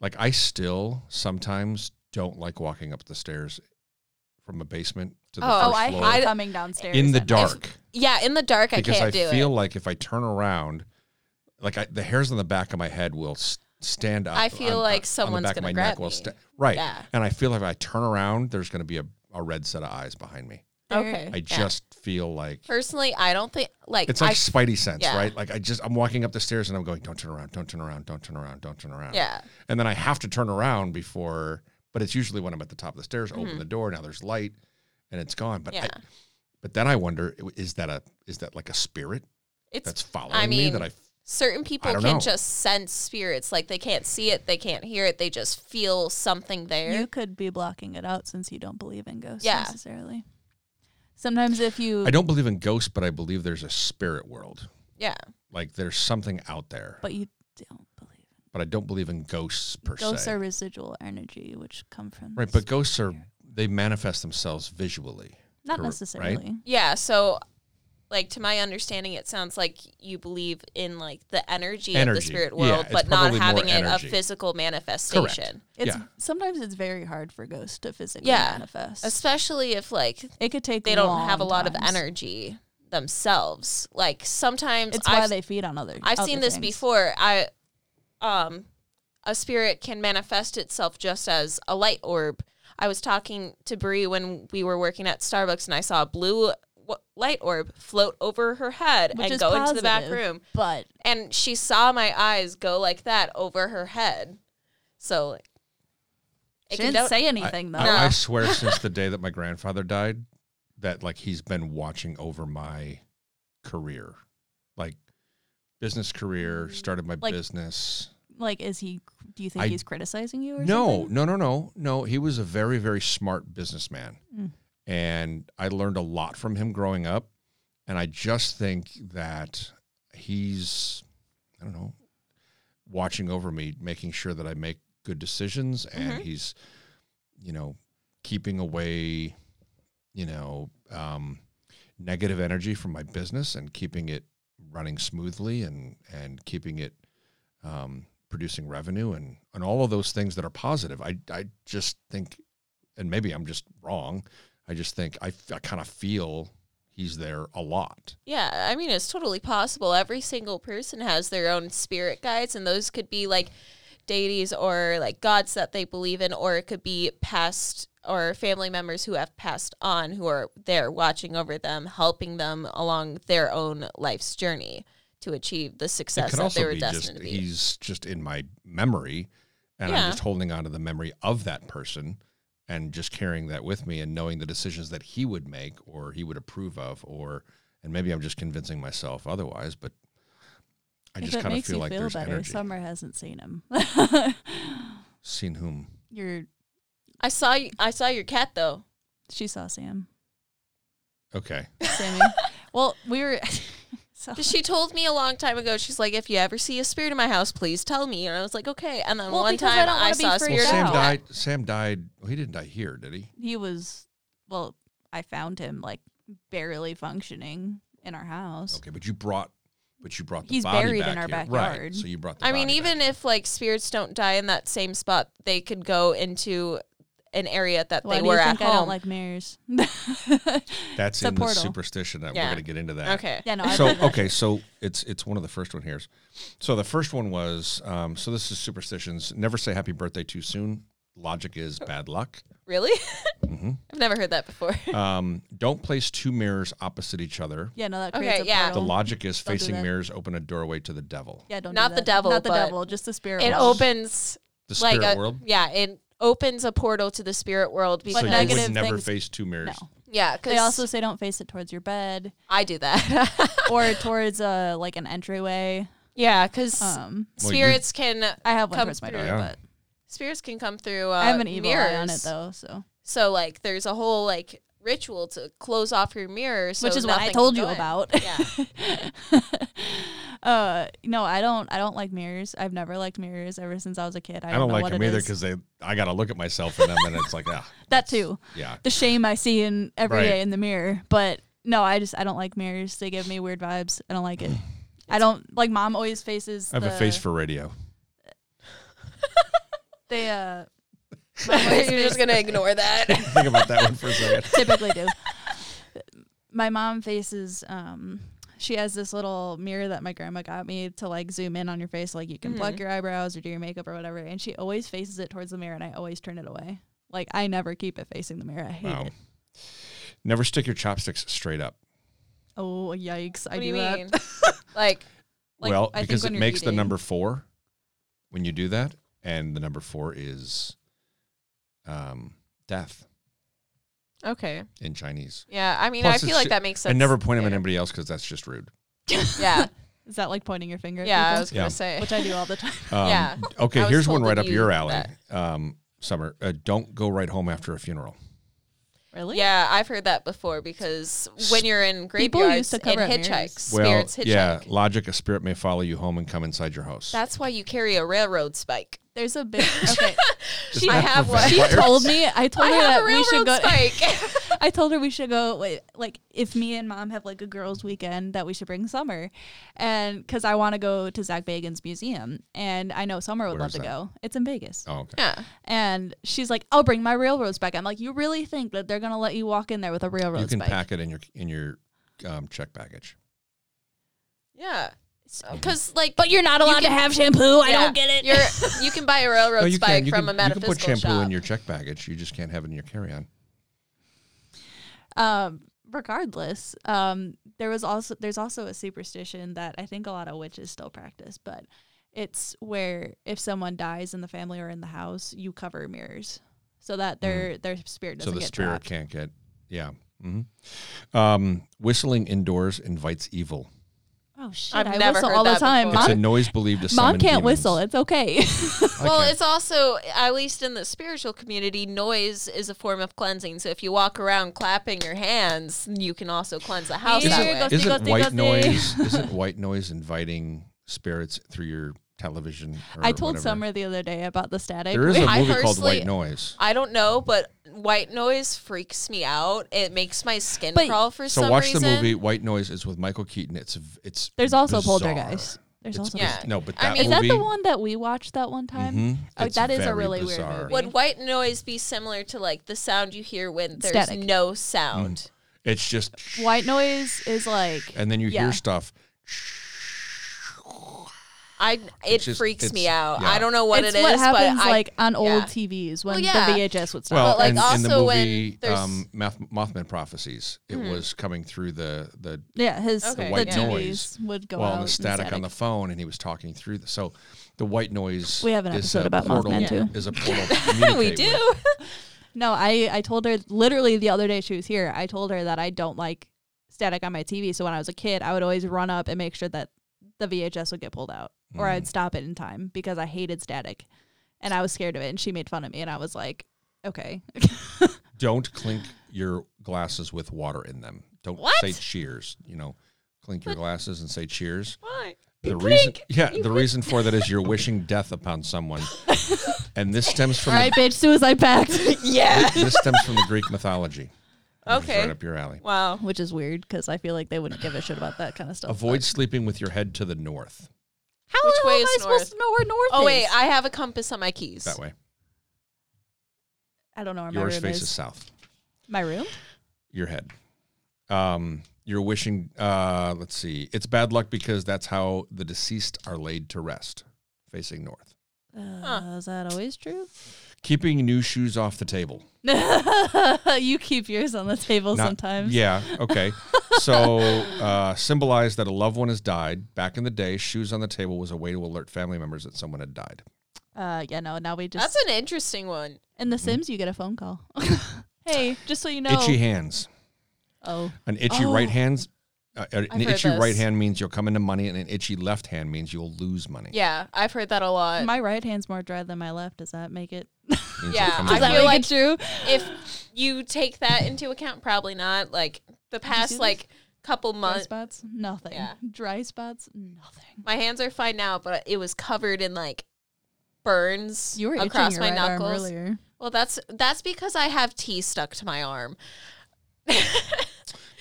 [SPEAKER 2] like I still sometimes don't like walking up the stairs from a basement to the
[SPEAKER 4] Oh,
[SPEAKER 2] first
[SPEAKER 3] oh, I
[SPEAKER 2] floor
[SPEAKER 3] hate coming downstairs
[SPEAKER 2] in the
[SPEAKER 3] at night.
[SPEAKER 2] dark.
[SPEAKER 4] Yeah, in the dark, I
[SPEAKER 2] because
[SPEAKER 4] can't
[SPEAKER 2] I
[SPEAKER 4] do
[SPEAKER 2] feel
[SPEAKER 4] it.
[SPEAKER 2] like if I turn around, like I, the hairs on the back of my head will s- stand up.
[SPEAKER 4] I feel like someone's
[SPEAKER 2] gonna
[SPEAKER 4] gonna grab me.
[SPEAKER 2] right,
[SPEAKER 4] Yeah.
[SPEAKER 2] and I feel like if I turn around, there's gonna be a, a red set of eyes behind me.
[SPEAKER 4] Okay.
[SPEAKER 2] I
[SPEAKER 4] Yeah.
[SPEAKER 2] just feel like
[SPEAKER 4] Personally, I don't think like
[SPEAKER 2] it's like
[SPEAKER 4] I
[SPEAKER 2] spidey sense,
[SPEAKER 4] yeah.
[SPEAKER 2] right? Like I just I'm walking up the stairs and I'm going, don't turn around, don't turn around, don't turn around, don't turn around.
[SPEAKER 4] Yeah.
[SPEAKER 2] and then I have to turn around before, but it's usually when I'm at the top of the stairs, open the door, now there's light, and it's gone. But I,
[SPEAKER 4] Mm-hmm. Yeah.
[SPEAKER 2] but then I wonder, is that a is that like a spirit
[SPEAKER 4] it's
[SPEAKER 2] that's following
[SPEAKER 4] I
[SPEAKER 2] me
[SPEAKER 4] mean,
[SPEAKER 2] that I
[SPEAKER 4] certain people
[SPEAKER 2] don't
[SPEAKER 4] can
[SPEAKER 2] know.
[SPEAKER 4] just sense spirits. Like they can't see it, they can't hear it, they just feel something there.
[SPEAKER 3] You could be blocking it out since you don't believe in ghosts
[SPEAKER 4] Yeah.
[SPEAKER 3] necessarily. Sometimes if you,
[SPEAKER 2] I don't believe in ghosts, but I believe there's a spirit world.
[SPEAKER 4] yeah.
[SPEAKER 2] Like there's something out there, but,
[SPEAKER 3] but you don't believe.
[SPEAKER 2] I don't believe in ghosts per
[SPEAKER 3] Ghosts
[SPEAKER 2] se.
[SPEAKER 3] are residual energy, which come from
[SPEAKER 2] right, but ghosts are they manifest themselves visually.
[SPEAKER 3] not
[SPEAKER 2] correct, right?
[SPEAKER 3] necessarily.
[SPEAKER 4] Yeah, so like to my understanding it sounds like you believe in like the energy, of
[SPEAKER 2] Energy.
[SPEAKER 4] the spirit
[SPEAKER 2] Yeah,
[SPEAKER 4] world,
[SPEAKER 2] it's
[SPEAKER 4] but not
[SPEAKER 2] probably more
[SPEAKER 4] having it a
[SPEAKER 2] energy.
[SPEAKER 4] physical manifestation.
[SPEAKER 3] It's
[SPEAKER 2] Yeah.
[SPEAKER 3] sometimes it's very hard for ghosts to physically
[SPEAKER 4] Yeah.
[SPEAKER 3] manifest.
[SPEAKER 4] Especially if like
[SPEAKER 3] it could take.
[SPEAKER 4] they don't have a
[SPEAKER 3] long
[SPEAKER 4] lot of
[SPEAKER 3] times.
[SPEAKER 4] energy themselves. Like sometimes
[SPEAKER 3] It's why
[SPEAKER 4] I've
[SPEAKER 3] they feed on other.
[SPEAKER 4] I've
[SPEAKER 3] other
[SPEAKER 4] seen this
[SPEAKER 3] things.
[SPEAKER 4] before. I um a spirit can manifest itself just as a light orb. I was talking to Bree when we were working at Starbucks and I saw a blue w- light orb float over her head
[SPEAKER 3] Which
[SPEAKER 4] and
[SPEAKER 3] is
[SPEAKER 4] go into the back
[SPEAKER 3] positive,
[SPEAKER 4] room.
[SPEAKER 3] but
[SPEAKER 4] And she saw my eyes go like that over her head. So like,
[SPEAKER 3] it
[SPEAKER 4] it
[SPEAKER 3] she
[SPEAKER 4] can
[SPEAKER 3] didn't
[SPEAKER 4] don't-
[SPEAKER 3] say anything
[SPEAKER 2] I,
[SPEAKER 3] though.
[SPEAKER 2] I
[SPEAKER 4] No.
[SPEAKER 2] swear, since the day that my grandfather died, that like he's been watching over my career, like business career. Started my
[SPEAKER 3] Like,
[SPEAKER 2] business.
[SPEAKER 3] Like, is he? Do you think
[SPEAKER 2] I-
[SPEAKER 3] he's criticizing you? or
[SPEAKER 2] no,
[SPEAKER 3] something?
[SPEAKER 2] no, no, no, no. He was a very, very smart businessman,
[SPEAKER 3] Mm.
[SPEAKER 2] and I learned a lot from him growing up. And I just think that he's, I don't know, watching over me, making sure that I make good decisions, and he's, you know, keeping away, you know, um, negative energy from my business and keeping it running smoothly and and keeping it um, producing revenue and and all of those things that are positive. I I just think, and maybe I'm just wrong. I just think I, I kind of feel he's there a lot.
[SPEAKER 4] Yeah, I mean, it's totally possible. Every single person has their own spirit guides, and those could be like deities or like gods that they believe in, or it could be past or family members who have passed on who are there watching over them, helping them along their own life's journey to achieve the success that they were
[SPEAKER 2] just
[SPEAKER 4] destined to be.
[SPEAKER 2] he's just in my memory, and
[SPEAKER 4] Yeah.
[SPEAKER 2] I'm just holding on to the memory of that person and just carrying that with me and knowing the decisions that he would make or he would approve of or and maybe I'm just convincing myself otherwise, but I
[SPEAKER 3] if
[SPEAKER 2] just
[SPEAKER 3] it
[SPEAKER 2] kind of
[SPEAKER 3] makes
[SPEAKER 2] feel
[SPEAKER 3] you
[SPEAKER 2] like
[SPEAKER 3] feel
[SPEAKER 2] there's
[SPEAKER 3] better,
[SPEAKER 2] energy.
[SPEAKER 3] Summer hasn't seen him.
[SPEAKER 2] Seen whom?
[SPEAKER 3] You're.
[SPEAKER 4] I saw you, I saw your cat though.
[SPEAKER 3] She saw Sam.
[SPEAKER 2] Okay.
[SPEAKER 3] Sammy. well, we were. so
[SPEAKER 4] 'Cause She told me a long time ago. She's like, if you ever see a spirit in my house, please tell me. And I was like, okay. And then
[SPEAKER 3] Well,
[SPEAKER 4] one
[SPEAKER 3] because I
[SPEAKER 4] time
[SPEAKER 3] don't
[SPEAKER 4] I,
[SPEAKER 3] wanna be
[SPEAKER 4] saw a
[SPEAKER 3] freaked
[SPEAKER 2] Well,
[SPEAKER 4] spirit.
[SPEAKER 2] Sam
[SPEAKER 3] Figured out.
[SPEAKER 2] died. Sam died. Well, he didn't die here, did he?
[SPEAKER 3] he was. Well, I found him like barely functioning in our house.
[SPEAKER 2] Okay, but you brought, but you brought the
[SPEAKER 3] He's
[SPEAKER 2] body
[SPEAKER 3] buried
[SPEAKER 2] back
[SPEAKER 3] in our
[SPEAKER 2] here. Right.
[SPEAKER 3] backyard.
[SPEAKER 2] So you brought. The
[SPEAKER 4] I mean,
[SPEAKER 2] body back.
[SPEAKER 4] even if like spirits don't die in that same spot, they could go into an area that
[SPEAKER 3] Why
[SPEAKER 4] they
[SPEAKER 3] do
[SPEAKER 4] were
[SPEAKER 3] you
[SPEAKER 4] at
[SPEAKER 3] think I don't
[SPEAKER 4] home.
[SPEAKER 3] like mares?
[SPEAKER 2] that's
[SPEAKER 3] the
[SPEAKER 2] in the
[SPEAKER 3] portal.
[SPEAKER 2] superstition that we're
[SPEAKER 4] Yeah.
[SPEAKER 2] going to get into that.
[SPEAKER 4] okay.
[SPEAKER 3] yeah, no. I
[SPEAKER 2] So
[SPEAKER 3] believe that.
[SPEAKER 2] okay, so it's it's one of the first one here. So the first one was um, so this is superstitions. Never say happy birthday too soon. Logic is bad luck.
[SPEAKER 4] Really?
[SPEAKER 2] Mhm.
[SPEAKER 4] I've never heard that before.
[SPEAKER 2] Um, don't place two mirrors opposite each other.
[SPEAKER 3] Yeah, no, that
[SPEAKER 4] Okay,
[SPEAKER 3] creates a
[SPEAKER 4] yeah.
[SPEAKER 2] The
[SPEAKER 4] The
[SPEAKER 3] portal.
[SPEAKER 2] logic is
[SPEAKER 3] Don't do
[SPEAKER 2] facing
[SPEAKER 3] that.
[SPEAKER 2] mirrors open a doorway to the devil.
[SPEAKER 3] Yeah, don't do
[SPEAKER 4] Not the
[SPEAKER 3] that.
[SPEAKER 4] devil,
[SPEAKER 3] Not the
[SPEAKER 4] but
[SPEAKER 3] devil, just the spirit.
[SPEAKER 4] It
[SPEAKER 3] world.
[SPEAKER 4] opens
[SPEAKER 2] The
[SPEAKER 4] like
[SPEAKER 2] spirit
[SPEAKER 3] uh,
[SPEAKER 4] a,
[SPEAKER 2] world.
[SPEAKER 4] yeah, it opens a portal to the spirit world
[SPEAKER 2] So
[SPEAKER 4] because
[SPEAKER 2] you
[SPEAKER 3] negative
[SPEAKER 2] would never
[SPEAKER 3] things-
[SPEAKER 2] face two mirrors.
[SPEAKER 3] No.
[SPEAKER 4] yeah, because
[SPEAKER 3] They also say don't face it towards your bed
[SPEAKER 4] I do that.
[SPEAKER 3] or towards uh like an entryway.
[SPEAKER 4] yeah, because
[SPEAKER 3] Um,
[SPEAKER 2] Well, you-
[SPEAKER 4] spirits can
[SPEAKER 3] I have one
[SPEAKER 4] Come
[SPEAKER 3] towards my
[SPEAKER 4] through.
[SPEAKER 3] door,
[SPEAKER 2] Yeah.
[SPEAKER 3] but
[SPEAKER 4] spirits can come through. Uh,
[SPEAKER 3] I have an evil
[SPEAKER 4] mirrors.
[SPEAKER 3] eye on it though. So,
[SPEAKER 4] So like, there's a whole like ritual to close off your mirror, so
[SPEAKER 3] which is what
[SPEAKER 4] nothing
[SPEAKER 3] I
[SPEAKER 4] can
[SPEAKER 3] told
[SPEAKER 4] go
[SPEAKER 3] you
[SPEAKER 4] in.
[SPEAKER 3] about.
[SPEAKER 4] Yeah.
[SPEAKER 3] uh, no, I don't. I don't like mirrors. I've never liked mirrors ever since I was a kid. I,
[SPEAKER 2] I don't
[SPEAKER 3] know
[SPEAKER 2] like
[SPEAKER 3] what
[SPEAKER 2] them
[SPEAKER 3] it
[SPEAKER 2] either
[SPEAKER 3] is.
[SPEAKER 2] because they I got to look at myself in them and it's like ah
[SPEAKER 3] that too.
[SPEAKER 2] yeah
[SPEAKER 3] The shame I see in every day
[SPEAKER 2] Right.
[SPEAKER 3] in the mirror, but no, I just I don't like mirrors. They give me weird vibes. I don't like it. I don't like. Mom always faces.
[SPEAKER 2] Mm. I have
[SPEAKER 3] the-
[SPEAKER 2] a face for radio.
[SPEAKER 3] They uh
[SPEAKER 4] You're just gonna ignore that.
[SPEAKER 2] Think about that one for a second.
[SPEAKER 3] typically do. My mom faces um she has this little mirror that my grandma got me to like zoom in on your face like you can pluck
[SPEAKER 4] Mm-hmm.
[SPEAKER 3] your eyebrows or do your makeup or whatever and she always faces it towards the mirror and I always turn it away. Like I never keep it facing the mirror. I hate
[SPEAKER 2] Wow.
[SPEAKER 3] it.
[SPEAKER 2] Never stick your chopsticks straight up.
[SPEAKER 3] Oh yikes. I
[SPEAKER 4] what do you
[SPEAKER 3] that.
[SPEAKER 4] mean? like,
[SPEAKER 3] Like,
[SPEAKER 2] well,
[SPEAKER 3] I think
[SPEAKER 2] because
[SPEAKER 3] when
[SPEAKER 2] it
[SPEAKER 3] you're
[SPEAKER 2] makes the
[SPEAKER 3] eating-
[SPEAKER 2] number four when you do that, and the number four is um, death
[SPEAKER 4] okay,
[SPEAKER 2] in Chinese.
[SPEAKER 4] yeah. I mean,
[SPEAKER 2] Plus
[SPEAKER 4] I
[SPEAKER 2] it's
[SPEAKER 4] feel like
[SPEAKER 2] ju-
[SPEAKER 4] that makes sense.
[SPEAKER 2] and never point them at
[SPEAKER 4] Yeah.
[SPEAKER 2] anybody else because that's just rude.
[SPEAKER 4] Yeah,
[SPEAKER 3] Is that like pointing your finger at
[SPEAKER 4] yeah. I
[SPEAKER 3] people?
[SPEAKER 4] was gonna
[SPEAKER 2] Yeah.
[SPEAKER 4] say.
[SPEAKER 3] which I do all the time.
[SPEAKER 2] Um,
[SPEAKER 4] Yeah. I
[SPEAKER 2] Okay,
[SPEAKER 4] was
[SPEAKER 2] here's one
[SPEAKER 4] told
[SPEAKER 2] right
[SPEAKER 4] to
[SPEAKER 2] up
[SPEAKER 4] do
[SPEAKER 2] your alley,
[SPEAKER 4] that.
[SPEAKER 2] um, Summer. Uh, don't go right home after a funeral.
[SPEAKER 3] Really?
[SPEAKER 4] Yeah, I've heard that before because when you're in
[SPEAKER 3] People
[SPEAKER 4] graveyards
[SPEAKER 3] used to
[SPEAKER 4] and
[SPEAKER 3] cover up mirrors.
[SPEAKER 4] hitchhikes,
[SPEAKER 2] Well,
[SPEAKER 4] spirits hitchhike.
[SPEAKER 2] yeah, logic: a spirit may follow you home and come inside your house.
[SPEAKER 4] That's why you carry a railroad spike.
[SPEAKER 3] There's a big Okay.
[SPEAKER 2] Isn't
[SPEAKER 4] she- I
[SPEAKER 2] that
[SPEAKER 4] have
[SPEAKER 2] for
[SPEAKER 4] one. She
[SPEAKER 2] vampires?
[SPEAKER 3] told me I told
[SPEAKER 4] I
[SPEAKER 3] her
[SPEAKER 4] have
[SPEAKER 3] Oh, that
[SPEAKER 4] a
[SPEAKER 3] we should
[SPEAKER 4] railroad
[SPEAKER 3] go
[SPEAKER 4] spike.
[SPEAKER 3] I told her we should go wait, like if me and mom have like a girls weekend that we should bring Summer, and because I want to go to Zach Bagan's museum, and I know Summer would
[SPEAKER 2] Where
[SPEAKER 3] love
[SPEAKER 2] is
[SPEAKER 3] to
[SPEAKER 2] that?
[SPEAKER 3] go. It's in Vegas,
[SPEAKER 2] Oh, okay.
[SPEAKER 4] yeah.
[SPEAKER 3] and she's like, "I'll bring my railroads back." I'm like, "You really think that they're gonna let you walk in there with a
[SPEAKER 2] You
[SPEAKER 3] railroads
[SPEAKER 2] can
[SPEAKER 3] bike?"
[SPEAKER 2] pack it in your in your um, check baggage.
[SPEAKER 4] Yeah. Because, like,
[SPEAKER 3] But you're not allowed
[SPEAKER 4] can-
[SPEAKER 3] to have shampoo. I
[SPEAKER 4] yeah,
[SPEAKER 3] don't get it.
[SPEAKER 4] You're, you can buy a railroad
[SPEAKER 2] No, you
[SPEAKER 4] spike
[SPEAKER 2] can. You
[SPEAKER 4] from
[SPEAKER 2] can,
[SPEAKER 4] a
[SPEAKER 2] you can
[SPEAKER 4] metaphysical
[SPEAKER 2] put shampoo
[SPEAKER 4] shop.
[SPEAKER 2] in your check baggage. You just can't have it in your carry on.
[SPEAKER 3] um, regardless, um, there was also there's also a superstition that I think a lot of witches still practice, but it's where if someone dies in the family or in the house, you cover mirrors so that their their spirit
[SPEAKER 2] Hmm. so
[SPEAKER 3] doesn't
[SPEAKER 2] the
[SPEAKER 3] get
[SPEAKER 2] spirit
[SPEAKER 3] trapped.
[SPEAKER 2] can't get yeah hmm um, whistling indoors invites evil
[SPEAKER 3] Oh shit!
[SPEAKER 4] I've
[SPEAKER 3] I
[SPEAKER 4] never
[SPEAKER 3] whistle
[SPEAKER 4] heard
[SPEAKER 3] all the
[SPEAKER 4] that
[SPEAKER 3] time.
[SPEAKER 4] before.
[SPEAKER 2] it's a
[SPEAKER 3] Mom,
[SPEAKER 2] noise believed to
[SPEAKER 3] Mom
[SPEAKER 2] summon
[SPEAKER 3] can't
[SPEAKER 2] demons.
[SPEAKER 3] whistle. It's okay.
[SPEAKER 2] I
[SPEAKER 4] Well,
[SPEAKER 2] can't.
[SPEAKER 4] it's also, at least in the spiritual community, noise is a form of cleansing. So if you walk around clapping your hands, you can also cleanse the house
[SPEAKER 3] Is
[SPEAKER 4] that
[SPEAKER 3] it-
[SPEAKER 4] way.
[SPEAKER 3] goes-
[SPEAKER 2] isn't
[SPEAKER 3] ghosty,
[SPEAKER 2] white
[SPEAKER 3] ghosty.
[SPEAKER 2] noise isn't white noise inviting spirits through your television or
[SPEAKER 3] I told
[SPEAKER 2] whatever?
[SPEAKER 3] Summer the other day about the static.
[SPEAKER 2] there is a
[SPEAKER 4] I
[SPEAKER 2] movie called
[SPEAKER 4] personally-
[SPEAKER 2] white noise
[SPEAKER 4] I don't know, but white noise freaks me out. It makes my skin
[SPEAKER 3] But-
[SPEAKER 4] crawl for
[SPEAKER 2] so
[SPEAKER 4] some
[SPEAKER 2] watch
[SPEAKER 4] reason.
[SPEAKER 2] the movie white noise is with michael keaton it's it's
[SPEAKER 3] There's also
[SPEAKER 2] bizarre.
[SPEAKER 3] Poltergeist. There's
[SPEAKER 2] It's
[SPEAKER 3] also
[SPEAKER 4] Yeah.
[SPEAKER 2] biz- no but
[SPEAKER 4] I
[SPEAKER 2] that
[SPEAKER 4] mean-
[SPEAKER 3] Is
[SPEAKER 2] movie
[SPEAKER 3] that the one that we watched that one time?
[SPEAKER 2] Mhm.
[SPEAKER 3] Oh,
[SPEAKER 2] It's
[SPEAKER 3] that is a
[SPEAKER 2] very
[SPEAKER 3] really
[SPEAKER 2] bizarre.
[SPEAKER 3] weird movie.
[SPEAKER 4] Would white noise be similar to like the sound you hear when there's
[SPEAKER 3] Static.
[SPEAKER 2] Mm.
[SPEAKER 4] no sound?
[SPEAKER 2] It's just,
[SPEAKER 3] White noise is like
[SPEAKER 2] and then you
[SPEAKER 3] Yeah.
[SPEAKER 2] hear stuff.
[SPEAKER 4] I it
[SPEAKER 2] It's just-
[SPEAKER 4] freaks me
[SPEAKER 2] it's-
[SPEAKER 4] out.
[SPEAKER 2] yeah.
[SPEAKER 4] I don't know what
[SPEAKER 3] it's
[SPEAKER 4] it is,
[SPEAKER 3] what happens
[SPEAKER 4] but I-
[SPEAKER 3] like on old
[SPEAKER 4] yeah.
[SPEAKER 3] TVs when
[SPEAKER 4] yeah.
[SPEAKER 3] the VHS would stop.
[SPEAKER 2] Well,
[SPEAKER 4] But, like,
[SPEAKER 2] and in the
[SPEAKER 4] also when
[SPEAKER 2] movie
[SPEAKER 4] there's-
[SPEAKER 2] um, Math- Mothman Prophecies, it was coming through the the
[SPEAKER 3] yeah, his
[SPEAKER 4] Okay.
[SPEAKER 3] the
[SPEAKER 4] white
[SPEAKER 3] TVs
[SPEAKER 2] noise.
[SPEAKER 3] would go
[SPEAKER 2] well,
[SPEAKER 3] out.
[SPEAKER 2] and the
[SPEAKER 3] and
[SPEAKER 2] static, on the phone, and he was talking through. The, so the white noise.
[SPEAKER 3] We have an
[SPEAKER 2] is
[SPEAKER 3] episode
[SPEAKER 2] a
[SPEAKER 3] about
[SPEAKER 2] portal,
[SPEAKER 3] Mothman, too.
[SPEAKER 2] Is a portal. to
[SPEAKER 4] we
[SPEAKER 2] communicate
[SPEAKER 4] do.
[SPEAKER 2] with.
[SPEAKER 3] No, I I told her literally the other day she was here. I told her that I don't like static on my TV. So when I was a kid, I would always run up and make sure that the VHS would get pulled out, or
[SPEAKER 2] Mm.
[SPEAKER 3] I'd stop it in time because I hated static, and I was scared of it. And she made fun of me, and I was like, okay,
[SPEAKER 2] Don't clink your glasses with water in them. Don't
[SPEAKER 4] What?
[SPEAKER 2] say cheers. You know, clink your glasses and say cheers.
[SPEAKER 4] Why?
[SPEAKER 2] The reason, yeah, the reason for that is you're wishing death upon someone, and this stems from
[SPEAKER 3] all right,
[SPEAKER 2] the,
[SPEAKER 3] bitch, suicide pact,
[SPEAKER 4] Yeah.
[SPEAKER 2] this stems from the Greek mythology. Which is
[SPEAKER 4] Okay.
[SPEAKER 2] right up your alley.
[SPEAKER 4] Wow.
[SPEAKER 3] which is weird because I feel like they wouldn't give a shit about that kind of stuff.
[SPEAKER 2] Avoid sleeping with your head to the north.
[SPEAKER 3] How
[SPEAKER 4] Which
[SPEAKER 3] the hell
[SPEAKER 4] way
[SPEAKER 3] am I
[SPEAKER 4] is
[SPEAKER 3] supposed to know where north?
[SPEAKER 4] Oh
[SPEAKER 3] is?
[SPEAKER 4] wait, I have a compass on my keys.
[SPEAKER 2] That way,
[SPEAKER 3] I don't know where my
[SPEAKER 2] yours
[SPEAKER 3] room is.
[SPEAKER 2] faces south.
[SPEAKER 3] My room?
[SPEAKER 2] your head. Um, you're wishing. Uh, let's see. It's bad luck because that's how the deceased are laid to rest, facing north.
[SPEAKER 3] Uh, Is that always true?
[SPEAKER 2] Keeping new shoes off the table.
[SPEAKER 3] you keep yours on the table
[SPEAKER 2] Not-
[SPEAKER 3] sometimes.
[SPEAKER 2] Yeah. Okay. so uh, symbolize that a loved one has died. Back in the day, shoes on the table was a way to alert family members that someone had died.
[SPEAKER 3] Uh, yeah, no, now we just.
[SPEAKER 4] That's an interesting one.
[SPEAKER 3] in The
[SPEAKER 2] Mm-hmm.
[SPEAKER 3] Sims, you get a phone call. hey, just so you know.
[SPEAKER 2] Itchy hands.
[SPEAKER 3] Oh,
[SPEAKER 2] An itchy
[SPEAKER 3] Oh.
[SPEAKER 2] right hand. Uh, an
[SPEAKER 4] I've heard
[SPEAKER 2] itchy right
[SPEAKER 4] this.
[SPEAKER 2] hand means you'll come into money, and an itchy left hand means you'll lose money.
[SPEAKER 4] Yeah, I've heard that a lot.
[SPEAKER 3] my right hand's more dry than my left. Does that make it?
[SPEAKER 2] Means you'll
[SPEAKER 4] Yeah,
[SPEAKER 2] come
[SPEAKER 4] I
[SPEAKER 2] into
[SPEAKER 4] feel
[SPEAKER 2] money.
[SPEAKER 4] like-
[SPEAKER 3] it true?
[SPEAKER 4] if you take that into account, probably not. Like the
[SPEAKER 3] see
[SPEAKER 4] past
[SPEAKER 3] this?
[SPEAKER 4] like couple
[SPEAKER 3] Dry
[SPEAKER 4] months,
[SPEAKER 3] spots? Nothing.
[SPEAKER 4] Yeah.
[SPEAKER 3] Dry spots? Nothing.
[SPEAKER 4] my hands are fine now, but it was covered in like burns
[SPEAKER 3] You were itching
[SPEAKER 4] across
[SPEAKER 3] your
[SPEAKER 4] my
[SPEAKER 3] right arm
[SPEAKER 4] knuckles.
[SPEAKER 3] earlier.
[SPEAKER 4] Well, that's that's because I have tea stuck to my arm.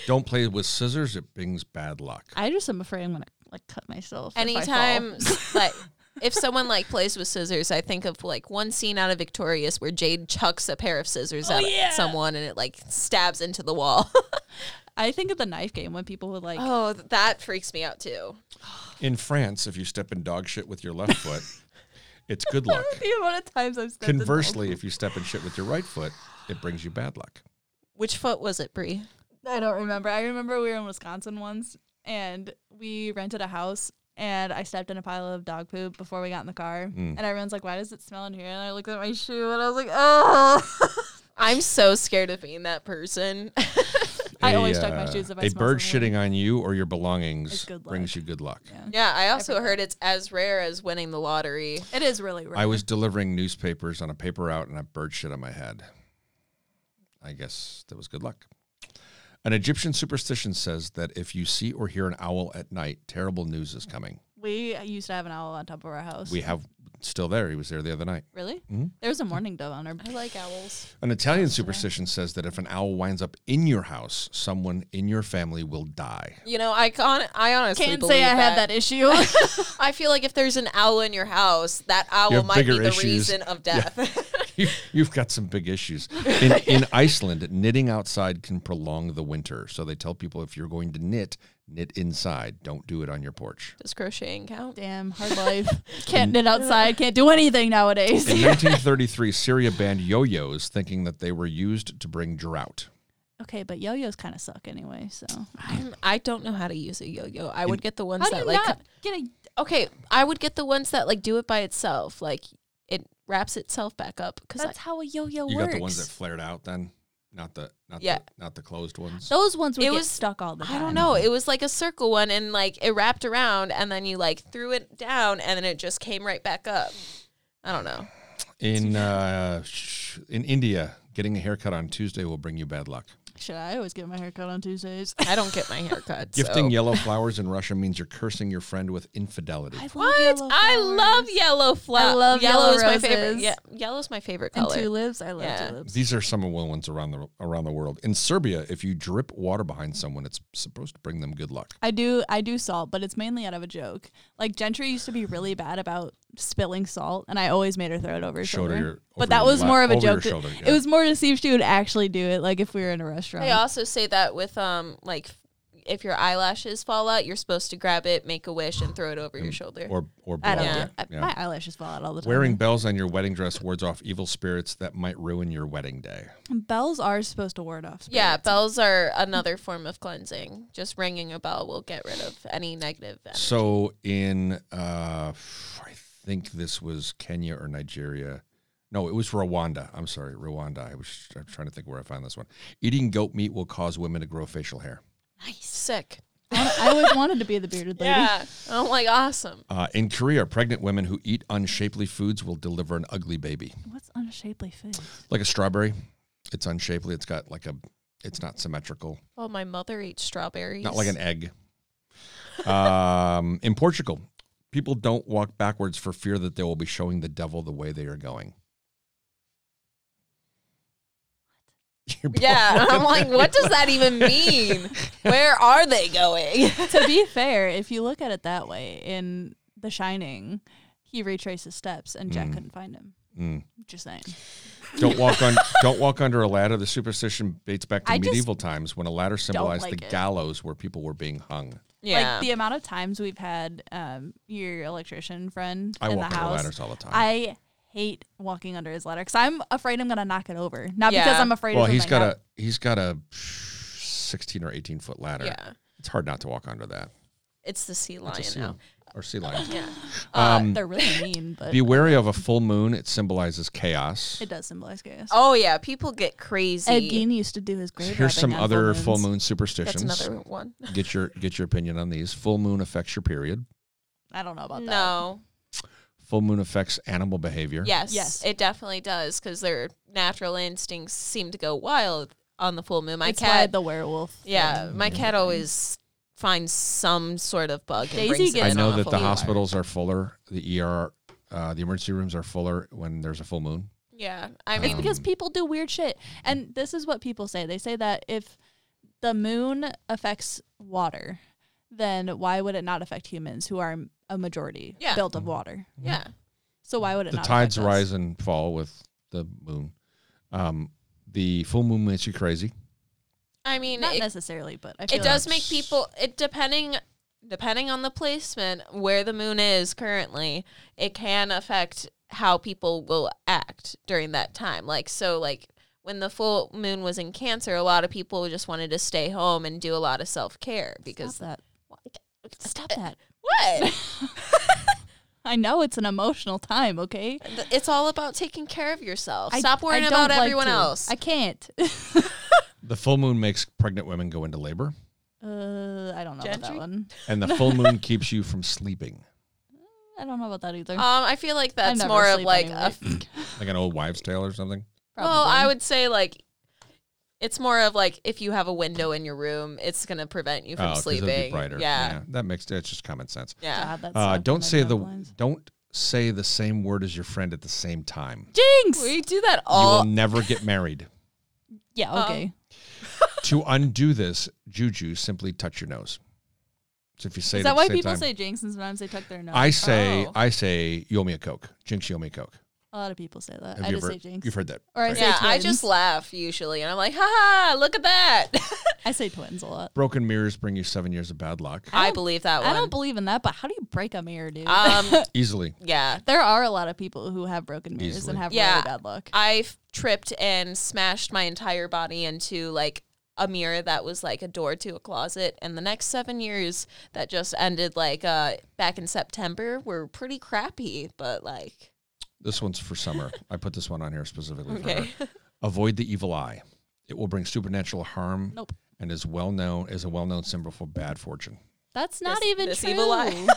[SPEAKER 2] Don't play with scissors; it brings bad luck.
[SPEAKER 3] I just am afraid I'm gonna like cut myself. if I fall.
[SPEAKER 4] anytime s- like if someone like plays with scissors i think of like one scene out of victorious where jade chucks a pair of
[SPEAKER 3] Oh,
[SPEAKER 4] scissors at someone and it like stabs into the wall
[SPEAKER 3] I think of the knife game when people would like.
[SPEAKER 4] oh th- that freaks me out too
[SPEAKER 2] In France, if you step in dog shit with your left foot, it's good luck.
[SPEAKER 3] The amount of times I've stepped in-
[SPEAKER 2] Conversely, if you step in shit with your right foot, it brings you bad luck.
[SPEAKER 4] which foot was it brie
[SPEAKER 3] I don't remember. I remember we were in Wisconsin once and we rented a house and I stepped in a pile of dog poop before we got in the car.
[SPEAKER 2] Mm.
[SPEAKER 3] And everyone's like, why does it smell in here? And I looked at my shoe and I was like, oh.
[SPEAKER 4] i'm so scared of being that person
[SPEAKER 3] I
[SPEAKER 2] A,
[SPEAKER 3] always check my
[SPEAKER 2] uh,
[SPEAKER 3] shoes if I
[SPEAKER 2] A
[SPEAKER 3] smell
[SPEAKER 2] bird
[SPEAKER 3] something.
[SPEAKER 2] shitting on you or your belongings
[SPEAKER 3] It's good
[SPEAKER 2] brings
[SPEAKER 3] luck.
[SPEAKER 2] you good luck.
[SPEAKER 4] yeah i also heard it's as rare as winning the lottery
[SPEAKER 3] It is really rare.
[SPEAKER 2] I was delivering newspapers on a paper route and a bird shit on my head. I guess that was good luck. An Egyptian superstition says that if you see or hear an owl at night, terrible news is coming.
[SPEAKER 3] we used to have an owl on top of our house.
[SPEAKER 2] We Mm-hmm. have still there. He was there the other night.
[SPEAKER 3] really? There was a mourning dove on our
[SPEAKER 4] i like owls
[SPEAKER 2] An Italian superstition says that if an owl winds up in your house, someone in your family will die.
[SPEAKER 4] you know i con- i honestly
[SPEAKER 3] Can't
[SPEAKER 4] believe
[SPEAKER 3] say I
[SPEAKER 4] that.
[SPEAKER 3] had that issue.
[SPEAKER 4] i feel like if there's an owl in your house that
[SPEAKER 2] You
[SPEAKER 4] owl
[SPEAKER 2] have
[SPEAKER 4] might be
[SPEAKER 2] bigger
[SPEAKER 4] the
[SPEAKER 2] issues.
[SPEAKER 4] reason of death
[SPEAKER 2] You, you've got some big issues. In, in Iceland, knitting outside can prolong the winter. So they tell people if you're going to knit, knit inside. Don't do it on your porch.
[SPEAKER 4] does crocheting count
[SPEAKER 3] Damn, hard life. Can't knit outside. Can't do anything nowadays.
[SPEAKER 2] In 1933, Syria banned yo yos, thinking that they were used to bring drought.
[SPEAKER 3] okay, but yo-yos kind of suck anyway, so.
[SPEAKER 4] I'm, I don't know how to use a yo-yo. I would get the ones
[SPEAKER 3] How do
[SPEAKER 4] that
[SPEAKER 3] you
[SPEAKER 4] like.
[SPEAKER 3] not get a
[SPEAKER 4] Okay, I would get the ones that like do it by itself. Like it wraps itself back up because
[SPEAKER 3] That's how a yo-yo
[SPEAKER 2] You
[SPEAKER 3] works.
[SPEAKER 2] got the ones that flared out then, not the not
[SPEAKER 4] Yeah.
[SPEAKER 2] the, not the closed ones.
[SPEAKER 3] Those ones would
[SPEAKER 4] It
[SPEAKER 3] get
[SPEAKER 4] was-
[SPEAKER 3] stuck all the time.
[SPEAKER 4] I don't know. It was like a circle one, and like it wrapped around, and then you like threw it down, and then it just came right back up. I don't know.
[SPEAKER 2] In uh, sh- in India, getting a haircut on Tuesday will bring you bad luck.
[SPEAKER 3] Should I always get my hair cut on Tuesdays?
[SPEAKER 4] I don't get my hair cut.
[SPEAKER 2] Gifting
[SPEAKER 4] so.
[SPEAKER 2] yellow flowers in Russia means you're cursing your friend with infidelity.
[SPEAKER 3] I love
[SPEAKER 4] What?
[SPEAKER 3] yellow
[SPEAKER 4] I
[SPEAKER 3] flowers.
[SPEAKER 4] love yellow flowers.
[SPEAKER 3] I love yellow
[SPEAKER 4] is my favorite.
[SPEAKER 3] roses.
[SPEAKER 4] Yeah, yellow's my favorite
[SPEAKER 3] and
[SPEAKER 4] color.
[SPEAKER 3] tulips. I love
[SPEAKER 4] Yeah.
[SPEAKER 3] tulips.
[SPEAKER 2] These are some of the ones around the around the world. In Serbia, if you drip water behind someone, it's supposed to bring them good luck.
[SPEAKER 3] I do I do salt, but it's mainly out of a joke. Like Gentry used to be really bad about spilling salt, and I always made her throw it over her
[SPEAKER 2] Shoulder
[SPEAKER 3] shoulder.
[SPEAKER 2] your- over
[SPEAKER 3] but that
[SPEAKER 2] your
[SPEAKER 3] was
[SPEAKER 2] lap-
[SPEAKER 3] more of a
[SPEAKER 2] over your
[SPEAKER 3] joke. to-
[SPEAKER 2] shoulder,
[SPEAKER 3] It
[SPEAKER 2] yeah.
[SPEAKER 3] was more more to see if she would actually do it. Like if we were in a restaurant.
[SPEAKER 4] They also say that with um like if your eyelashes fall out, you're supposed to grab it, make a wish, and throw it over your shoulder.
[SPEAKER 2] or or
[SPEAKER 3] I don't
[SPEAKER 2] blow
[SPEAKER 4] Yeah.
[SPEAKER 2] it.
[SPEAKER 3] know. I- My eyelashes fall out all the time.
[SPEAKER 2] Wearing bells on your wedding dress wards off evil spirits that might ruin your wedding day.
[SPEAKER 3] bells are supposed to ward off.
[SPEAKER 4] yeah,
[SPEAKER 3] spirits.
[SPEAKER 4] bells are another form of cleansing. Just ringing a bell will get rid of any negative. Energy.
[SPEAKER 2] So in uh I think this was Kenya or Nigeria. No, it was Rwanda. I'm sorry, Rwanda. I was I'm trying to think where I found this one. Eating goat meat will cause women to grow facial hair.
[SPEAKER 4] nice, sick.
[SPEAKER 3] I always wanted to be the bearded lady.
[SPEAKER 4] Yeah, I'm like awesome.
[SPEAKER 2] Uh, in Korea, pregnant women who eat unshapely foods will deliver an ugly baby.
[SPEAKER 3] What's unshapely food?
[SPEAKER 2] Like a strawberry, it's unshapely. It's got like a, it's not symmetrical.
[SPEAKER 4] Well, Oh, my mother eats strawberries.
[SPEAKER 2] Not like an egg. Um, in Portugal, people don't walk backwards for fear that they will be showing the devil the way they are going. You're
[SPEAKER 4] Yeah,
[SPEAKER 2] both
[SPEAKER 4] I'm
[SPEAKER 2] looking
[SPEAKER 4] like,
[SPEAKER 2] at me
[SPEAKER 4] what does that even mean? Where are they going?
[SPEAKER 3] to be fair, if you look at it that way, in The Shining, he retraced his steps and Jack couldn't find him.
[SPEAKER 2] Mm.
[SPEAKER 3] Just saying.
[SPEAKER 2] Don't walk on. Don't walk under a ladder. The superstition dates back to
[SPEAKER 3] I just
[SPEAKER 2] medieval times when a ladder symbolized
[SPEAKER 3] like
[SPEAKER 2] the
[SPEAKER 3] it.
[SPEAKER 2] gallows where people were being hung.
[SPEAKER 4] Yeah,
[SPEAKER 3] Like the amount of times we've had um, your electrician friend
[SPEAKER 2] I
[SPEAKER 3] in
[SPEAKER 2] walk
[SPEAKER 3] the
[SPEAKER 2] under
[SPEAKER 3] house.
[SPEAKER 2] ladders all the time.
[SPEAKER 3] I hate walking under his ladder because I'm afraid I'm going to knock it over. Not because
[SPEAKER 4] Yeah.
[SPEAKER 3] I'm afraid
[SPEAKER 2] well,
[SPEAKER 3] of
[SPEAKER 2] he's
[SPEAKER 3] something.
[SPEAKER 2] got
[SPEAKER 3] I'm-
[SPEAKER 2] a he's got a sixteen or eighteen foot ladder.
[SPEAKER 4] yeah.
[SPEAKER 2] It's hard not to walk under that.
[SPEAKER 4] It's the sea
[SPEAKER 2] It's
[SPEAKER 4] lion Uh,
[SPEAKER 2] a sea-
[SPEAKER 4] now.
[SPEAKER 2] or sea lion.
[SPEAKER 4] Yeah.
[SPEAKER 2] Um,
[SPEAKER 3] They're really mean, but
[SPEAKER 2] Be wary of a full moon. It symbolizes chaos.
[SPEAKER 3] it does symbolize chaos.
[SPEAKER 4] Oh yeah, people get crazy.
[SPEAKER 3] Ed Gein used to do his grave.
[SPEAKER 2] Here's
[SPEAKER 3] robbing
[SPEAKER 2] some
[SPEAKER 3] on
[SPEAKER 2] other full
[SPEAKER 3] moons.
[SPEAKER 2] moon
[SPEAKER 4] That's
[SPEAKER 2] superstitions.
[SPEAKER 4] another one.
[SPEAKER 2] Get your get your opinion on these. Full moon affects your period.
[SPEAKER 3] I don't know about that.
[SPEAKER 4] No.
[SPEAKER 2] Full moon affects animal behavior.
[SPEAKER 4] Yes.
[SPEAKER 3] Yes.
[SPEAKER 4] It definitely does because their natural instincts seem to go wild on the full moon. My
[SPEAKER 3] It's why
[SPEAKER 4] cat.
[SPEAKER 3] the werewolf.
[SPEAKER 4] yeah, my cat always finds some sort of bug.
[SPEAKER 3] Daisy
[SPEAKER 4] and brings
[SPEAKER 3] gets
[SPEAKER 4] it
[SPEAKER 2] I
[SPEAKER 4] in
[SPEAKER 2] know
[SPEAKER 4] on a
[SPEAKER 2] that
[SPEAKER 4] full
[SPEAKER 2] the
[SPEAKER 4] moon.
[SPEAKER 2] hospitals are fuller. The ER, uh, the emergency rooms are fuller when there's a full moon.
[SPEAKER 4] Yeah, I
[SPEAKER 2] It's
[SPEAKER 4] mean,
[SPEAKER 3] It's because people do weird shit. And this is what people say. They say that if the moon affects water, then why would it not affect humans who are a majority
[SPEAKER 4] Yeah.
[SPEAKER 3] built of water?
[SPEAKER 4] yeah,
[SPEAKER 3] So why would it
[SPEAKER 2] the
[SPEAKER 3] not
[SPEAKER 2] tides
[SPEAKER 3] affect us?
[SPEAKER 2] rise and fall with the moon. Um, the full moon makes you crazy.
[SPEAKER 4] I mean,
[SPEAKER 3] Not
[SPEAKER 4] it,
[SPEAKER 3] necessarily, but I feel
[SPEAKER 4] it
[SPEAKER 3] like
[SPEAKER 4] does make people. It depending depending on the placement where the moon is currently, it can affect how people will act during that time. Like so, like when the full moon was in Cancer, a lot of people just wanted to stay home and do a lot of self care because
[SPEAKER 3] stop that. Stop
[SPEAKER 4] Uh,
[SPEAKER 3] that.
[SPEAKER 4] What?
[SPEAKER 3] I know it's an emotional time, okay?
[SPEAKER 4] Th- it's all about taking care of yourself.
[SPEAKER 3] I-
[SPEAKER 4] Stop
[SPEAKER 3] I
[SPEAKER 4] worrying
[SPEAKER 3] don't
[SPEAKER 4] about
[SPEAKER 3] like
[SPEAKER 4] everyone
[SPEAKER 3] to.
[SPEAKER 4] else.
[SPEAKER 3] I can't.
[SPEAKER 2] The full moon makes pregnant women go into labor,
[SPEAKER 3] Uh, I don't know about that
[SPEAKER 4] Gentry?
[SPEAKER 3] one.
[SPEAKER 2] and the full moon keeps you from sleeping,
[SPEAKER 3] I don't know about that either.
[SPEAKER 4] um, I feel like that's
[SPEAKER 3] never
[SPEAKER 4] more of
[SPEAKER 3] sleep
[SPEAKER 4] like
[SPEAKER 3] anyway.
[SPEAKER 4] a f-
[SPEAKER 2] like an old wives' tale or something.
[SPEAKER 4] Well, I
[SPEAKER 3] Probably.
[SPEAKER 4] would say like it's more of like if you have a window in your room, it's gonna prevent you from
[SPEAKER 2] Oh, 'cause it'll
[SPEAKER 4] sleeping.
[SPEAKER 2] be brighter.
[SPEAKER 4] Yeah.
[SPEAKER 2] that makes that's just common sense.
[SPEAKER 4] Yeah.
[SPEAKER 3] God, that's
[SPEAKER 2] Uh,
[SPEAKER 3] not
[SPEAKER 2] don't
[SPEAKER 3] my
[SPEAKER 2] say the
[SPEAKER 3] job lines.
[SPEAKER 2] don't say the same word as your friend at the same time.
[SPEAKER 3] jinx.
[SPEAKER 4] We do that
[SPEAKER 2] you
[SPEAKER 3] Oh.
[SPEAKER 4] all
[SPEAKER 2] will never get married.
[SPEAKER 4] Oh.
[SPEAKER 3] yeah, okay.
[SPEAKER 2] to undo this, juju simply touch your nose. So if you say
[SPEAKER 3] Is
[SPEAKER 2] it
[SPEAKER 3] that
[SPEAKER 2] at
[SPEAKER 3] why
[SPEAKER 2] the same
[SPEAKER 3] people
[SPEAKER 2] time-
[SPEAKER 3] say jinx and sometimes they tuck their nose?
[SPEAKER 2] I say
[SPEAKER 4] Oh.
[SPEAKER 2] I say you owe me a coke. Jinx, you owe me a coke.
[SPEAKER 3] A lot of people say that.
[SPEAKER 2] Have
[SPEAKER 3] I
[SPEAKER 2] you
[SPEAKER 3] just
[SPEAKER 2] ever,
[SPEAKER 3] say jinx.
[SPEAKER 2] You've heard that.
[SPEAKER 3] Or I
[SPEAKER 2] phrase.
[SPEAKER 3] say-
[SPEAKER 4] Yeah, I just
[SPEAKER 3] twins.
[SPEAKER 4] laugh usually and I'm like, ha ha, look at that.
[SPEAKER 3] I say twins a lot.
[SPEAKER 2] Broken mirrors bring you seven years of bad luck
[SPEAKER 4] I,
[SPEAKER 3] don't-
[SPEAKER 4] believe that one.
[SPEAKER 3] I don't believe in that, but how do you break a mirror, dude?
[SPEAKER 4] um
[SPEAKER 2] easily.
[SPEAKER 4] yeah.
[SPEAKER 3] there are a lot of people who have broken mirrors
[SPEAKER 2] Easily.
[SPEAKER 3] and have
[SPEAKER 4] Yeah.
[SPEAKER 3] really bad luck.
[SPEAKER 4] I f- tripped and smashed my entire body into like a mirror that was like a door to a closet. And the next seven years that just ended like uh, back in September were pretty crappy, but like,
[SPEAKER 2] This one's for summer. I put this one on here specifically for
[SPEAKER 4] okay.
[SPEAKER 2] her. Avoid the evil eye. It will bring supernatural harm
[SPEAKER 3] Nope.
[SPEAKER 2] and is well known is a well known symbol for bad fortune.
[SPEAKER 3] That's not
[SPEAKER 4] This-
[SPEAKER 3] even
[SPEAKER 4] this
[SPEAKER 3] true.
[SPEAKER 4] evil eye.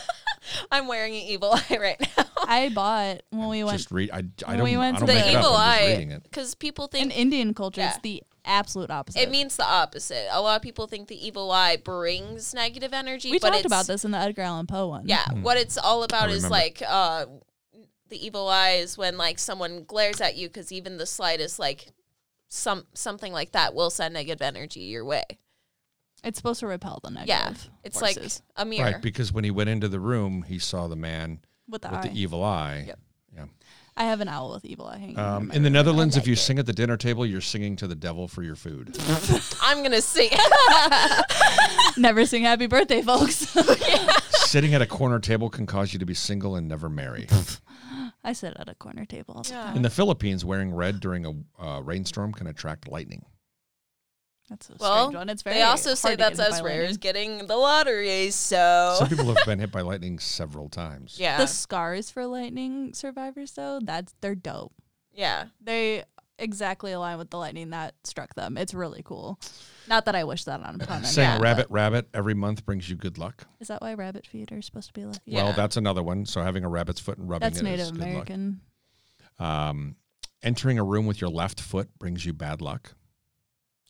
[SPEAKER 4] I'm wearing an evil eye right now.
[SPEAKER 3] I bought when we went
[SPEAKER 2] just read I, I
[SPEAKER 3] when
[SPEAKER 2] don't
[SPEAKER 3] we went
[SPEAKER 2] I
[SPEAKER 3] to
[SPEAKER 2] don't
[SPEAKER 4] the
[SPEAKER 2] make it up.
[SPEAKER 4] evil
[SPEAKER 2] I'm just
[SPEAKER 4] eye,
[SPEAKER 2] reading it.
[SPEAKER 4] because people
[SPEAKER 3] in
[SPEAKER 4] think
[SPEAKER 3] Indian culture,
[SPEAKER 4] Yeah.
[SPEAKER 3] it's the absolute opposite.
[SPEAKER 4] it means the opposite. A lot of people think the evil eye brings negative energy.
[SPEAKER 3] we
[SPEAKER 4] but
[SPEAKER 3] talked
[SPEAKER 4] it's-
[SPEAKER 3] about this in the Edgar Allan Poe one.
[SPEAKER 4] Yeah, what it's all about is
[SPEAKER 2] Hmm. remember.
[SPEAKER 4] like uh, the evil eye is when like someone glares at you because even the slightest like some something like that will send negative energy your way.
[SPEAKER 3] It's supposed to repel the negative.
[SPEAKER 4] Yeah, it's like
[SPEAKER 3] forces
[SPEAKER 4] a mirror.
[SPEAKER 2] Right, because when he went into the e- room, he saw the man
[SPEAKER 3] with the
[SPEAKER 2] with
[SPEAKER 3] eye.
[SPEAKER 2] the evil eye.
[SPEAKER 3] Yep.
[SPEAKER 2] Yeah.
[SPEAKER 3] I have an owl with evil eye hanging.
[SPEAKER 2] Um,
[SPEAKER 3] my
[SPEAKER 2] in the
[SPEAKER 3] room.
[SPEAKER 2] Netherlands, if you sing at the dinner table, you're singing to the devil for your food.
[SPEAKER 4] I'm gonna sing.
[SPEAKER 3] never sing happy birthday, folks.
[SPEAKER 2] Sitting at a corner table can cause you to be single and never marry.
[SPEAKER 3] I sit at a corner table. All the
[SPEAKER 4] Yeah.
[SPEAKER 3] time.
[SPEAKER 2] In the Philippines, wearing red during a uh, rainstorm can attract lightning.
[SPEAKER 3] That's a
[SPEAKER 4] well,
[SPEAKER 3] strange one. It's very
[SPEAKER 4] they also say
[SPEAKER 3] hard to get
[SPEAKER 4] that's
[SPEAKER 3] hit
[SPEAKER 4] us
[SPEAKER 3] by
[SPEAKER 4] rare
[SPEAKER 3] lightning.
[SPEAKER 4] is getting the lottery. So
[SPEAKER 3] Oh.
[SPEAKER 2] Some people have been hit by lightning several times.
[SPEAKER 4] yeah,
[SPEAKER 3] The scars for lightning survivors, though, that's they're dope.
[SPEAKER 4] yeah.
[SPEAKER 3] They exactly align with the lightning that struck them. It's really cool. Not that I wish that on upon
[SPEAKER 2] Saying
[SPEAKER 3] anyone,
[SPEAKER 2] rabbit, rabbit every month brings you good luck.
[SPEAKER 3] but- Is that why rabbit feet are supposed to be lucky?
[SPEAKER 4] Yeah.
[SPEAKER 2] Well, that's another one. So having a rabbit's foot and rubbing
[SPEAKER 3] That's
[SPEAKER 2] it is
[SPEAKER 3] Native
[SPEAKER 2] good luck.
[SPEAKER 3] American.
[SPEAKER 2] Um, entering a room with your left foot brings you bad luck.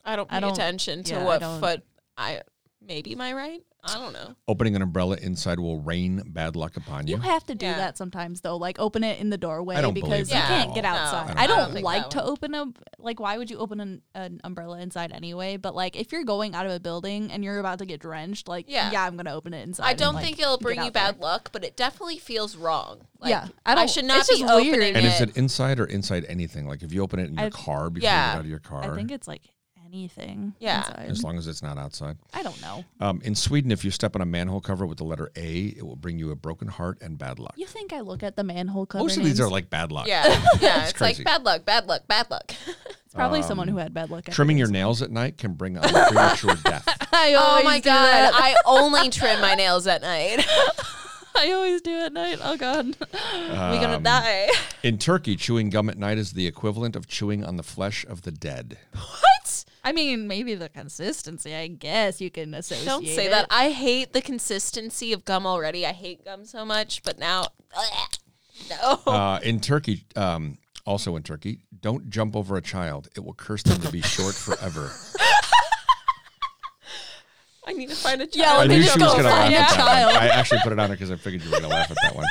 [SPEAKER 4] I don't pay
[SPEAKER 3] I don't-
[SPEAKER 4] attention to
[SPEAKER 3] yeah, I
[SPEAKER 4] what
[SPEAKER 3] don't-
[SPEAKER 4] foot I maybe my right. I don't know.
[SPEAKER 2] Opening an umbrella inside will rain bad luck upon you.
[SPEAKER 3] You have to do
[SPEAKER 4] Yeah.
[SPEAKER 3] that sometimes, though. Like open it in the doorway
[SPEAKER 2] I don't believe
[SPEAKER 3] because you
[SPEAKER 4] that at
[SPEAKER 3] can't
[SPEAKER 4] all.
[SPEAKER 3] get
[SPEAKER 4] No,
[SPEAKER 3] outside.
[SPEAKER 2] I don't believe
[SPEAKER 3] I don't,
[SPEAKER 2] that.
[SPEAKER 3] like to
[SPEAKER 4] one.
[SPEAKER 3] open up. Like, why would you open an, an umbrella inside anyway? But like, if you're going out of a building and you're about to get drenched, like, yeah,
[SPEAKER 4] Yeah.
[SPEAKER 3] I'm gonna open it inside.
[SPEAKER 4] I
[SPEAKER 3] and,
[SPEAKER 4] don't
[SPEAKER 3] like,
[SPEAKER 4] think it'll
[SPEAKER 3] get
[SPEAKER 4] bring you
[SPEAKER 3] out there.
[SPEAKER 4] bad luck, but it definitely feels wrong. Like,
[SPEAKER 3] Yeah, I
[SPEAKER 4] I,
[SPEAKER 3] don't-
[SPEAKER 4] should
[SPEAKER 3] it's
[SPEAKER 4] not be
[SPEAKER 3] just weird.
[SPEAKER 4] opening
[SPEAKER 2] and
[SPEAKER 4] it.
[SPEAKER 2] is it inside or inside anything? Like if you open it in your
[SPEAKER 3] I-
[SPEAKER 2] car before
[SPEAKER 4] yeah.
[SPEAKER 2] you get out of your car,
[SPEAKER 3] I think it's like anything.
[SPEAKER 4] Yeah.
[SPEAKER 3] inside.
[SPEAKER 2] as long as it's not outside.
[SPEAKER 3] I don't know.
[SPEAKER 2] Um, in Sweden, if you step on a manhole cover with the letter A, it will bring you a broken heart and bad luck.
[SPEAKER 3] You think I look at the manhole cover?
[SPEAKER 2] Most of these
[SPEAKER 3] names?
[SPEAKER 2] are like bad luck.
[SPEAKER 4] yeah, yeah.
[SPEAKER 2] It's
[SPEAKER 4] it's
[SPEAKER 2] crazy.
[SPEAKER 4] like bad luck, bad luck, bad luck.
[SPEAKER 3] It's probably someone who had bad luck. at
[SPEAKER 2] um, Trimming your
[SPEAKER 3] things.
[SPEAKER 2] nails at night can bring on premature death.
[SPEAKER 3] I
[SPEAKER 4] oh
[SPEAKER 3] always
[SPEAKER 4] my
[SPEAKER 3] do
[SPEAKER 4] god,
[SPEAKER 3] that.
[SPEAKER 4] I only trim my nails at night.
[SPEAKER 3] I always do at night. Oh god.
[SPEAKER 4] We're gonna
[SPEAKER 2] Um,
[SPEAKER 4] die.
[SPEAKER 2] In Turkey, chewing gum at night is the equivalent of chewing on the flesh of the dead.
[SPEAKER 4] What?
[SPEAKER 3] I mean, maybe the consistency. I guess you can associate.
[SPEAKER 4] Don't say
[SPEAKER 3] it.
[SPEAKER 4] that. I hate the consistency of gum already. I hate gum so much, but now, no.
[SPEAKER 3] Oh.
[SPEAKER 2] Uh, in Turkey, um, also in Turkey, don't jump over a child. It will curse them to be short forever.
[SPEAKER 4] I need to find a
[SPEAKER 3] Yeah,
[SPEAKER 4] child.
[SPEAKER 2] I
[SPEAKER 3] let
[SPEAKER 2] knew
[SPEAKER 3] me
[SPEAKER 2] she was
[SPEAKER 3] Oh, just
[SPEAKER 2] going
[SPEAKER 3] go
[SPEAKER 2] to laugh
[SPEAKER 3] find a
[SPEAKER 2] at that.
[SPEAKER 3] child.
[SPEAKER 2] One. I actually put it on her because I figured you were going to laugh at that one.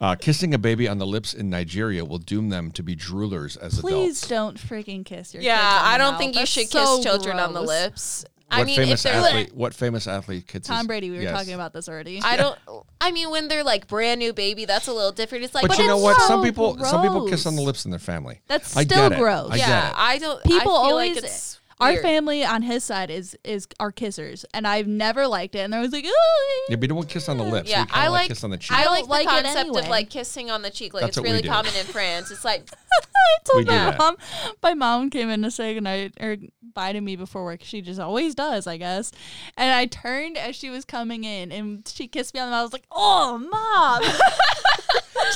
[SPEAKER 2] Uh, kissing a baby on the lips in Nigeria will doom them to be droolers as
[SPEAKER 3] Please
[SPEAKER 2] adults.
[SPEAKER 3] don't freaking kiss your. kids
[SPEAKER 4] Yeah,
[SPEAKER 3] on the
[SPEAKER 4] I don't
[SPEAKER 3] mouth.
[SPEAKER 4] think you
[SPEAKER 3] That's
[SPEAKER 4] should kiss
[SPEAKER 3] so
[SPEAKER 4] children on the
[SPEAKER 3] gross.
[SPEAKER 4] lips.
[SPEAKER 2] What
[SPEAKER 4] I mean, if
[SPEAKER 2] famous
[SPEAKER 4] they're
[SPEAKER 2] athlete? What famous athlete kisses?
[SPEAKER 3] Tom Brady, we were
[SPEAKER 2] Yes.
[SPEAKER 3] talking about this already.
[SPEAKER 4] I don't. I mean, when they're like brand new baby, that's a little different. It's like,
[SPEAKER 2] But, you
[SPEAKER 4] it's
[SPEAKER 2] know what?
[SPEAKER 3] so
[SPEAKER 2] some people, some people kiss on the
[SPEAKER 3] gross.
[SPEAKER 2] lips in their family.
[SPEAKER 3] That's
[SPEAKER 2] I
[SPEAKER 3] still
[SPEAKER 2] get it.
[SPEAKER 3] gross.
[SPEAKER 2] I
[SPEAKER 4] yeah,
[SPEAKER 2] get it.
[SPEAKER 4] I don't. I
[SPEAKER 3] people
[SPEAKER 4] feel
[SPEAKER 3] always
[SPEAKER 4] Like it's
[SPEAKER 3] our
[SPEAKER 4] weird.
[SPEAKER 3] family on his side is is our kissers, and I've never liked it. And they're always like, "Ooh."
[SPEAKER 2] Yeah, but you don't want kiss on the lips.
[SPEAKER 4] Yeah,
[SPEAKER 2] you kinda
[SPEAKER 4] I
[SPEAKER 2] like
[SPEAKER 4] like-
[SPEAKER 2] kiss on the cheek.
[SPEAKER 4] I
[SPEAKER 3] don't
[SPEAKER 4] like the
[SPEAKER 3] like it
[SPEAKER 4] concept
[SPEAKER 3] anyway.
[SPEAKER 4] of like kissing on the cheek. Like
[SPEAKER 2] That's
[SPEAKER 4] it's
[SPEAKER 2] what we
[SPEAKER 4] really
[SPEAKER 2] do.
[SPEAKER 4] common in France. It's like
[SPEAKER 3] I
[SPEAKER 2] We
[SPEAKER 3] told
[SPEAKER 2] do
[SPEAKER 3] my
[SPEAKER 2] that.
[SPEAKER 3] mom. My mom came in to say goodnight or bye to me before work. She just always does, I guess. And I turned as she was coming in, and she kissed me on the mouth. I was like, "Oh, mom,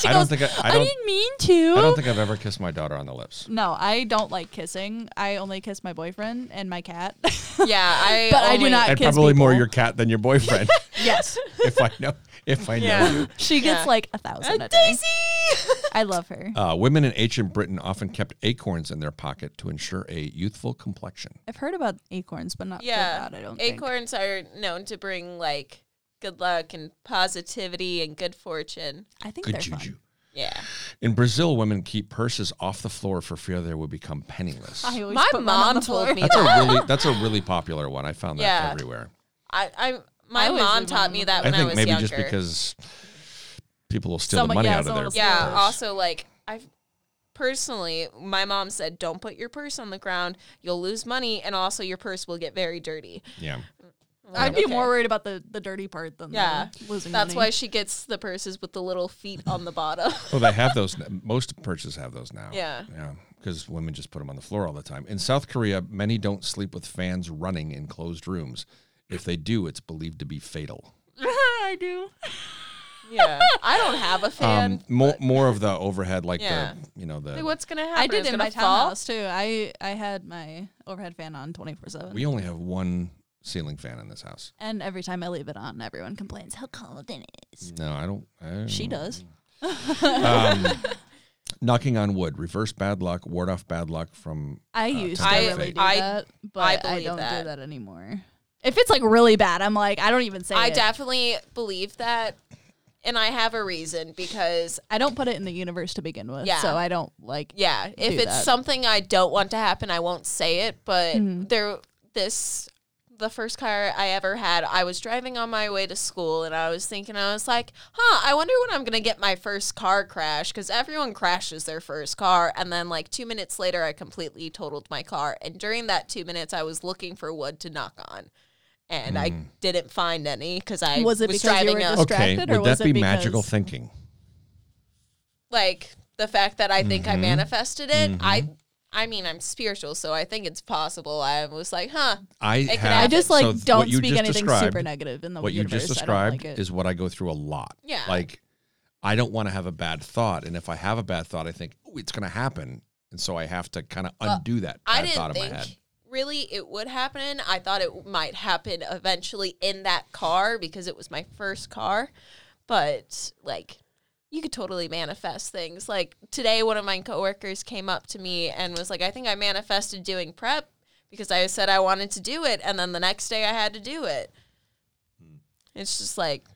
[SPEAKER 2] I don't think I, I
[SPEAKER 3] I,
[SPEAKER 2] don't.
[SPEAKER 3] didn't mean to."
[SPEAKER 2] I don't think I've ever kissed my daughter on the lips.
[SPEAKER 3] no, I don't like kissing. I only kiss my boyfriend and my cat.
[SPEAKER 4] yeah. I
[SPEAKER 3] But I do
[SPEAKER 4] only-
[SPEAKER 3] not-
[SPEAKER 2] And
[SPEAKER 3] kiss
[SPEAKER 2] probably more
[SPEAKER 3] people.
[SPEAKER 2] your cat than your boyfriend,
[SPEAKER 3] yes,
[SPEAKER 2] if I know. If I know
[SPEAKER 4] Yeah.
[SPEAKER 2] you.
[SPEAKER 3] she gets
[SPEAKER 4] Yeah.
[SPEAKER 3] like a thousand a day.
[SPEAKER 4] Daisy.
[SPEAKER 3] I love her.
[SPEAKER 2] Uh, women in ancient Britain often kept acorns in their pocket to ensure a youthful complexion.
[SPEAKER 3] I've heard about acorns, but not
[SPEAKER 4] yeah,
[SPEAKER 3] yeah, Oh I don't think.
[SPEAKER 4] acorns are known to bring like good luck and positivity and good fortune.
[SPEAKER 3] I think
[SPEAKER 2] Good
[SPEAKER 3] they're
[SPEAKER 2] juju.
[SPEAKER 3] fun.
[SPEAKER 4] Yeah.
[SPEAKER 2] In Brazil, women keep purses off the floor for fear they will become penniless.
[SPEAKER 3] I always
[SPEAKER 4] My
[SPEAKER 3] put mine on
[SPEAKER 4] mom
[SPEAKER 3] the floor.
[SPEAKER 4] told me
[SPEAKER 2] That's a really that's a really popular one. I found that
[SPEAKER 4] Yeah.
[SPEAKER 2] everywhere.
[SPEAKER 4] I, I
[SPEAKER 3] I
[SPEAKER 4] my
[SPEAKER 3] always
[SPEAKER 4] mom
[SPEAKER 3] leave
[SPEAKER 4] taught
[SPEAKER 3] mine
[SPEAKER 4] me
[SPEAKER 3] on
[SPEAKER 4] that
[SPEAKER 2] I
[SPEAKER 4] when I
[SPEAKER 2] think
[SPEAKER 4] was
[SPEAKER 2] maybe
[SPEAKER 4] younger.
[SPEAKER 2] just because people will steal
[SPEAKER 3] Someone-
[SPEAKER 2] the money
[SPEAKER 3] yeah,
[SPEAKER 2] out of
[SPEAKER 3] someone
[SPEAKER 2] their
[SPEAKER 3] will steal
[SPEAKER 4] yeah.
[SPEAKER 3] Purse.
[SPEAKER 4] Also, like I've personally, my mom said, "Don't put your purse on the ground. You'll lose money, and also your purse will get very dirty."
[SPEAKER 2] yeah.
[SPEAKER 4] I'm
[SPEAKER 3] I'd
[SPEAKER 4] like,
[SPEAKER 3] be
[SPEAKER 4] okay.
[SPEAKER 3] more worried about the, the dirty part than
[SPEAKER 4] Yeah.
[SPEAKER 3] the losing
[SPEAKER 4] That's why
[SPEAKER 3] money.
[SPEAKER 4] she gets the purses with the little feet on the bottom.
[SPEAKER 2] Well, they have those. n- Most purses have those now.
[SPEAKER 4] Yeah.
[SPEAKER 2] Yeah. Because women just put them on the floor all the time. In South Korea, many don't sleep with fans running in closed rooms. If they do, it's believed to be fatal.
[SPEAKER 3] I do.
[SPEAKER 4] yeah, I don't have a fan.
[SPEAKER 2] Um, more, more of the overhead, like
[SPEAKER 4] Yeah.
[SPEAKER 2] the, you know, the.
[SPEAKER 4] like, what's gonna happen?
[SPEAKER 3] I did
[SPEAKER 4] It's
[SPEAKER 3] in
[SPEAKER 4] gonna
[SPEAKER 3] my
[SPEAKER 4] fall?
[SPEAKER 3] townhouse too. I I had my overhead fan on twenty four seven,
[SPEAKER 2] we only have one ceiling fan in this house.
[SPEAKER 3] and every time I leave it on, everyone complains how cold it is.
[SPEAKER 2] No, I don't. I
[SPEAKER 3] She
[SPEAKER 2] don't-
[SPEAKER 3] does.
[SPEAKER 2] Um, knocking on wood, reverse bad luck, ward off bad luck from.
[SPEAKER 3] I
[SPEAKER 2] Uh,
[SPEAKER 3] used to
[SPEAKER 2] I-
[SPEAKER 3] really do
[SPEAKER 4] I-
[SPEAKER 3] that, but
[SPEAKER 4] I
[SPEAKER 3] I,
[SPEAKER 4] believe
[SPEAKER 3] don't
[SPEAKER 4] that.
[SPEAKER 3] do that anymore. If it's like really bad, I'm like I don't even say
[SPEAKER 4] I
[SPEAKER 3] it.
[SPEAKER 4] definitely believe that, and I have a reason because
[SPEAKER 3] I don't put it in the universe to begin with,
[SPEAKER 4] Yeah.
[SPEAKER 3] so I don't like.
[SPEAKER 4] Yeah, if
[SPEAKER 3] do
[SPEAKER 4] it's
[SPEAKER 3] that. Hmm.
[SPEAKER 4] something I don't want to happen, I won't say it. But there, this the first car I ever had, I was driving on my way to school and I was thinking, I was like, huh, I wonder when I'm going to get my first car crash because everyone crashes their first car. And then, like, two minutes later, I completely totaled my car. And during that two minutes, I was looking for wood to knock on. And I didn't find any because I was,
[SPEAKER 3] Was it because you
[SPEAKER 4] driving
[SPEAKER 3] were
[SPEAKER 4] a
[SPEAKER 3] just-
[SPEAKER 2] Okay,
[SPEAKER 3] Distracted, or
[SPEAKER 2] would
[SPEAKER 3] was
[SPEAKER 2] that
[SPEAKER 3] it
[SPEAKER 2] be magical
[SPEAKER 3] because-
[SPEAKER 2] thinking?
[SPEAKER 4] like the fact that I think I manifested it. I I mean I'm spiritual, so I think it's possible. I was like, huh.
[SPEAKER 2] I
[SPEAKER 4] could
[SPEAKER 2] have,
[SPEAKER 4] happen.
[SPEAKER 3] I just
[SPEAKER 2] so
[SPEAKER 3] like
[SPEAKER 2] th- what
[SPEAKER 3] don't
[SPEAKER 2] you
[SPEAKER 3] speak
[SPEAKER 2] just
[SPEAKER 3] anything
[SPEAKER 2] described-
[SPEAKER 3] super negative in the
[SPEAKER 2] What you
[SPEAKER 3] universe.
[SPEAKER 2] just
[SPEAKER 3] I don't
[SPEAKER 2] described
[SPEAKER 3] like it.
[SPEAKER 2] is what I go through a lot.
[SPEAKER 4] Yeah.
[SPEAKER 2] like I don't want to have a bad thought, and if I have a bad thought, I think oh, it's going to happen, and so I have to kind of undo that bad
[SPEAKER 4] I
[SPEAKER 2] thought
[SPEAKER 4] didn't
[SPEAKER 2] in my head.
[SPEAKER 4] think really it would happen. I thought it might happen eventually in that car because it was my first car. But like you could totally manifest things. Like today one of my coworkers came up to me and was like, I think I manifested doing prep because I said I wanted to do it and then the next day I had to do it. It's just like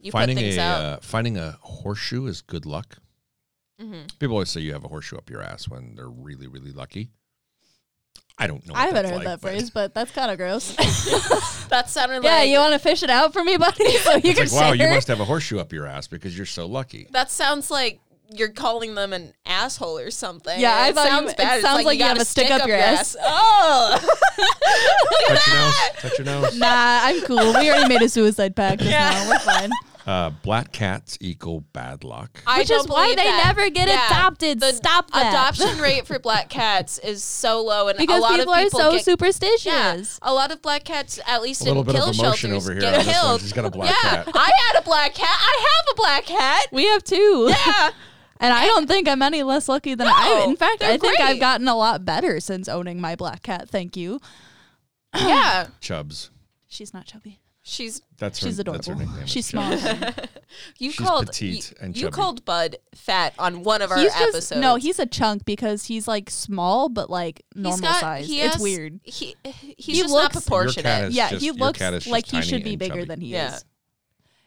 [SPEAKER 4] you
[SPEAKER 2] Hmm. finding
[SPEAKER 4] put things
[SPEAKER 2] a
[SPEAKER 4] out.
[SPEAKER 2] Uh, finding a horseshoe is good luck.
[SPEAKER 3] Mm-hmm.
[SPEAKER 2] People always say you have a horseshoe up your ass when they're really really lucky. I don't know. what
[SPEAKER 3] I haven't
[SPEAKER 2] that's
[SPEAKER 3] heard
[SPEAKER 2] like,
[SPEAKER 3] that
[SPEAKER 2] but-
[SPEAKER 3] phrase, but that's kind of gross.
[SPEAKER 4] that sounded
[SPEAKER 3] yeah,
[SPEAKER 4] like
[SPEAKER 3] you want to fish it out for me, buddy? So you can
[SPEAKER 2] It's like, wow, you
[SPEAKER 3] share?
[SPEAKER 2] must have a horseshoe up your ass because you're so lucky.
[SPEAKER 4] That sounds like you're calling them an asshole or something.
[SPEAKER 3] Yeah, I
[SPEAKER 4] it
[SPEAKER 3] thought you-
[SPEAKER 4] sounds
[SPEAKER 3] it
[SPEAKER 4] bad. It's
[SPEAKER 3] sounds like you
[SPEAKER 4] gotta
[SPEAKER 3] have a stick up your ass.
[SPEAKER 4] Oh,
[SPEAKER 2] Touch your nose. Touch your nose.
[SPEAKER 3] Nah, I'm cool. We already made a suicide pact. just now. We're fine.
[SPEAKER 2] Uh, black cats equal bad luck.
[SPEAKER 4] Oh, I
[SPEAKER 3] Which is
[SPEAKER 4] don't
[SPEAKER 3] why
[SPEAKER 4] believe
[SPEAKER 3] they
[SPEAKER 4] that.
[SPEAKER 3] never get adopted.
[SPEAKER 4] The
[SPEAKER 3] Stop that.
[SPEAKER 4] Adoption rate for black cats is so low, and a
[SPEAKER 3] Because
[SPEAKER 4] lot
[SPEAKER 3] people,
[SPEAKER 4] of
[SPEAKER 3] are
[SPEAKER 4] people
[SPEAKER 3] so
[SPEAKER 4] get,
[SPEAKER 3] superstitious.
[SPEAKER 4] Yeah, a lot of black cats, at least
[SPEAKER 2] a little
[SPEAKER 4] in
[SPEAKER 2] bit
[SPEAKER 4] kill
[SPEAKER 2] of emotion
[SPEAKER 4] shelters,
[SPEAKER 2] over here.
[SPEAKER 4] get
[SPEAKER 2] on this one.
[SPEAKER 4] killed.
[SPEAKER 2] She's got a black
[SPEAKER 4] yeah,
[SPEAKER 2] cat.
[SPEAKER 4] I had a black cat. I have a black cat.
[SPEAKER 3] We have two.
[SPEAKER 4] Yeah,
[SPEAKER 3] And I don't think I'm any less lucky than I.
[SPEAKER 4] No,
[SPEAKER 3] In fact,
[SPEAKER 4] they're
[SPEAKER 3] I think I've
[SPEAKER 4] great.
[SPEAKER 3] gotten a lot better since owning my black cat. Thank you.
[SPEAKER 4] yeah.
[SPEAKER 2] Chubs.
[SPEAKER 3] She's not chubby.
[SPEAKER 4] She's
[SPEAKER 2] That's her,
[SPEAKER 3] She's
[SPEAKER 2] That's her
[SPEAKER 3] adorable.
[SPEAKER 2] nickname. is
[SPEAKER 3] She's
[SPEAKER 2] Chubs.
[SPEAKER 3] small.
[SPEAKER 4] you
[SPEAKER 2] She's
[SPEAKER 4] called
[SPEAKER 2] petite
[SPEAKER 4] you,
[SPEAKER 2] and
[SPEAKER 4] you
[SPEAKER 2] chubby.
[SPEAKER 4] called Bud fat on one of our
[SPEAKER 3] he's just
[SPEAKER 4] episodes.
[SPEAKER 3] no. He's a chunk because he's like small, but like normal size.
[SPEAKER 4] he
[SPEAKER 3] it's
[SPEAKER 4] has-
[SPEAKER 3] weird.
[SPEAKER 4] He he's
[SPEAKER 3] He
[SPEAKER 4] just not
[SPEAKER 3] looks- Your
[SPEAKER 4] proportionate.
[SPEAKER 2] cat is- It's
[SPEAKER 3] yeah,
[SPEAKER 2] just-
[SPEAKER 3] he
[SPEAKER 2] your
[SPEAKER 3] looks
[SPEAKER 2] cat is just
[SPEAKER 3] like he
[SPEAKER 2] tiny
[SPEAKER 3] should be
[SPEAKER 2] and
[SPEAKER 3] bigger
[SPEAKER 2] chubby.
[SPEAKER 3] than he
[SPEAKER 4] Yeah.
[SPEAKER 3] is.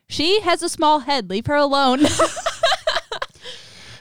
[SPEAKER 3] She has a small head. Leave her alone.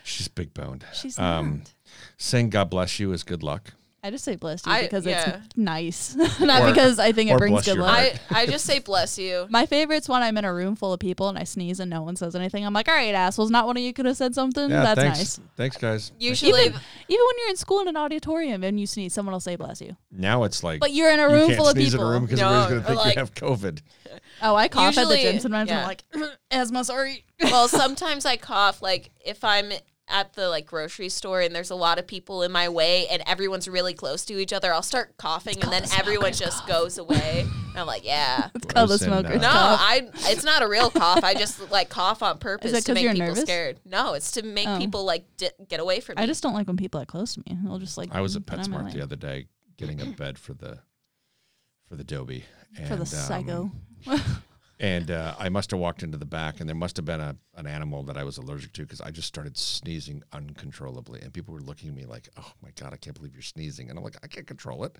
[SPEAKER 2] She's big boned.
[SPEAKER 3] She's
[SPEAKER 2] Um,
[SPEAKER 3] not.
[SPEAKER 2] Saying God bless you is good luck.
[SPEAKER 3] I just say bless you
[SPEAKER 4] I-
[SPEAKER 3] because
[SPEAKER 4] yeah.
[SPEAKER 3] it's nice, not
[SPEAKER 2] Or-
[SPEAKER 3] because I think
[SPEAKER 2] or
[SPEAKER 3] it brings
[SPEAKER 2] bless
[SPEAKER 3] good
[SPEAKER 2] your
[SPEAKER 3] luck.
[SPEAKER 2] heart.
[SPEAKER 4] I, I just say bless you.
[SPEAKER 3] My favorite's when I'm in a room full of people and I sneeze and no one says anything. I'm like, all right, assholes, not one of you could have said something.
[SPEAKER 2] Yeah,
[SPEAKER 3] That's
[SPEAKER 2] thanks.
[SPEAKER 3] nice.
[SPEAKER 2] Thanks, guys.
[SPEAKER 4] Usually,
[SPEAKER 3] Even when you're in school in an auditorium and you sneeze, someone will say bless you.
[SPEAKER 2] Now it's like
[SPEAKER 3] But you're in a
[SPEAKER 2] you
[SPEAKER 3] room
[SPEAKER 2] can't
[SPEAKER 3] full of
[SPEAKER 2] sneeze
[SPEAKER 3] people.
[SPEAKER 2] in a room because
[SPEAKER 4] No,
[SPEAKER 2] everybody's going to think
[SPEAKER 4] like-
[SPEAKER 2] you have COVID.
[SPEAKER 3] oh, I cough at
[SPEAKER 4] Usually-
[SPEAKER 3] the gym sometimes.
[SPEAKER 4] yeah.
[SPEAKER 3] And I'm like, asthma, sorry.
[SPEAKER 4] well, sometimes I cough. Like if I'm at the like grocery store and there's a lot of people in my way and everyone's really close to each other, I'll start coughing and then everyone just goes away. And I'm like, yeah.
[SPEAKER 3] Call the
[SPEAKER 2] Gross and, uh,
[SPEAKER 3] smokers.
[SPEAKER 4] No,
[SPEAKER 3] cough.
[SPEAKER 4] I. It's not a real cough. I just like cough on purpose
[SPEAKER 3] Is it
[SPEAKER 4] to
[SPEAKER 3] 'cause
[SPEAKER 4] make
[SPEAKER 3] you're
[SPEAKER 4] people
[SPEAKER 3] nervous?
[SPEAKER 4] scared. No, it's to make
[SPEAKER 3] Oh.
[SPEAKER 4] people like di- get away from me.
[SPEAKER 3] I just don't like when people are close to me. I'll just like.
[SPEAKER 2] I was at
[SPEAKER 3] get out of my
[SPEAKER 2] PetSmart
[SPEAKER 3] way.
[SPEAKER 2] the other day getting a bed for the for the Dobie and,
[SPEAKER 3] For the
[SPEAKER 2] um,
[SPEAKER 3] psycho.
[SPEAKER 2] and uh, I must have walked into the back, and there must have been a, an animal that I was allergic to because I just started sneezing uncontrollably, and people were looking at me like, "Oh my god, I can't believe you're sneezing," and I'm like, "I can't control it."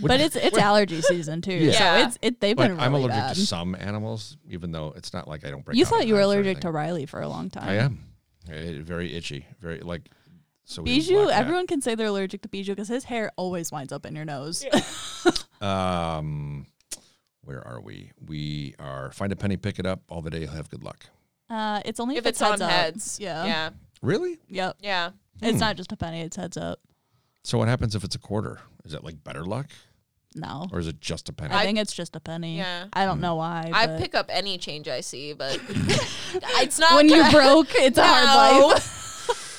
[SPEAKER 3] But it's it's allergy season too.
[SPEAKER 2] Yeah.
[SPEAKER 3] So
[SPEAKER 4] Yeah.
[SPEAKER 3] it's it they've
[SPEAKER 2] Like,
[SPEAKER 3] been really
[SPEAKER 2] I'm allergic
[SPEAKER 3] bad.
[SPEAKER 2] to some animals, even though it's not like I don't break.
[SPEAKER 3] you
[SPEAKER 2] out
[SPEAKER 3] thought
[SPEAKER 2] in
[SPEAKER 3] you were
[SPEAKER 2] hives or
[SPEAKER 3] allergic to
[SPEAKER 2] anything.
[SPEAKER 3] Riley for a long time.
[SPEAKER 2] I am Eh, very itchy, very like. So we have
[SPEAKER 3] Bijou,
[SPEAKER 2] black cat.
[SPEAKER 3] everyone can say they're allergic to Bijou because his hair always winds up in your nose.
[SPEAKER 2] Um, where are we? We are find a penny, pick it up all the day. You'll have good luck.
[SPEAKER 3] Uh, it's only if,
[SPEAKER 4] if it's on
[SPEAKER 3] up.
[SPEAKER 4] heads.
[SPEAKER 3] Yeah.
[SPEAKER 4] Yeah.
[SPEAKER 2] Really?
[SPEAKER 3] Yep.
[SPEAKER 4] Yeah.
[SPEAKER 2] Hmm.
[SPEAKER 3] It's not just a penny. It's heads up.
[SPEAKER 2] So what happens if it's a quarter? Is it like better luck,
[SPEAKER 3] No.
[SPEAKER 2] or Hmm. is it just a penny?
[SPEAKER 3] I,
[SPEAKER 4] I-
[SPEAKER 3] think it's just a penny.
[SPEAKER 4] Yeah.
[SPEAKER 3] I don't know why.
[SPEAKER 4] I
[SPEAKER 3] but
[SPEAKER 4] pick up any change I see, but it's not
[SPEAKER 3] when you're
[SPEAKER 4] gonna-
[SPEAKER 3] broke, it's a hard
[SPEAKER 4] No.
[SPEAKER 3] life.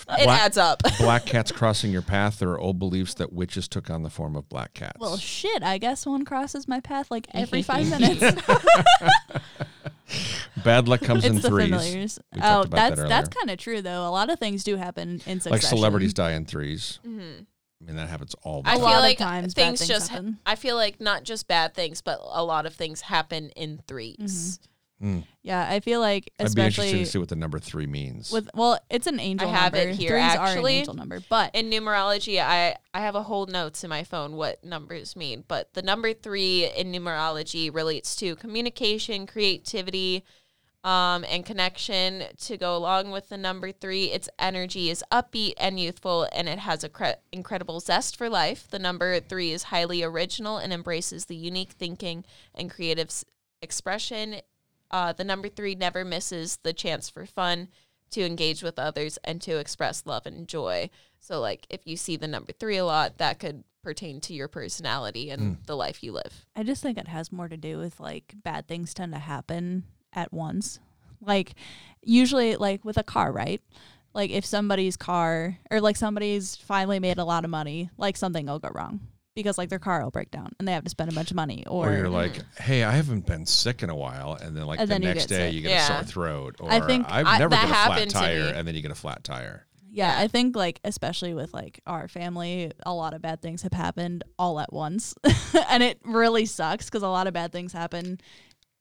[SPEAKER 4] It
[SPEAKER 2] What?
[SPEAKER 4] adds up.
[SPEAKER 2] black cats crossing your path. There are old beliefs that witches took on the form of black cats.
[SPEAKER 3] Well, shit. I guess one crosses my path like every five minutes.
[SPEAKER 2] Bad luck comes in
[SPEAKER 3] it's the
[SPEAKER 2] threes.
[SPEAKER 3] familiars.
[SPEAKER 2] We talked
[SPEAKER 3] oh,
[SPEAKER 2] about that
[SPEAKER 3] that's that's
[SPEAKER 2] earlier.
[SPEAKER 3] kind of true though. A lot of things do happen in succession.
[SPEAKER 2] Like celebrities die in 3s I mean, that happens all the
[SPEAKER 4] I
[SPEAKER 2] time.
[SPEAKER 4] feel
[SPEAKER 3] lot of
[SPEAKER 4] like
[SPEAKER 3] times bad
[SPEAKER 4] things,
[SPEAKER 3] things
[SPEAKER 4] just.
[SPEAKER 3] happen.
[SPEAKER 4] I feel like not just bad things, but a lot of things happen in 3s
[SPEAKER 3] Mm-hmm. Yeah, I feel like
[SPEAKER 2] I'd be interested
[SPEAKER 3] especially
[SPEAKER 2] to see what the number three means.
[SPEAKER 3] with well, it's an angel.
[SPEAKER 4] I have it
[SPEAKER 3] number.
[SPEAKER 4] here,
[SPEAKER 3] Threes are
[SPEAKER 4] actually.
[SPEAKER 3] an angel number, but
[SPEAKER 4] In numerology, I I have a whole notes in my phone what numbers mean, but the number three in numerology relates to communication, creativity, um, and connection to go along with the number three. Its energy is upbeat and youthful, and it has a cre- incredible zest for life. The number three is highly original and embraces the unique thinking and creative s- expression. Uh, the number three never misses the chance for fun, to engage with others, and to express love and joy. So, like, if you see the number three a lot, that could pertain to your personality and the life you live.
[SPEAKER 3] I just think it has more to do with like bad things tend to happen at once. Like usually like with a car, right? Like if somebody's car or like somebody's finally made a lot of money, like something will go wrong because like their car will break down and they have to spend a bunch of money
[SPEAKER 2] Or,
[SPEAKER 3] or,
[SPEAKER 2] Oh, you're like, hey, I haven't been sick in a while, and then like
[SPEAKER 3] And
[SPEAKER 2] the
[SPEAKER 3] then you
[SPEAKER 2] next
[SPEAKER 3] get
[SPEAKER 2] day
[SPEAKER 3] sick.
[SPEAKER 2] you get
[SPEAKER 4] Yeah.
[SPEAKER 2] a sore throat, or
[SPEAKER 3] I think
[SPEAKER 2] I've
[SPEAKER 4] I-
[SPEAKER 2] never
[SPEAKER 4] that
[SPEAKER 2] been a flat
[SPEAKER 4] happened to
[SPEAKER 2] tire,
[SPEAKER 4] me.
[SPEAKER 2] and then you get a flat tire.
[SPEAKER 3] yeah,
[SPEAKER 4] Yeah.
[SPEAKER 3] I think like especially with like our family, a lot of bad things have happened all at once. and it really sucks cuz a lot of bad things happen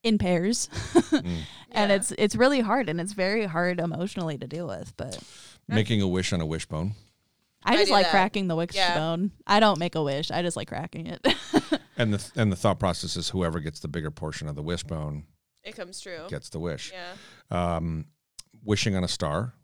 [SPEAKER 3] in pairs.
[SPEAKER 2] Mm.
[SPEAKER 3] and
[SPEAKER 4] Yeah.
[SPEAKER 3] it's it's really hard and it's very hard emotionally to deal with, but Mm.
[SPEAKER 2] Making a wish on a wishbone,
[SPEAKER 3] I
[SPEAKER 4] I
[SPEAKER 3] just
[SPEAKER 4] do
[SPEAKER 3] like
[SPEAKER 4] that.
[SPEAKER 3] cracking the wish
[SPEAKER 4] Yeah.
[SPEAKER 3] bone. I don't make a wish. I just like cracking it.
[SPEAKER 2] and the and the thought process is whoever gets the bigger portion of the wishbone
[SPEAKER 4] It comes
[SPEAKER 3] Oh.
[SPEAKER 4] true.
[SPEAKER 2] gets the wish.
[SPEAKER 4] Yeah.
[SPEAKER 2] Um, wishing on a star,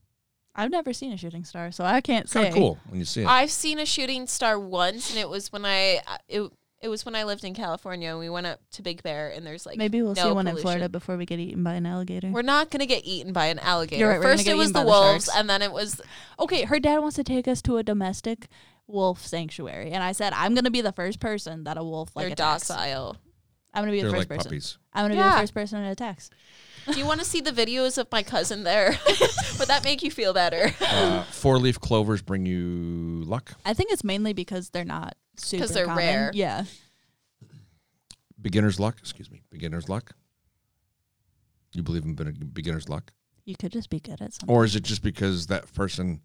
[SPEAKER 3] I've never seen a shooting star, so I can't
[SPEAKER 2] kind
[SPEAKER 3] say.
[SPEAKER 2] of cool when you see it.
[SPEAKER 4] I've seen a shooting star once, and it was when I it, it was when I lived in California, and we went up to Big Bear, and there's like
[SPEAKER 3] Maybe we'll
[SPEAKER 4] no
[SPEAKER 3] see one in
[SPEAKER 4] pollution.
[SPEAKER 3] Florida before we get eaten by an alligator.
[SPEAKER 4] We're not gonna get eaten by an alligator.
[SPEAKER 3] You're right, we're gonna
[SPEAKER 4] First,
[SPEAKER 3] get
[SPEAKER 4] it was
[SPEAKER 3] eaten by
[SPEAKER 4] the
[SPEAKER 3] the
[SPEAKER 4] wolves,
[SPEAKER 3] sharks.
[SPEAKER 4] and then it was
[SPEAKER 3] okay, her dad wants to take us to a domestic wolf sanctuary, and I said I'm gonna be the first person that a wolf like
[SPEAKER 4] they're
[SPEAKER 3] attacks.
[SPEAKER 4] docile.
[SPEAKER 3] I'm gonna be
[SPEAKER 2] They're
[SPEAKER 3] the
[SPEAKER 2] like
[SPEAKER 3] first person.
[SPEAKER 2] puppies.
[SPEAKER 3] I'm gonna be
[SPEAKER 4] Yeah.
[SPEAKER 3] the first person that attacks.
[SPEAKER 4] Do you want to see the videos of my cousin there? Would that make you feel better?
[SPEAKER 2] Uh, Four leaf clovers bring you luck.
[SPEAKER 3] I think it's mainly because they're not super.
[SPEAKER 4] they're
[SPEAKER 3] common.
[SPEAKER 4] rare.
[SPEAKER 3] Yeah.
[SPEAKER 2] Beginner's luck. Excuse me. Beginner's luck. You believe in begin- beginner's luck,
[SPEAKER 3] You could just be good at something.
[SPEAKER 2] or is it just because that person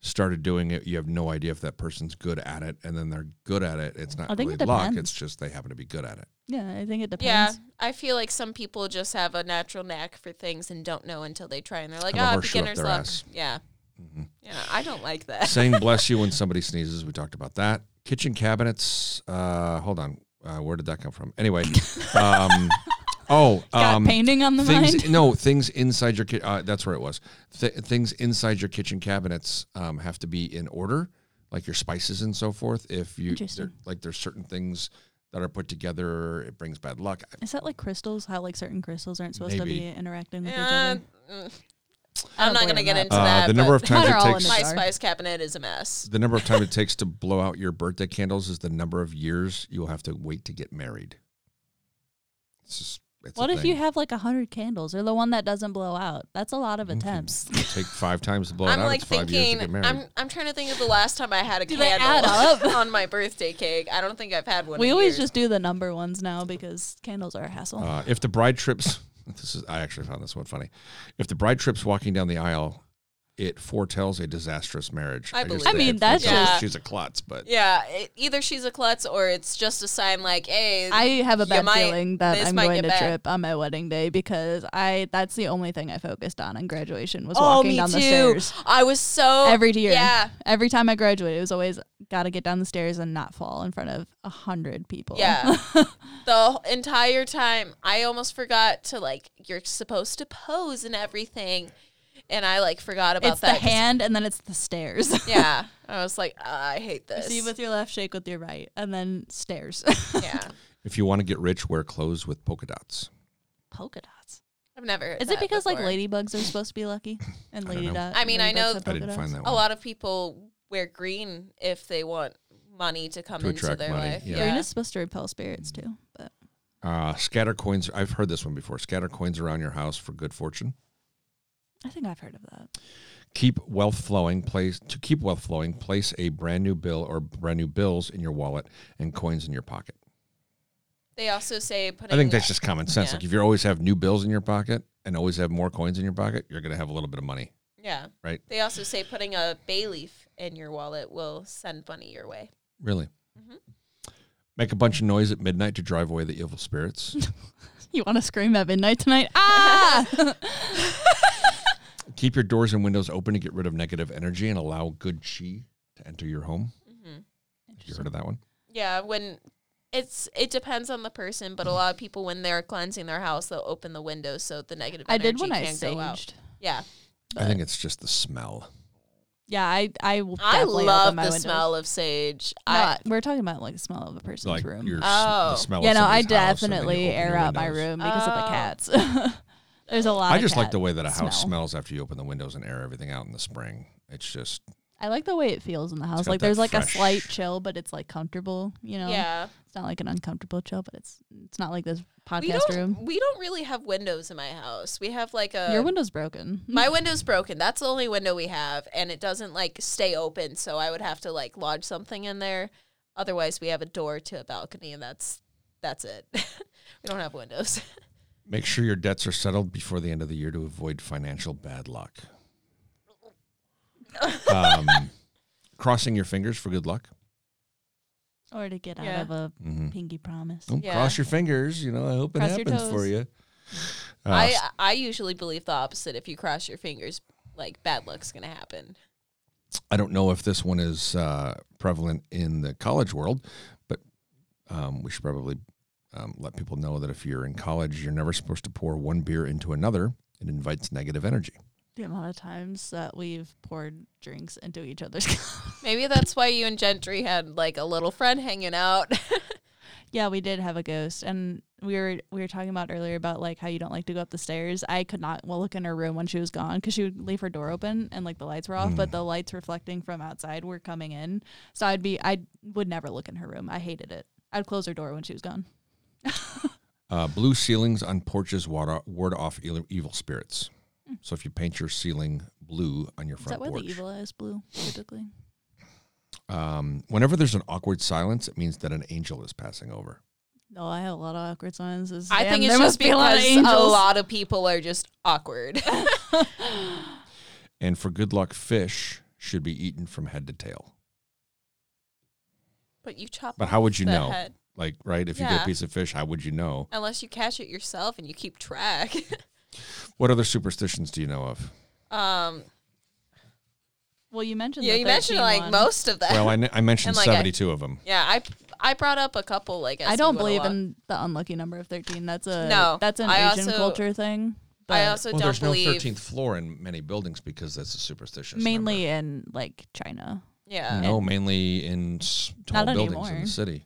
[SPEAKER 2] started doing it? You have no idea if that person's good at it, and then they're good at it. It's not
[SPEAKER 3] I think
[SPEAKER 2] really
[SPEAKER 3] it
[SPEAKER 2] luck.
[SPEAKER 3] depends.
[SPEAKER 2] It's just they happen to be good at it.
[SPEAKER 3] yeah, I think it depends.
[SPEAKER 4] yeah, I feel like some people just have a natural knack for things and don't know until they try, and they're like,
[SPEAKER 2] Have a
[SPEAKER 4] "Ah,
[SPEAKER 2] horseshoe up
[SPEAKER 4] beginner's
[SPEAKER 2] their
[SPEAKER 4] luck."
[SPEAKER 2] ass. Mm-hmm.
[SPEAKER 4] Yeah, yeah, I don't like that. Uh,
[SPEAKER 2] Saying bless you when somebody sneezes. We talked about that. Kitchen cabinets. Uh, hold on. Uh, where did that come from? Anyway. Um, oh.
[SPEAKER 3] Got
[SPEAKER 2] Um,
[SPEAKER 3] painting on the
[SPEAKER 2] things
[SPEAKER 3] mind.
[SPEAKER 2] no things inside your kitchen uh, that's where it was Th- things inside your kitchen cabinets um, have to be in order like your spices and so forth if you
[SPEAKER 3] Interesting.
[SPEAKER 2] there, like there's certain things that are put together it brings bad luck
[SPEAKER 3] Is that like crystals? How like certain crystals aren't supposed
[SPEAKER 2] Maybe.
[SPEAKER 3] to be interacting with each
[SPEAKER 4] Yeah,
[SPEAKER 3] other?
[SPEAKER 4] mm.
[SPEAKER 3] I
[SPEAKER 4] I'm
[SPEAKER 3] don't
[SPEAKER 4] not
[SPEAKER 3] believe
[SPEAKER 4] gonna
[SPEAKER 3] in
[SPEAKER 4] get
[SPEAKER 3] that.
[SPEAKER 4] into
[SPEAKER 2] Uh,
[SPEAKER 4] that.
[SPEAKER 2] the number
[SPEAKER 4] but
[SPEAKER 2] of times
[SPEAKER 3] Mine are all
[SPEAKER 2] it
[SPEAKER 3] in
[SPEAKER 2] takes
[SPEAKER 3] the
[SPEAKER 4] my
[SPEAKER 3] Sorry.
[SPEAKER 4] spice cabinet is a mess.
[SPEAKER 2] the number of time it takes to blow out your birthday candles is the number of years you will have to wait to get married it's just it's a
[SPEAKER 3] What if you
[SPEAKER 2] thing.
[SPEAKER 3] have like a hundred candles or the one that doesn't blow out? That's a lot of
[SPEAKER 2] Mhm.
[SPEAKER 3] attempts.
[SPEAKER 2] You take five times to blow
[SPEAKER 4] I'm
[SPEAKER 2] it out
[SPEAKER 4] like
[SPEAKER 2] it's five years to
[SPEAKER 4] thinking.
[SPEAKER 2] get married
[SPEAKER 4] I'm I'm trying to think of the last time I had a
[SPEAKER 3] Do they add
[SPEAKER 4] candle
[SPEAKER 3] up?
[SPEAKER 4] on my birthday cake. I don't think I've had one.
[SPEAKER 3] we
[SPEAKER 4] in
[SPEAKER 3] always
[SPEAKER 4] years.
[SPEAKER 3] just do the number ones now because candles are a hassle.
[SPEAKER 2] Uh, if the bride trips, this is I actually found this one funny. If the bride trips walking down the aisle, it foretells a disastrous marriage.
[SPEAKER 4] I
[SPEAKER 2] used
[SPEAKER 4] believe
[SPEAKER 2] to
[SPEAKER 4] I
[SPEAKER 3] mean,
[SPEAKER 2] hate
[SPEAKER 3] that's
[SPEAKER 2] foretells.
[SPEAKER 4] just-
[SPEAKER 2] she's a klutz, but
[SPEAKER 4] yeah. It, either she's a klutz or it's just a sign like, hey,
[SPEAKER 3] I have a
[SPEAKER 4] you
[SPEAKER 3] bad
[SPEAKER 4] might-
[SPEAKER 3] feeling that
[SPEAKER 4] this
[SPEAKER 3] I'm
[SPEAKER 4] might
[SPEAKER 3] going
[SPEAKER 4] get
[SPEAKER 3] to
[SPEAKER 4] bad.
[SPEAKER 3] trip on my wedding day because I that's the only thing I focused on on graduation was
[SPEAKER 4] Oh,
[SPEAKER 3] walking
[SPEAKER 4] me
[SPEAKER 3] down
[SPEAKER 4] too.
[SPEAKER 3] the stairs.
[SPEAKER 4] I was so
[SPEAKER 3] Every year.
[SPEAKER 4] Yeah,
[SPEAKER 3] Every time I graduated, it was always gotta get down the stairs and not fall in front of a hundred people.
[SPEAKER 4] Yeah. the entire time I almost forgot to like you're supposed to pose and everything and I like forgot about
[SPEAKER 3] it's the
[SPEAKER 4] that. 'cause-
[SPEAKER 3] hand and then it's the stairs.
[SPEAKER 4] Yeah. I was like, "Ah, I hate this.
[SPEAKER 3] See with your left, shake with your right, and then stairs.
[SPEAKER 4] yeah.
[SPEAKER 2] if you want to get rich, wear clothes with polka dots.
[SPEAKER 3] polka dots.
[SPEAKER 4] I've never heard
[SPEAKER 3] Is it
[SPEAKER 4] that
[SPEAKER 3] because like
[SPEAKER 4] before.
[SPEAKER 3] ladybugs are supposed to be lucky and
[SPEAKER 2] I don't
[SPEAKER 3] lady
[SPEAKER 2] know.
[SPEAKER 3] dot?
[SPEAKER 4] I mean, I
[SPEAKER 3] ladybugs
[SPEAKER 4] know-
[SPEAKER 3] have
[SPEAKER 2] I
[SPEAKER 3] polka
[SPEAKER 2] didn't
[SPEAKER 3] dots?
[SPEAKER 2] find that
[SPEAKER 4] a
[SPEAKER 2] one.
[SPEAKER 4] lot of people wear green if they want money to come
[SPEAKER 2] To
[SPEAKER 4] into
[SPEAKER 2] attract
[SPEAKER 4] their
[SPEAKER 2] money,
[SPEAKER 4] life.
[SPEAKER 2] yeah.
[SPEAKER 3] Green
[SPEAKER 4] Yeah.
[SPEAKER 3] is supposed to repel spirits too, but
[SPEAKER 2] Uh, scatter coins. I've heard this one before. Scatter coins around your house for good fortune.
[SPEAKER 3] I think I've heard of that.
[SPEAKER 2] Keep wealth flowing. Place to keep wealth flowing. Place a brand new bill or brand new bills in your wallet and coins in your pocket.
[SPEAKER 4] They also say putting
[SPEAKER 2] I think that's just common sense.
[SPEAKER 4] Yeah.
[SPEAKER 2] Like if you always have new bills in your pocket and always have more coins in your pocket, you're going to have a little bit of money.
[SPEAKER 4] Yeah.
[SPEAKER 2] right.
[SPEAKER 4] They also say putting a bay leaf in your wallet will send money your way.
[SPEAKER 2] Really?
[SPEAKER 4] Mhm.
[SPEAKER 3] Mm-hmm.
[SPEAKER 2] Make a bunch of noise at midnight to drive away the evil spirits.
[SPEAKER 3] You want to scream at midnight tonight? Ah!
[SPEAKER 2] Keep your doors and windows open to get rid of negative energy and
[SPEAKER 3] Mm-hmm.
[SPEAKER 2] allow good chi to enter your home.
[SPEAKER 4] Mhm.
[SPEAKER 2] You heard of that one?
[SPEAKER 4] Yeah, when It's it depends on the person, but a lot of people when they're cleansing their house, they'll open the windows so the negative
[SPEAKER 3] I
[SPEAKER 4] energy
[SPEAKER 3] did when I
[SPEAKER 4] can go out.
[SPEAKER 3] saged.
[SPEAKER 4] Yeah,
[SPEAKER 2] I think it's just the smell.
[SPEAKER 3] Yeah, I I will.
[SPEAKER 4] I
[SPEAKER 3] definitely
[SPEAKER 4] love
[SPEAKER 3] open my
[SPEAKER 4] the
[SPEAKER 3] windows.
[SPEAKER 4] smell of sage.
[SPEAKER 3] Not, we're talking about like the smell of a person's
[SPEAKER 2] Like
[SPEAKER 3] room.
[SPEAKER 2] your s-
[SPEAKER 4] Oh.
[SPEAKER 2] the smell
[SPEAKER 3] yeah,
[SPEAKER 2] of
[SPEAKER 3] no, I
[SPEAKER 2] somebody's house and then you
[SPEAKER 3] definitely
[SPEAKER 2] open
[SPEAKER 3] air
[SPEAKER 2] your
[SPEAKER 3] out my
[SPEAKER 2] windows.
[SPEAKER 3] room because of the
[SPEAKER 4] Oh.
[SPEAKER 3] cats. There's a lot.
[SPEAKER 2] I
[SPEAKER 3] of
[SPEAKER 2] just like the
[SPEAKER 3] cat
[SPEAKER 2] way that a house
[SPEAKER 3] smell.
[SPEAKER 2] smells after you open the windows and air everything out in the spring. It's just
[SPEAKER 3] I like the way it feels in the house.
[SPEAKER 2] got
[SPEAKER 3] Like
[SPEAKER 2] that
[SPEAKER 3] there's like a
[SPEAKER 2] fresh-
[SPEAKER 3] slight chill, but it's like comfortable. You know,
[SPEAKER 4] I yeah.
[SPEAKER 3] it's not like an uncomfortable chill, but it's it's not like this
[SPEAKER 4] We
[SPEAKER 3] podcast
[SPEAKER 4] don't
[SPEAKER 3] room.
[SPEAKER 4] we don't really have windows in my house. We have like a
[SPEAKER 3] Your window's broken.
[SPEAKER 4] my window's broken. That's the only window we have, and it doesn't like stay open. So I would have to like lodge something in there. Otherwise, we have a door to a balcony, and that's that's it. we don't have windows.
[SPEAKER 2] make sure your debts are settled before the end of the year to avoid financial bad luck. um, crossing your fingers for good luck.
[SPEAKER 3] or to get
[SPEAKER 4] Yeah.
[SPEAKER 3] out of a
[SPEAKER 2] Mhm.
[SPEAKER 3] pinky promise.
[SPEAKER 2] Don't
[SPEAKER 4] Yeah.
[SPEAKER 2] Cross your fingers. You know, I hope it
[SPEAKER 3] Cross your
[SPEAKER 2] happens for
[SPEAKER 3] toes. Mm-hmm.
[SPEAKER 2] you. Uh,
[SPEAKER 4] I I usually believe the opposite. If you cross your fingers, like bad luck's gonna happen.
[SPEAKER 2] I don't know if this one is uh, prevalent in the college world, but um, we should probably um, let people know that if you're in college, you're never supposed to pour one beer into another. It invites negative energy.
[SPEAKER 3] The amount of times that we've poured drinks into each other's cups.
[SPEAKER 4] Maybe that's why you and Gentry had like a little friend hanging out.
[SPEAKER 3] yeah, we did have a ghost, and we were we were talking about earlier about like how you don't like to go up the stairs. I could not well look in her room when she was gone because she would leave her door open and like the lights were off, but the lights reflecting from outside were coming in. So I'd be I would never look in her room. I hated it. I'd close her door when she was gone.
[SPEAKER 2] Uh, blue ceilings on porches ward, ward off eel- evil spirits. So if you paint your ceiling blue on your
[SPEAKER 3] Hmm. Is that
[SPEAKER 2] front
[SPEAKER 3] why
[SPEAKER 2] porch,
[SPEAKER 3] the evil eye is blue typically?
[SPEAKER 2] um, whenever there's an awkward silence, it means that an angel is passing over.
[SPEAKER 3] No, I have a lot of awkward silences.
[SPEAKER 4] I
[SPEAKER 3] Damn,
[SPEAKER 4] think it's
[SPEAKER 3] there must
[SPEAKER 4] just
[SPEAKER 3] be a lot of
[SPEAKER 4] because a
[SPEAKER 3] angels.
[SPEAKER 4] lot of people are just awkward.
[SPEAKER 2] And for good luck, fish should be eaten from head to tail.
[SPEAKER 4] but you chop.
[SPEAKER 2] But how would
[SPEAKER 4] off
[SPEAKER 2] you
[SPEAKER 4] the
[SPEAKER 2] know?
[SPEAKER 4] head.
[SPEAKER 2] Like, right? If you get
[SPEAKER 4] Yeah.
[SPEAKER 2] a piece of fish, how would you know?
[SPEAKER 4] Unless you catch it yourself and you keep track.
[SPEAKER 2] What other superstitions do you know of?
[SPEAKER 4] um,
[SPEAKER 3] Well, you mentioned
[SPEAKER 4] yeah,
[SPEAKER 3] the
[SPEAKER 4] you mentioned
[SPEAKER 3] 13
[SPEAKER 4] like
[SPEAKER 3] one.
[SPEAKER 4] most of them.
[SPEAKER 2] Well, I, kn- I mentioned
[SPEAKER 4] And,
[SPEAKER 3] Oh
[SPEAKER 4] like, I-
[SPEAKER 2] 72 of them.
[SPEAKER 4] yeah, I I brought up a couple. Like
[SPEAKER 3] I don't believe in the unlucky number of thirteen. That's a
[SPEAKER 4] No,
[SPEAKER 3] That's an
[SPEAKER 4] I
[SPEAKER 3] Asian
[SPEAKER 4] also-
[SPEAKER 3] culture thing.
[SPEAKER 4] I
[SPEAKER 3] but
[SPEAKER 4] also
[SPEAKER 2] Well,
[SPEAKER 4] don't
[SPEAKER 2] there's
[SPEAKER 4] believe.
[SPEAKER 2] no 13th floor in many buildings because that's a superstitious.
[SPEAKER 3] mainly in like China.
[SPEAKER 4] Yeah.
[SPEAKER 2] number. No, mainly in s- tall
[SPEAKER 3] Not
[SPEAKER 2] buildings in
[SPEAKER 3] anymore.
[SPEAKER 2] the city.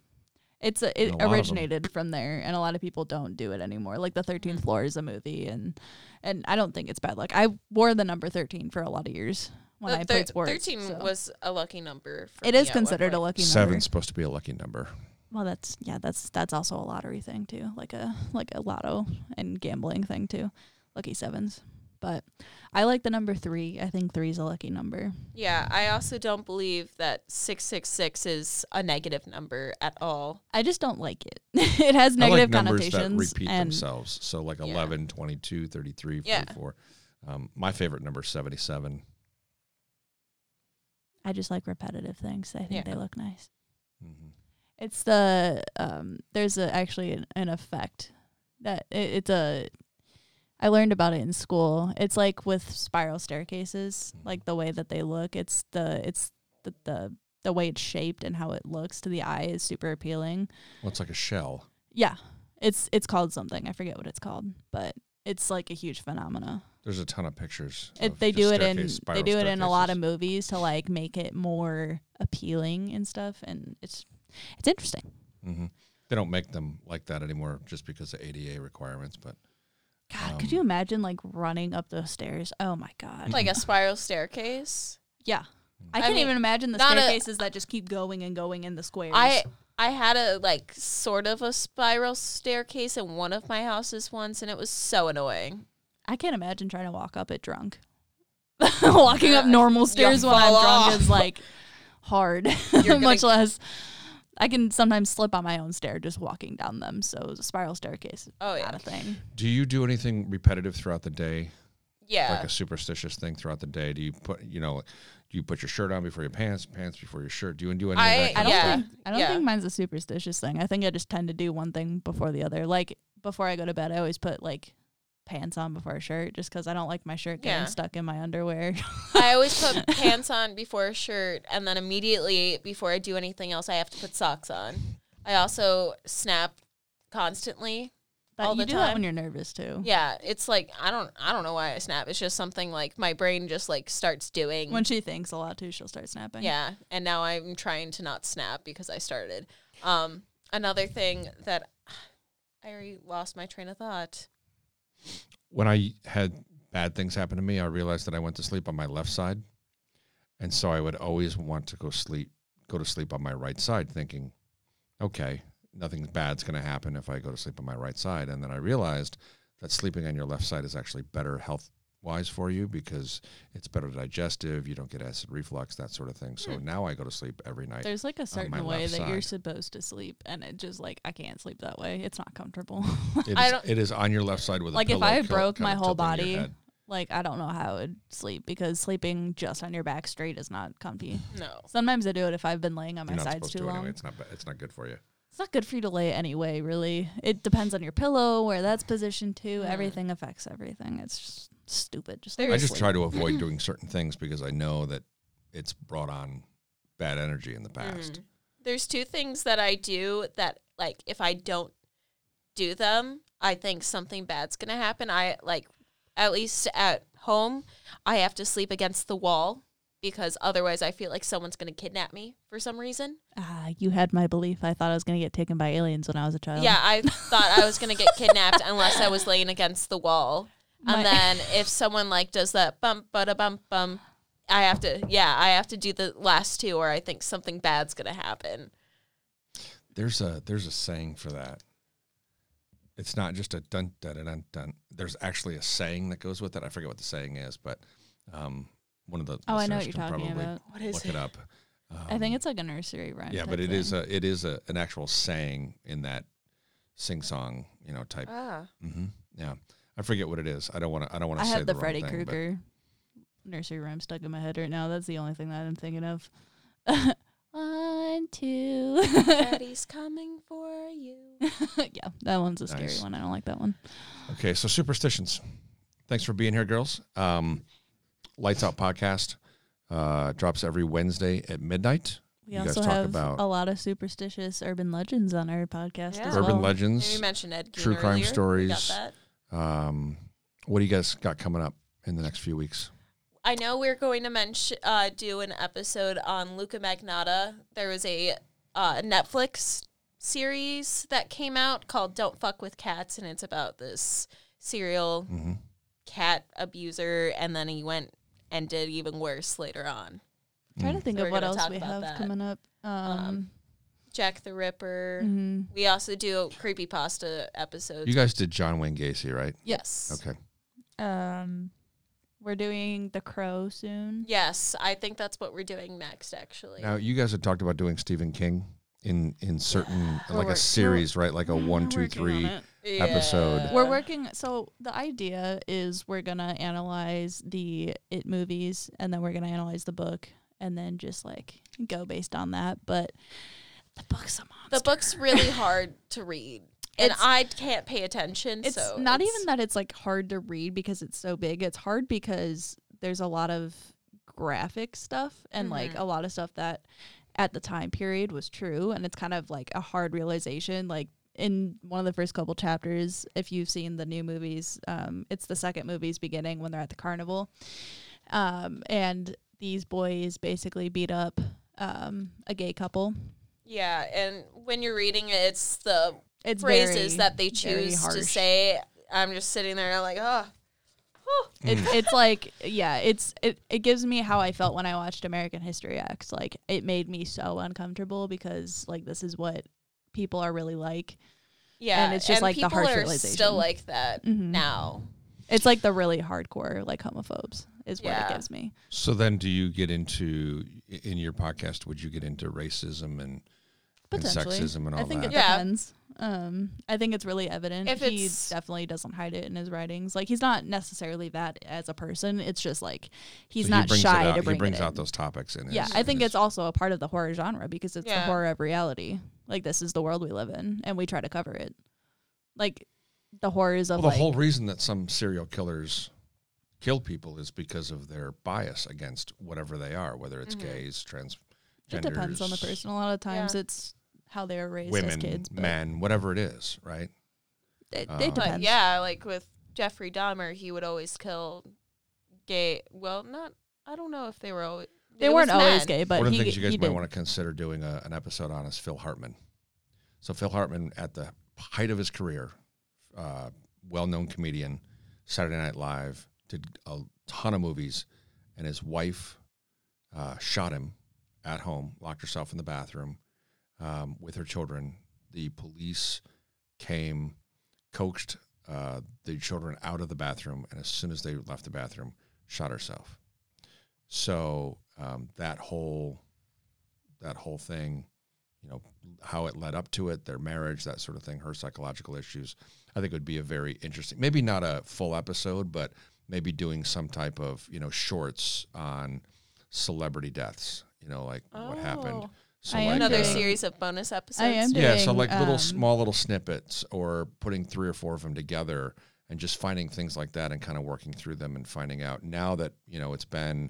[SPEAKER 3] It's a, it
[SPEAKER 2] A lot of 'em.
[SPEAKER 3] originated from there, and a lot of people don't do it anymore. Like the
[SPEAKER 4] Mm.
[SPEAKER 3] thirteenth floor is a movie, and and I don't think it's bad luck. I wore the number thirteen for a lot of years when
[SPEAKER 4] The
[SPEAKER 3] I
[SPEAKER 4] thir-
[SPEAKER 3] played sports.
[SPEAKER 4] Thirteen
[SPEAKER 3] so.
[SPEAKER 4] was a lucky number. For
[SPEAKER 3] It
[SPEAKER 4] me
[SPEAKER 3] is
[SPEAKER 4] at one
[SPEAKER 3] considered a
[SPEAKER 4] point.
[SPEAKER 3] lucky number.
[SPEAKER 2] Seven's supposed to be a lucky number.
[SPEAKER 3] Well, that's yeah, that's that's also a lottery thing too, like a like a lotto and gambling thing too, lucky sevens. But I like the number three. I think three's a lucky number.
[SPEAKER 4] Yeah, I also don't believe that six six six is a negative number at all.
[SPEAKER 3] I just don't like it. it has negative
[SPEAKER 2] I like numbers that
[SPEAKER 3] connotations.
[SPEAKER 2] repeat
[SPEAKER 3] and
[SPEAKER 2] themselves. So like
[SPEAKER 4] Yeah.
[SPEAKER 2] 11, 22, 33,
[SPEAKER 4] Yeah.
[SPEAKER 2] 44. Um, my favorite number is 77.
[SPEAKER 3] I just like repetitive things. I think
[SPEAKER 4] Yeah.
[SPEAKER 3] they look nice.
[SPEAKER 2] Mhm.
[SPEAKER 3] It's the um. There's a, actually an, an effect that it, it's a. I learned about it in school. It's like with spiral staircases,
[SPEAKER 2] Mm-hmm.
[SPEAKER 3] like the way that they look. It's the it's the the, the way it's shaped and how it looks to the eye is super appealing.
[SPEAKER 2] Well, it's like a shell.
[SPEAKER 3] Yeah, it's it's called something. I forget what it's called, but it's like a huge phenomena.
[SPEAKER 2] There's a ton of pictures.
[SPEAKER 3] it,
[SPEAKER 2] of
[SPEAKER 3] they
[SPEAKER 2] just
[SPEAKER 3] do it in
[SPEAKER 2] staircase- spiral
[SPEAKER 3] they do it in a lot of
[SPEAKER 2] staircases.
[SPEAKER 3] movies to like make it more appealing and stuff and it's it's interesting
[SPEAKER 2] Mhm. They don't make them like that anymore just because of ADA requirements, but
[SPEAKER 3] god could you imagine like running up those stairs oh my god
[SPEAKER 4] Like a spiral staircase.
[SPEAKER 3] yeah
[SPEAKER 4] I
[SPEAKER 3] i can't
[SPEAKER 4] mean,
[SPEAKER 3] even imagine the
[SPEAKER 4] not a-
[SPEAKER 3] staircases that just keep going and going in the squares
[SPEAKER 4] I I had a like sort of a spiral staircase in one of my houses once, and it was so annoying.
[SPEAKER 3] i can't imagine trying to walk up it drunk walking up normal stairs when i'm
[SPEAKER 4] fall
[SPEAKER 3] drunk
[SPEAKER 4] off.
[SPEAKER 3] is like hard
[SPEAKER 4] gonna-
[SPEAKER 3] much less I can sometimes slip on my own stair just walking down them. So the spiral staircase, is
[SPEAKER 4] Oh,
[SPEAKER 3] not
[SPEAKER 4] yeah.
[SPEAKER 3] a thing.
[SPEAKER 2] do you do anything repetitive throughout the day?
[SPEAKER 4] Yeah,
[SPEAKER 2] like a superstitious thing throughout the day? Do you put you know, do you put your shirt on before your pants, pants before your shirt? Do you do any
[SPEAKER 4] I-
[SPEAKER 2] of that?
[SPEAKER 3] I
[SPEAKER 2] kind
[SPEAKER 3] don't
[SPEAKER 2] of
[SPEAKER 4] Yeah.
[SPEAKER 3] think I don't
[SPEAKER 4] Yeah.
[SPEAKER 3] think mine's a superstitious thing. I think I just tend to do one thing before the other. Like before I go to bed, I always put like pants on before a shirt just because I don't like my shirt getting
[SPEAKER 4] Yeah.
[SPEAKER 3] stuck in my underwear.
[SPEAKER 4] I always put pants on before a shirt, and then immediately before I do anything else, I have to put socks on. I also snap constantly.
[SPEAKER 3] That-
[SPEAKER 4] all
[SPEAKER 3] you
[SPEAKER 4] the
[SPEAKER 3] do that
[SPEAKER 4] time.
[SPEAKER 3] when you're nervous too.
[SPEAKER 4] Yeah, it's like I don't I don't know why I snap. It's just something like my brain just like starts doing.
[SPEAKER 3] When she thinks a lot too, she'll start snapping.
[SPEAKER 4] yeah, and now I'm trying to not snap because I started. Um another thing that I already lost my train of thought.
[SPEAKER 2] when I had bad things happen to me, I realized that I went to sleep on my left side, and so I would always want to go sleep, go to sleep on my right side, thinking, okay, nothing bad's going to happen if I go to sleep on my right side. And then I realized that sleeping on your left side is actually better health wise for you because it's better digestive. You don't get acid reflux, that sort of thing. So
[SPEAKER 3] Hmm.
[SPEAKER 2] now I go to sleep every night.
[SPEAKER 3] There's like a
[SPEAKER 2] my
[SPEAKER 3] certain way
[SPEAKER 2] left
[SPEAKER 3] that you're
[SPEAKER 2] side.
[SPEAKER 3] supposed to sleep, and it just like I can't sleep that way. It's not comfortable.
[SPEAKER 2] It
[SPEAKER 4] I
[SPEAKER 2] is,
[SPEAKER 4] don't-
[SPEAKER 2] it is on your left side with a
[SPEAKER 3] like if
[SPEAKER 2] pillow
[SPEAKER 3] I had
[SPEAKER 2] kilt-
[SPEAKER 3] broke
[SPEAKER 2] kinda
[SPEAKER 3] my whole
[SPEAKER 2] tilting your
[SPEAKER 3] body,
[SPEAKER 2] head.
[SPEAKER 3] like I don't know how I would sleep because sleeping just on your back straight is not comfy.
[SPEAKER 4] No.
[SPEAKER 3] Sometimes I do it if I've been laying on my
[SPEAKER 2] You're not
[SPEAKER 3] sides
[SPEAKER 2] supposed
[SPEAKER 3] too
[SPEAKER 2] to
[SPEAKER 3] long.
[SPEAKER 2] anyway. It's not. ba- It's not good for you.
[SPEAKER 3] It's not good for you to lay anyway, really. It depends on your pillow, where that's positioned to. Everything affects everything. It's just stupid. Just
[SPEAKER 2] I just try to avoid doing certain things because I know that it's brought on bad energy
[SPEAKER 3] Mm.
[SPEAKER 2] in the past.
[SPEAKER 4] There's two things that I do that like if I don't do them, I think something bad's going to happen. I like at least at home, I have to sleep against the wall because otherwise I feel like someone's going to kidnap me for some reason.
[SPEAKER 3] Ah, you had my belief. I thought I was going to get taken by aliens when I was a child.
[SPEAKER 4] Yeah, I thought I was going to get kidnapped unless I was laying against the wall.
[SPEAKER 3] My-
[SPEAKER 4] And then if someone like does that bump bada bump bump, I have to yeah, I have to do the last two or I think something bad's going to happen.
[SPEAKER 2] There's a there's a saying for that. It's not just a dun dun dun, dun dun. There's actually a saying that goes with it. I forget what the saying is, but um, one of the
[SPEAKER 3] Oh, I know
[SPEAKER 2] listeners
[SPEAKER 3] what you're
[SPEAKER 2] can
[SPEAKER 3] talking
[SPEAKER 2] probably
[SPEAKER 3] about.
[SPEAKER 4] What is
[SPEAKER 2] look
[SPEAKER 4] it?
[SPEAKER 2] it up. Um,
[SPEAKER 3] I think it's like a nursery rhyme.
[SPEAKER 2] yeah, but it is uh, a it is a, an actual saying in that sing song you know
[SPEAKER 3] Uh,
[SPEAKER 2] type.
[SPEAKER 4] Ah.
[SPEAKER 2] hmm Yeah, I forget what it is. I don't want to. I don't want
[SPEAKER 3] I
[SPEAKER 2] to say
[SPEAKER 3] have the
[SPEAKER 2] wrong
[SPEAKER 3] Freddy
[SPEAKER 2] thing, but-
[SPEAKER 3] Krueger nursery rhyme stuck in my head right now. That's the only thing that I'm thinking of. one, two.
[SPEAKER 4] Daddy's coming for you.
[SPEAKER 3] yeah, that one's a scary
[SPEAKER 2] Nice.
[SPEAKER 3] one. I don't like that one.
[SPEAKER 2] Okay, so superstitions. Thanks for being here, girls. Um, Lights Out podcast uh, drops every Wednesday at midnight.
[SPEAKER 3] We
[SPEAKER 2] You guys
[SPEAKER 3] also
[SPEAKER 2] talk
[SPEAKER 3] have
[SPEAKER 2] about-
[SPEAKER 3] a lot of superstitious urban legends on our podcast
[SPEAKER 4] Yeah.
[SPEAKER 3] as well.
[SPEAKER 2] Urban
[SPEAKER 4] You
[SPEAKER 2] legends.
[SPEAKER 4] mentioned Ed Gein
[SPEAKER 2] True crime
[SPEAKER 4] earlier. We got
[SPEAKER 2] stories.
[SPEAKER 4] that.
[SPEAKER 2] Um, what do you guys got coming up in the next few weeks?
[SPEAKER 4] I know we're going to mention uh, do an episode on Luca Magnotta. There was a uh, Netflix series that came out called "Don't Fuck with Cats," and it's about this serial
[SPEAKER 2] hmm
[SPEAKER 4] cat abuser, and then he went and did even worse later on.
[SPEAKER 2] Mm-hmm.
[SPEAKER 3] trying to
[SPEAKER 2] Mm.
[SPEAKER 3] think
[SPEAKER 4] So
[SPEAKER 3] of
[SPEAKER 4] we're
[SPEAKER 3] what
[SPEAKER 4] gonna
[SPEAKER 3] else
[SPEAKER 4] talk
[SPEAKER 3] we
[SPEAKER 4] about
[SPEAKER 3] have
[SPEAKER 4] that.
[SPEAKER 3] coming up. Um,
[SPEAKER 4] Jack the Ripper.
[SPEAKER 3] mhm.
[SPEAKER 4] We also do creepy pasta episodes.
[SPEAKER 2] You guys did John Wayne Gacy, right?
[SPEAKER 4] yes.
[SPEAKER 2] Okay.
[SPEAKER 3] um, we're doing The Crow soon.
[SPEAKER 4] Yes, I think that's what we're doing next. Actually.
[SPEAKER 2] Now you guys had talked about doing Stephen King in in certain
[SPEAKER 3] We're
[SPEAKER 2] like
[SPEAKER 3] work-
[SPEAKER 2] a series, right? Like a one, two, three. episode.
[SPEAKER 4] Yeah.
[SPEAKER 3] We're working. So the idea is we're gonna analyze the it movies, and then we're gonna analyze the book, and then just like go based on that. But the book's a monster.
[SPEAKER 4] The book's really hard to read, and
[SPEAKER 3] It's-
[SPEAKER 4] I can't pay attention.
[SPEAKER 3] it's
[SPEAKER 4] so
[SPEAKER 3] not even that it's like hard to read because it's so big. It's hard because there's a lot of graphic stuff and like
[SPEAKER 4] Mhm.
[SPEAKER 3] a lot of stuff that at the time period was true and it's kind of like a hard realization like in one of the first couple chapters if you've seen the new movies um it's the second movie's beginning when they're at the carnival um and these boys basically beat up um a gay couple
[SPEAKER 4] Yeah, and when you're reading it, it's the
[SPEAKER 3] it's very-
[SPEAKER 4] phrases that
[SPEAKER 3] very
[SPEAKER 4] they choose to
[SPEAKER 3] harsh.
[SPEAKER 4] say. I'm just sitting there like, oh,
[SPEAKER 3] It,
[SPEAKER 2] Mm.
[SPEAKER 3] it's like yeah it's it, it gives me how i felt when i watched american history x like it made me so uncomfortable because like this is what people are really like
[SPEAKER 4] yeah.
[SPEAKER 3] And it's just like the
[SPEAKER 4] people
[SPEAKER 3] harsh
[SPEAKER 4] are
[SPEAKER 3] realization.
[SPEAKER 4] still like that
[SPEAKER 3] Mhm.
[SPEAKER 4] now.
[SPEAKER 3] it's like the really hardcore like homophobes is what
[SPEAKER 4] Yeah.
[SPEAKER 3] it gives me
[SPEAKER 2] So then, do you get into i- in your podcast? Would you get into racism and, and
[SPEAKER 3] Potentially.
[SPEAKER 2] sexism and all
[SPEAKER 3] i think
[SPEAKER 2] that?
[SPEAKER 3] it
[SPEAKER 4] Yeah.
[SPEAKER 3] depends um i think it's really evident
[SPEAKER 4] If
[SPEAKER 3] he
[SPEAKER 4] it's-
[SPEAKER 3] definitely doesn't hide it in his writings like he's not necessarily that as a person it's just like he's
[SPEAKER 2] So he
[SPEAKER 3] not
[SPEAKER 2] brings it
[SPEAKER 3] shy
[SPEAKER 2] out-
[SPEAKER 3] to bring
[SPEAKER 2] He brings
[SPEAKER 3] it in.
[SPEAKER 2] out those topics in.
[SPEAKER 3] Yeah,
[SPEAKER 2] his-
[SPEAKER 3] I
[SPEAKER 2] in
[SPEAKER 3] think
[SPEAKER 2] his-
[SPEAKER 3] it's also a part of the horror genre because it's
[SPEAKER 4] Yeah.
[SPEAKER 3] the horror of reality. Like this is the world we live in, and we try to cover it. Like the horrors of
[SPEAKER 2] Well, the
[SPEAKER 3] like,
[SPEAKER 2] whole reason that some serial killers kill people is because of their bias
[SPEAKER 3] Mm-hmm.
[SPEAKER 2] against whatever they are, whether it's gays, transgenders.
[SPEAKER 3] it depends on the person. A lot of times it's how they were raised as
[SPEAKER 2] women,
[SPEAKER 3] kids. but-
[SPEAKER 2] men, whatever it is, right?
[SPEAKER 3] It,
[SPEAKER 2] Uh,
[SPEAKER 3] it
[SPEAKER 2] But
[SPEAKER 4] But
[SPEAKER 3] depends.
[SPEAKER 4] yeah, like with Jeffrey Dahmer, he would always kill gay. Well, not. I don't know if they were always.
[SPEAKER 3] They
[SPEAKER 4] it was
[SPEAKER 3] weren't always
[SPEAKER 4] men.
[SPEAKER 3] gay, but
[SPEAKER 2] One of
[SPEAKER 3] he,
[SPEAKER 2] the things you
[SPEAKER 3] he
[SPEAKER 2] guys might
[SPEAKER 3] did.
[SPEAKER 2] want to consider doing a, an episode on is Phil Hartman. So Phil Hartman, at the height of his career, uh, well-known comedian, Saturday Night Live, did a ton of movies, and his wife uh, shot him at home, locked herself in the bathroom um, with her children. The police came, coaxed uh, the children out of the bathroom, and as soon as they left the bathroom, shot herself. So um, that whole that whole thing, you know, how it led up to it, their marriage, that sort of thing, her psychological issues. I think would be a very interesting, maybe not a full episode, but maybe doing some type of you know shorts on celebrity deaths. You know, like what happened.
[SPEAKER 4] Oh.
[SPEAKER 2] So
[SPEAKER 3] I am
[SPEAKER 2] like,
[SPEAKER 4] Another
[SPEAKER 2] uh,
[SPEAKER 4] series of bonus episodes.
[SPEAKER 3] I am
[SPEAKER 2] yeah, so
[SPEAKER 3] doing,
[SPEAKER 2] like little
[SPEAKER 3] um,
[SPEAKER 2] small little snippets or putting three or four of them together and just finding things like that and kind of working through them and finding out now that, you know, it's been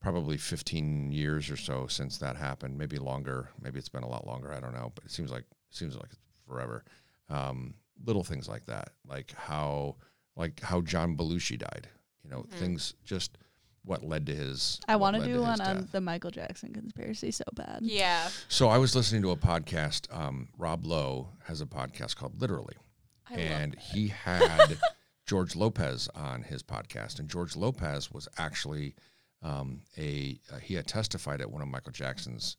[SPEAKER 2] probably 15 years or so since that happened, maybe longer, maybe it's been a lot longer, I don't know, but it seems like seems like it's forever. Um, little things like that, like how like how John Belushi died, you know, things just what led to his
[SPEAKER 3] Mm-hmm. I
[SPEAKER 2] what
[SPEAKER 3] want to
[SPEAKER 2] led
[SPEAKER 3] do
[SPEAKER 2] his
[SPEAKER 3] one on
[SPEAKER 2] death.
[SPEAKER 3] the Michael Jackson conspiracy so bad.
[SPEAKER 4] Yeah.
[SPEAKER 2] So I was listening to a podcast. Um, Rob Lowe has a podcast called Literally,
[SPEAKER 4] I
[SPEAKER 2] and he had George Lopez on his podcast, and George Lopez was actually um, a uh, he had testified at one of Michael Jackson's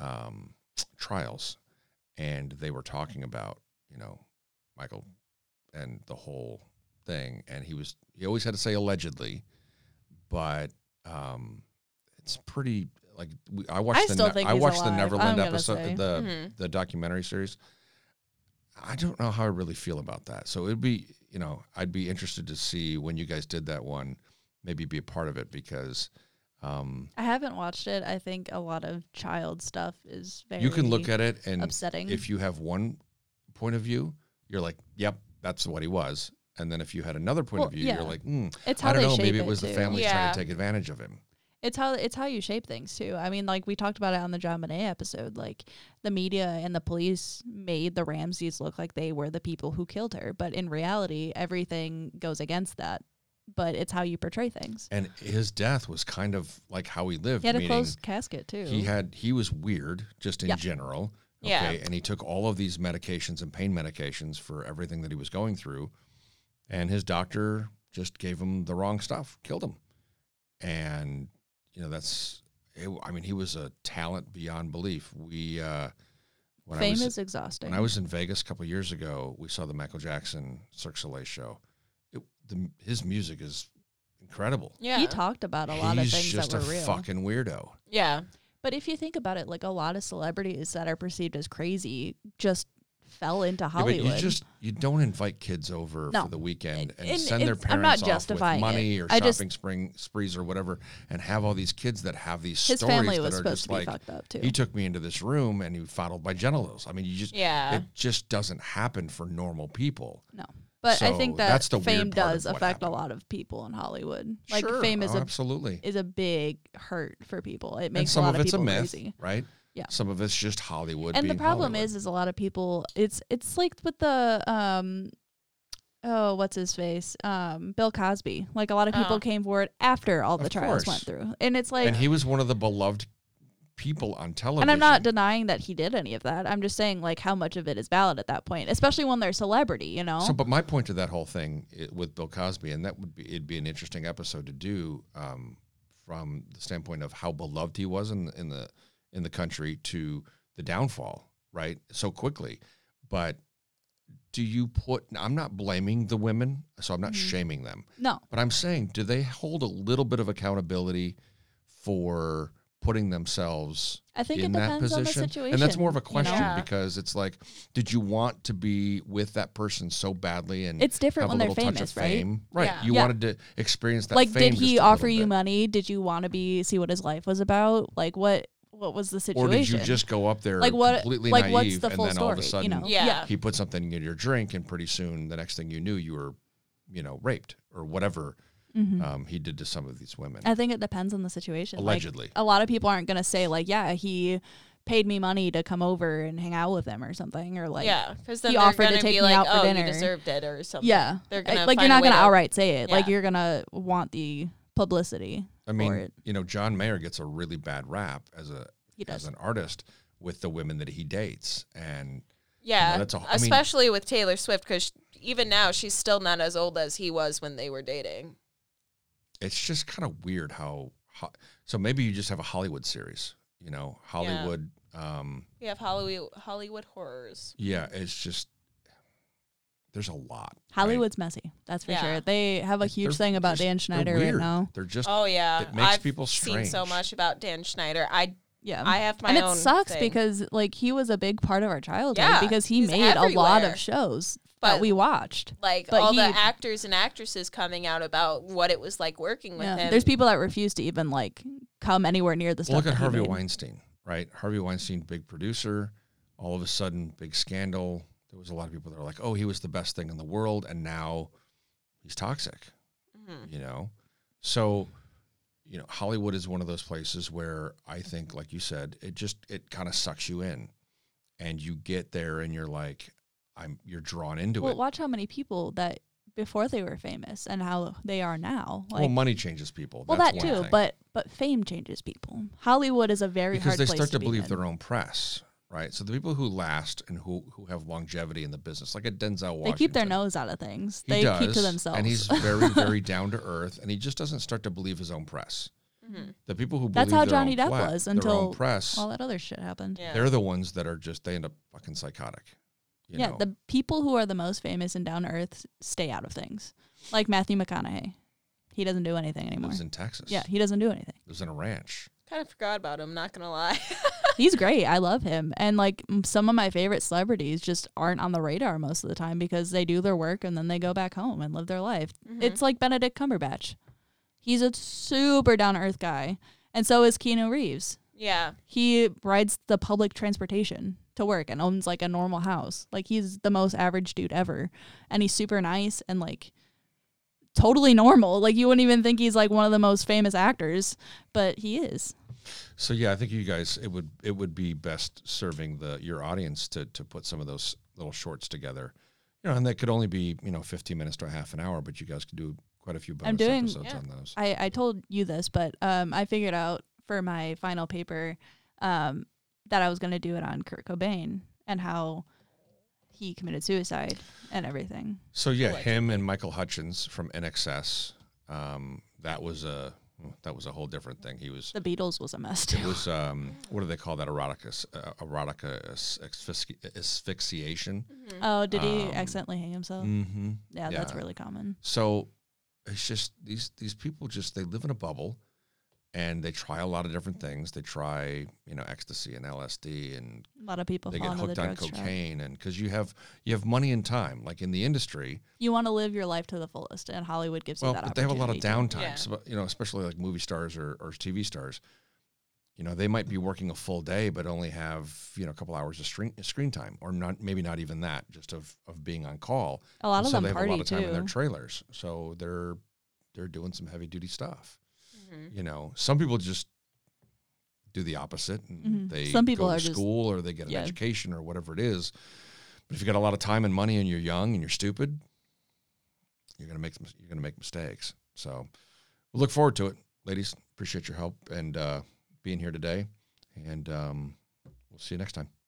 [SPEAKER 2] um, trials, and they were talking about you know Michael and the whole thing, and he was he always had to say allegedly, but um, it's pretty like we, I watched
[SPEAKER 3] I
[SPEAKER 2] the
[SPEAKER 3] still
[SPEAKER 2] Ne-
[SPEAKER 3] think
[SPEAKER 2] I
[SPEAKER 3] he's
[SPEAKER 2] watched the
[SPEAKER 3] alive, I'm
[SPEAKER 2] Neverland
[SPEAKER 3] gonna
[SPEAKER 2] episode
[SPEAKER 3] say.
[SPEAKER 2] the
[SPEAKER 4] Mhm.
[SPEAKER 2] the documentary series. I don't know how I really feel about that. So it'd be you know I'd be interested to see when you guys did that one, maybe be a part of it because. Um,
[SPEAKER 3] I haven't watched it. I think a lot of child stuff is very
[SPEAKER 2] you can look at it and
[SPEAKER 3] upsetting.
[SPEAKER 2] if you have one point of view, you're like, yep, that's what he was. And then if you had another point
[SPEAKER 3] Well,
[SPEAKER 2] of view,
[SPEAKER 3] yeah.
[SPEAKER 2] you're like, mm,
[SPEAKER 3] it's how
[SPEAKER 2] I don't
[SPEAKER 3] they
[SPEAKER 2] know,
[SPEAKER 3] shape
[SPEAKER 2] maybe it was
[SPEAKER 3] too.
[SPEAKER 2] the families
[SPEAKER 4] Yeah.
[SPEAKER 2] trying to take advantage of him.
[SPEAKER 3] It's how it's how you shape things too. I mean, like we talked about it on the John Bonet episode. Like the media and the police made the Ramses look like they were the people who killed her, but in reality, everything goes against that. But it's how you portray things.
[SPEAKER 2] And his death was kind of like how he lived.
[SPEAKER 3] He had a
[SPEAKER 2] meaning
[SPEAKER 3] closed casket too.
[SPEAKER 2] he had he was weird just in
[SPEAKER 3] Yeah.
[SPEAKER 2] general. Okay.
[SPEAKER 4] Yeah.
[SPEAKER 2] And he took all of these medications and pain medications for everything that he was going through. And his doctor just gave him the wrong stuff, killed him. And, you know, that's, it, I mean, he was a talent beyond belief. We, uh, when
[SPEAKER 3] Fame
[SPEAKER 2] I was,
[SPEAKER 3] is exhausting.
[SPEAKER 2] When I was in Vegas a couple of years ago, we saw the Michael Jackson Cirque du Soleil show. It, the, his music is incredible.
[SPEAKER 4] yeah.
[SPEAKER 3] He talked about a lot
[SPEAKER 2] He's
[SPEAKER 3] of things
[SPEAKER 2] just
[SPEAKER 3] that were
[SPEAKER 2] a
[SPEAKER 3] real.
[SPEAKER 2] fucking weirdo.
[SPEAKER 4] yeah.
[SPEAKER 3] But if you think about it, like a lot of celebrities that are perceived as crazy just fell into
[SPEAKER 2] Yeah,
[SPEAKER 3] Hollywood.
[SPEAKER 2] but you just you don't invite kids over
[SPEAKER 3] No.
[SPEAKER 2] for the weekend and,
[SPEAKER 3] And
[SPEAKER 2] send their
[SPEAKER 3] it's-
[SPEAKER 2] parents
[SPEAKER 3] I'm not
[SPEAKER 2] off
[SPEAKER 3] justifying it.
[SPEAKER 2] with money or
[SPEAKER 3] I
[SPEAKER 2] shopping
[SPEAKER 3] just-
[SPEAKER 2] spring sprees or whatever, and have all these kids that have these
[SPEAKER 3] His
[SPEAKER 2] stories
[SPEAKER 3] family
[SPEAKER 2] that
[SPEAKER 3] was
[SPEAKER 2] are
[SPEAKER 3] supposed
[SPEAKER 2] just
[SPEAKER 3] to be
[SPEAKER 2] like
[SPEAKER 3] fucked up, too.
[SPEAKER 2] he took me into this room and he fondled my genitals. I mean, you just
[SPEAKER 4] Yeah.
[SPEAKER 2] it just doesn't happen for normal people.
[SPEAKER 3] no. But I
[SPEAKER 2] So
[SPEAKER 3] think that
[SPEAKER 2] that's the weird
[SPEAKER 3] fame
[SPEAKER 2] part of
[SPEAKER 3] does
[SPEAKER 2] what
[SPEAKER 3] affect a
[SPEAKER 2] happened.
[SPEAKER 3] lot of people in Hollywood. Like
[SPEAKER 2] sure,
[SPEAKER 3] fame is
[SPEAKER 2] oh,
[SPEAKER 3] a
[SPEAKER 2] absolutely
[SPEAKER 3] is a big hurt for people. It
[SPEAKER 2] and
[SPEAKER 3] makes a
[SPEAKER 2] some
[SPEAKER 3] lot
[SPEAKER 2] of
[SPEAKER 3] of
[SPEAKER 2] it's a
[SPEAKER 3] people
[SPEAKER 2] myth,
[SPEAKER 3] crazy.
[SPEAKER 2] right?
[SPEAKER 3] Yeah.
[SPEAKER 2] some of it's just Hollywood.
[SPEAKER 3] And the
[SPEAKER 2] being
[SPEAKER 3] problem
[SPEAKER 2] Hollywood.
[SPEAKER 3] is is a lot of people it's it's like with the um oh, what's his face? Um Bill Cosby. Like a lot of people
[SPEAKER 4] Oh.
[SPEAKER 3] came forward after all the
[SPEAKER 2] Of
[SPEAKER 3] trials
[SPEAKER 2] course.
[SPEAKER 3] went through. And it's like
[SPEAKER 2] and he was one of the beloved people on television.
[SPEAKER 3] And I'm not denying that he did any of that. I'm just saying like how much of it is valid at that point, especially when they're a celebrity, you know.
[SPEAKER 2] So, but my point to that whole thing i with Bill Cosby, and that would be it'd be an interesting episode to do um, from the standpoint of how beloved he was in the, in the in the country to the downfall, right? So quickly, but do you put? I'm not blaming the women, so I'm not shaming them,
[SPEAKER 3] no.
[SPEAKER 2] but I'm saying, do they hold a little bit of accountability for putting themselves?
[SPEAKER 3] I think
[SPEAKER 2] in
[SPEAKER 3] it
[SPEAKER 2] that
[SPEAKER 3] depends on the
[SPEAKER 2] position?
[SPEAKER 3] situation.
[SPEAKER 2] And that's more of a
[SPEAKER 3] you know?
[SPEAKER 2] question
[SPEAKER 4] Yeah.
[SPEAKER 2] because it's like, did you want to be with that person so badly? And
[SPEAKER 3] It's different
[SPEAKER 2] have
[SPEAKER 3] when
[SPEAKER 2] a
[SPEAKER 3] they're
[SPEAKER 2] little touch
[SPEAKER 3] famous,
[SPEAKER 2] of
[SPEAKER 3] right?
[SPEAKER 2] fame? Right.
[SPEAKER 4] Yeah.
[SPEAKER 2] You
[SPEAKER 3] Yeah.
[SPEAKER 2] wanted to experience that.
[SPEAKER 3] like
[SPEAKER 2] fame
[SPEAKER 3] did he
[SPEAKER 2] just a
[SPEAKER 3] offer
[SPEAKER 2] little
[SPEAKER 3] you
[SPEAKER 2] bit.
[SPEAKER 3] money? Did you want to be see what his life was about? Like what what was the situation?
[SPEAKER 2] Or did you just go up there
[SPEAKER 3] Like what-
[SPEAKER 2] completely
[SPEAKER 3] like,
[SPEAKER 2] naive
[SPEAKER 3] what's the
[SPEAKER 2] and
[SPEAKER 3] full
[SPEAKER 2] then all of a
[SPEAKER 3] story,
[SPEAKER 2] sudden
[SPEAKER 3] you know?
[SPEAKER 4] Yeah.
[SPEAKER 3] Yeah.
[SPEAKER 2] he put something in your drink and pretty soon the next thing you knew you were, you know, raped or whatever
[SPEAKER 3] Mm-hmm.
[SPEAKER 2] um, he did to some of these women.
[SPEAKER 3] I think it depends on the situation. Like,
[SPEAKER 2] Allegedly.
[SPEAKER 3] a lot of people aren't going to say like, yeah, he paid me money to come over and hang out with them or something or like
[SPEAKER 4] yeah, because then
[SPEAKER 3] he
[SPEAKER 4] they're
[SPEAKER 3] offered to
[SPEAKER 4] gonna
[SPEAKER 3] take me
[SPEAKER 4] be like,
[SPEAKER 3] out for
[SPEAKER 4] "Oh,
[SPEAKER 3] dinner."
[SPEAKER 4] you deserved it" or something.
[SPEAKER 3] yeah
[SPEAKER 4] They're
[SPEAKER 3] I-
[SPEAKER 4] gonna
[SPEAKER 3] like you're
[SPEAKER 4] find a
[SPEAKER 3] not
[SPEAKER 4] way
[SPEAKER 3] gonna
[SPEAKER 4] to-
[SPEAKER 3] outright say it like
[SPEAKER 4] Yeah.
[SPEAKER 3] you're gonna want the publicity
[SPEAKER 2] I mean,
[SPEAKER 3] for it
[SPEAKER 2] you know, John Mayer gets a really bad rap as a
[SPEAKER 3] he
[SPEAKER 2] as
[SPEAKER 3] does
[SPEAKER 2] an artist with the women that he dates, and
[SPEAKER 4] yeah.
[SPEAKER 2] that's a wh- I mean-
[SPEAKER 4] especially with Taylor Swift, because even now she's still not as old as he was when they were dating.
[SPEAKER 2] it's just kind of weird how, ho So maybe you just have a Hollywood series, you know, Hollywood. Yeah. Um,
[SPEAKER 4] We have Hollywood Hollywood horrors.
[SPEAKER 2] yeah, it's just there's a lot. right?
[SPEAKER 3] Hollywood's messy that's for
[SPEAKER 4] Yeah.
[SPEAKER 3] sure they have a
[SPEAKER 2] Like,
[SPEAKER 3] huge
[SPEAKER 2] they're
[SPEAKER 3] thing about
[SPEAKER 2] just-
[SPEAKER 3] Dan
[SPEAKER 2] they're
[SPEAKER 3] Schneider right
[SPEAKER 2] weird.
[SPEAKER 3] now
[SPEAKER 2] They're just
[SPEAKER 4] Oh yeah,
[SPEAKER 2] It makes
[SPEAKER 4] I've
[SPEAKER 2] people
[SPEAKER 4] seen so
[SPEAKER 2] strange.
[SPEAKER 4] much about Dan Schneider. I
[SPEAKER 3] yeah
[SPEAKER 4] I have my
[SPEAKER 3] and it
[SPEAKER 4] own
[SPEAKER 3] sucks
[SPEAKER 4] thing.
[SPEAKER 3] because like he was a big part of our childhood
[SPEAKER 4] Yeah,
[SPEAKER 3] because he
[SPEAKER 4] he's
[SPEAKER 3] made a lot
[SPEAKER 4] everywhere.
[SPEAKER 3] of shows that
[SPEAKER 4] But-
[SPEAKER 3] we watched.
[SPEAKER 4] like
[SPEAKER 3] but
[SPEAKER 4] all the
[SPEAKER 3] he-
[SPEAKER 4] actors and actresses coming out about what it was like working with
[SPEAKER 3] Yeah.
[SPEAKER 4] him.
[SPEAKER 3] There's people that refuse to even like come anywhere near the stuff.
[SPEAKER 2] look at
[SPEAKER 3] that he
[SPEAKER 2] Harvey
[SPEAKER 3] made.
[SPEAKER 2] Weinstein, right? Harvey Weinstein, big producer. All of a sudden, big scandal. There was a lot of people that were like, "Oh, he was the best thing in the world," and now he's toxic.
[SPEAKER 3] Mm-hmm.
[SPEAKER 4] Mhm.
[SPEAKER 2] You know, so you know, Hollywood is one of those places where I think, like you said, it just it kind of sucks you in, and you get there and you're like, "I'm," you're drawn into
[SPEAKER 3] Well,
[SPEAKER 2] it.
[SPEAKER 3] watch how many people that before they were famous and how they are now. Like,
[SPEAKER 2] well,
[SPEAKER 3] well,
[SPEAKER 2] money changes people.
[SPEAKER 3] that
[SPEAKER 2] That's one
[SPEAKER 3] too,
[SPEAKER 2] thing.
[SPEAKER 3] but but fame changes people. Hollywood is a very
[SPEAKER 2] because
[SPEAKER 3] hard
[SPEAKER 2] they
[SPEAKER 3] place
[SPEAKER 2] start to,
[SPEAKER 3] be
[SPEAKER 2] believe
[SPEAKER 3] in.
[SPEAKER 2] their own press, right? So the people who last and who who have longevity in the business, like a Denzel Washington,
[SPEAKER 3] They keep their nose out of things.
[SPEAKER 2] He
[SPEAKER 3] they
[SPEAKER 2] does,
[SPEAKER 3] keep to themselves.
[SPEAKER 2] and he's very very down to earth, and he just doesn't start to believe his own press.
[SPEAKER 4] Mhm.
[SPEAKER 2] The people who
[SPEAKER 3] Mm-hmm. That's
[SPEAKER 2] believe
[SPEAKER 3] how
[SPEAKER 2] their
[SPEAKER 3] Johnny
[SPEAKER 2] own
[SPEAKER 3] Depp
[SPEAKER 2] pla-
[SPEAKER 3] was
[SPEAKER 2] their
[SPEAKER 3] until
[SPEAKER 2] own press,
[SPEAKER 3] all that other shit happened.
[SPEAKER 4] yeah.
[SPEAKER 2] they're the ones that are just they end up fucking psychotic. You
[SPEAKER 3] yeah,
[SPEAKER 2] know?
[SPEAKER 3] the people who are the most famous and down to earth stay out of things. Like Matthew McConaughey, he doesn't do anything anymore.
[SPEAKER 2] lives in Texas.
[SPEAKER 3] Yeah, he doesn't do anything.
[SPEAKER 2] lives in a ranch.
[SPEAKER 4] kind of forgot about him. Not gonna lie.
[SPEAKER 3] He's great. I love him. And like m- some of my favorite celebrities just aren't on the radar most of the time because they do their work and then they go back home and live their life. It's like Benedict Cumberbatch. He's a super down to earth guy. And so is Keanu Reeves.
[SPEAKER 4] yeah,
[SPEAKER 3] He rides the public transportation to work and owns like a normal house. Like he's the most average dude ever. And he's super nice and like totally normal. Like you wouldn't even think he's like one of the most famous actors, but he is.
[SPEAKER 2] So yeah, I think you guys it would it would be best serving the your audience to to put some of those little shorts together. You know, and that could only be, you know, 15 minutes to a half an hour, but you guys could do quite a few bonus
[SPEAKER 3] I'm doing-
[SPEAKER 2] episodes
[SPEAKER 4] Yeah.
[SPEAKER 2] on those.
[SPEAKER 3] I, I told you this, but um, I figured out for my final paper um, that I was going to do it on Kurt Cobain and how he committed suicide and everything.
[SPEAKER 2] So yeah,
[SPEAKER 4] Allegedly.
[SPEAKER 2] him and Michael Hutchins from NXS. Um, that was a that was a whole different thing. He was
[SPEAKER 3] The Beatles was a mess
[SPEAKER 2] it
[SPEAKER 3] too.
[SPEAKER 2] was um, what do they call that erotica s- uh, erotica as- asphyxi- asphyxiation.
[SPEAKER 3] Oh, did he
[SPEAKER 2] Um,
[SPEAKER 3] accidentally hang himself?
[SPEAKER 2] Mm-hmm.
[SPEAKER 3] Yeah, that's
[SPEAKER 2] yeah.
[SPEAKER 3] really common.
[SPEAKER 2] So it's just these these people just they live in a bubble, and they try a lot of different things. They try you know ecstasy and LSD and
[SPEAKER 3] A lot of people
[SPEAKER 2] they
[SPEAKER 3] fall
[SPEAKER 2] get
[SPEAKER 3] into the
[SPEAKER 2] hooked on
[SPEAKER 3] drugs trap.
[SPEAKER 2] cocaine and because you have you have money and time like in the industry.
[SPEAKER 3] You want to live your life to the fullest, and Hollywood gives
[SPEAKER 2] well,
[SPEAKER 3] you that
[SPEAKER 2] but they have a lot of
[SPEAKER 3] opportunity, too.
[SPEAKER 2] downtime.
[SPEAKER 4] Yeah.
[SPEAKER 2] So, you know, especially like movie stars or, or TV stars. You know, they might be working a full day, but only have you know a couple hours of screen screen time, or not maybe not even that, just of of being on call.
[SPEAKER 3] A lot
[SPEAKER 2] And
[SPEAKER 3] of
[SPEAKER 2] so
[SPEAKER 3] them
[SPEAKER 2] they have
[SPEAKER 3] party
[SPEAKER 2] a lot of time
[SPEAKER 3] too.
[SPEAKER 2] in their trailers, so they're they're doing some heavy duty stuff.
[SPEAKER 4] Mhm.
[SPEAKER 3] Mm.
[SPEAKER 2] You know, some people just do the opposite. And
[SPEAKER 3] Mhm.
[SPEAKER 2] They
[SPEAKER 3] Some people
[SPEAKER 2] go to
[SPEAKER 3] are just-
[SPEAKER 2] school or they get an
[SPEAKER 3] yeah.
[SPEAKER 2] education or whatever it is. But if you got a lot of time and money and you're young and you're stupid, you're gonna make some, you're gonna make mistakes. So we look forward to it, ladies. Appreciate your help and uh, being here today, and um, we'll see you next time.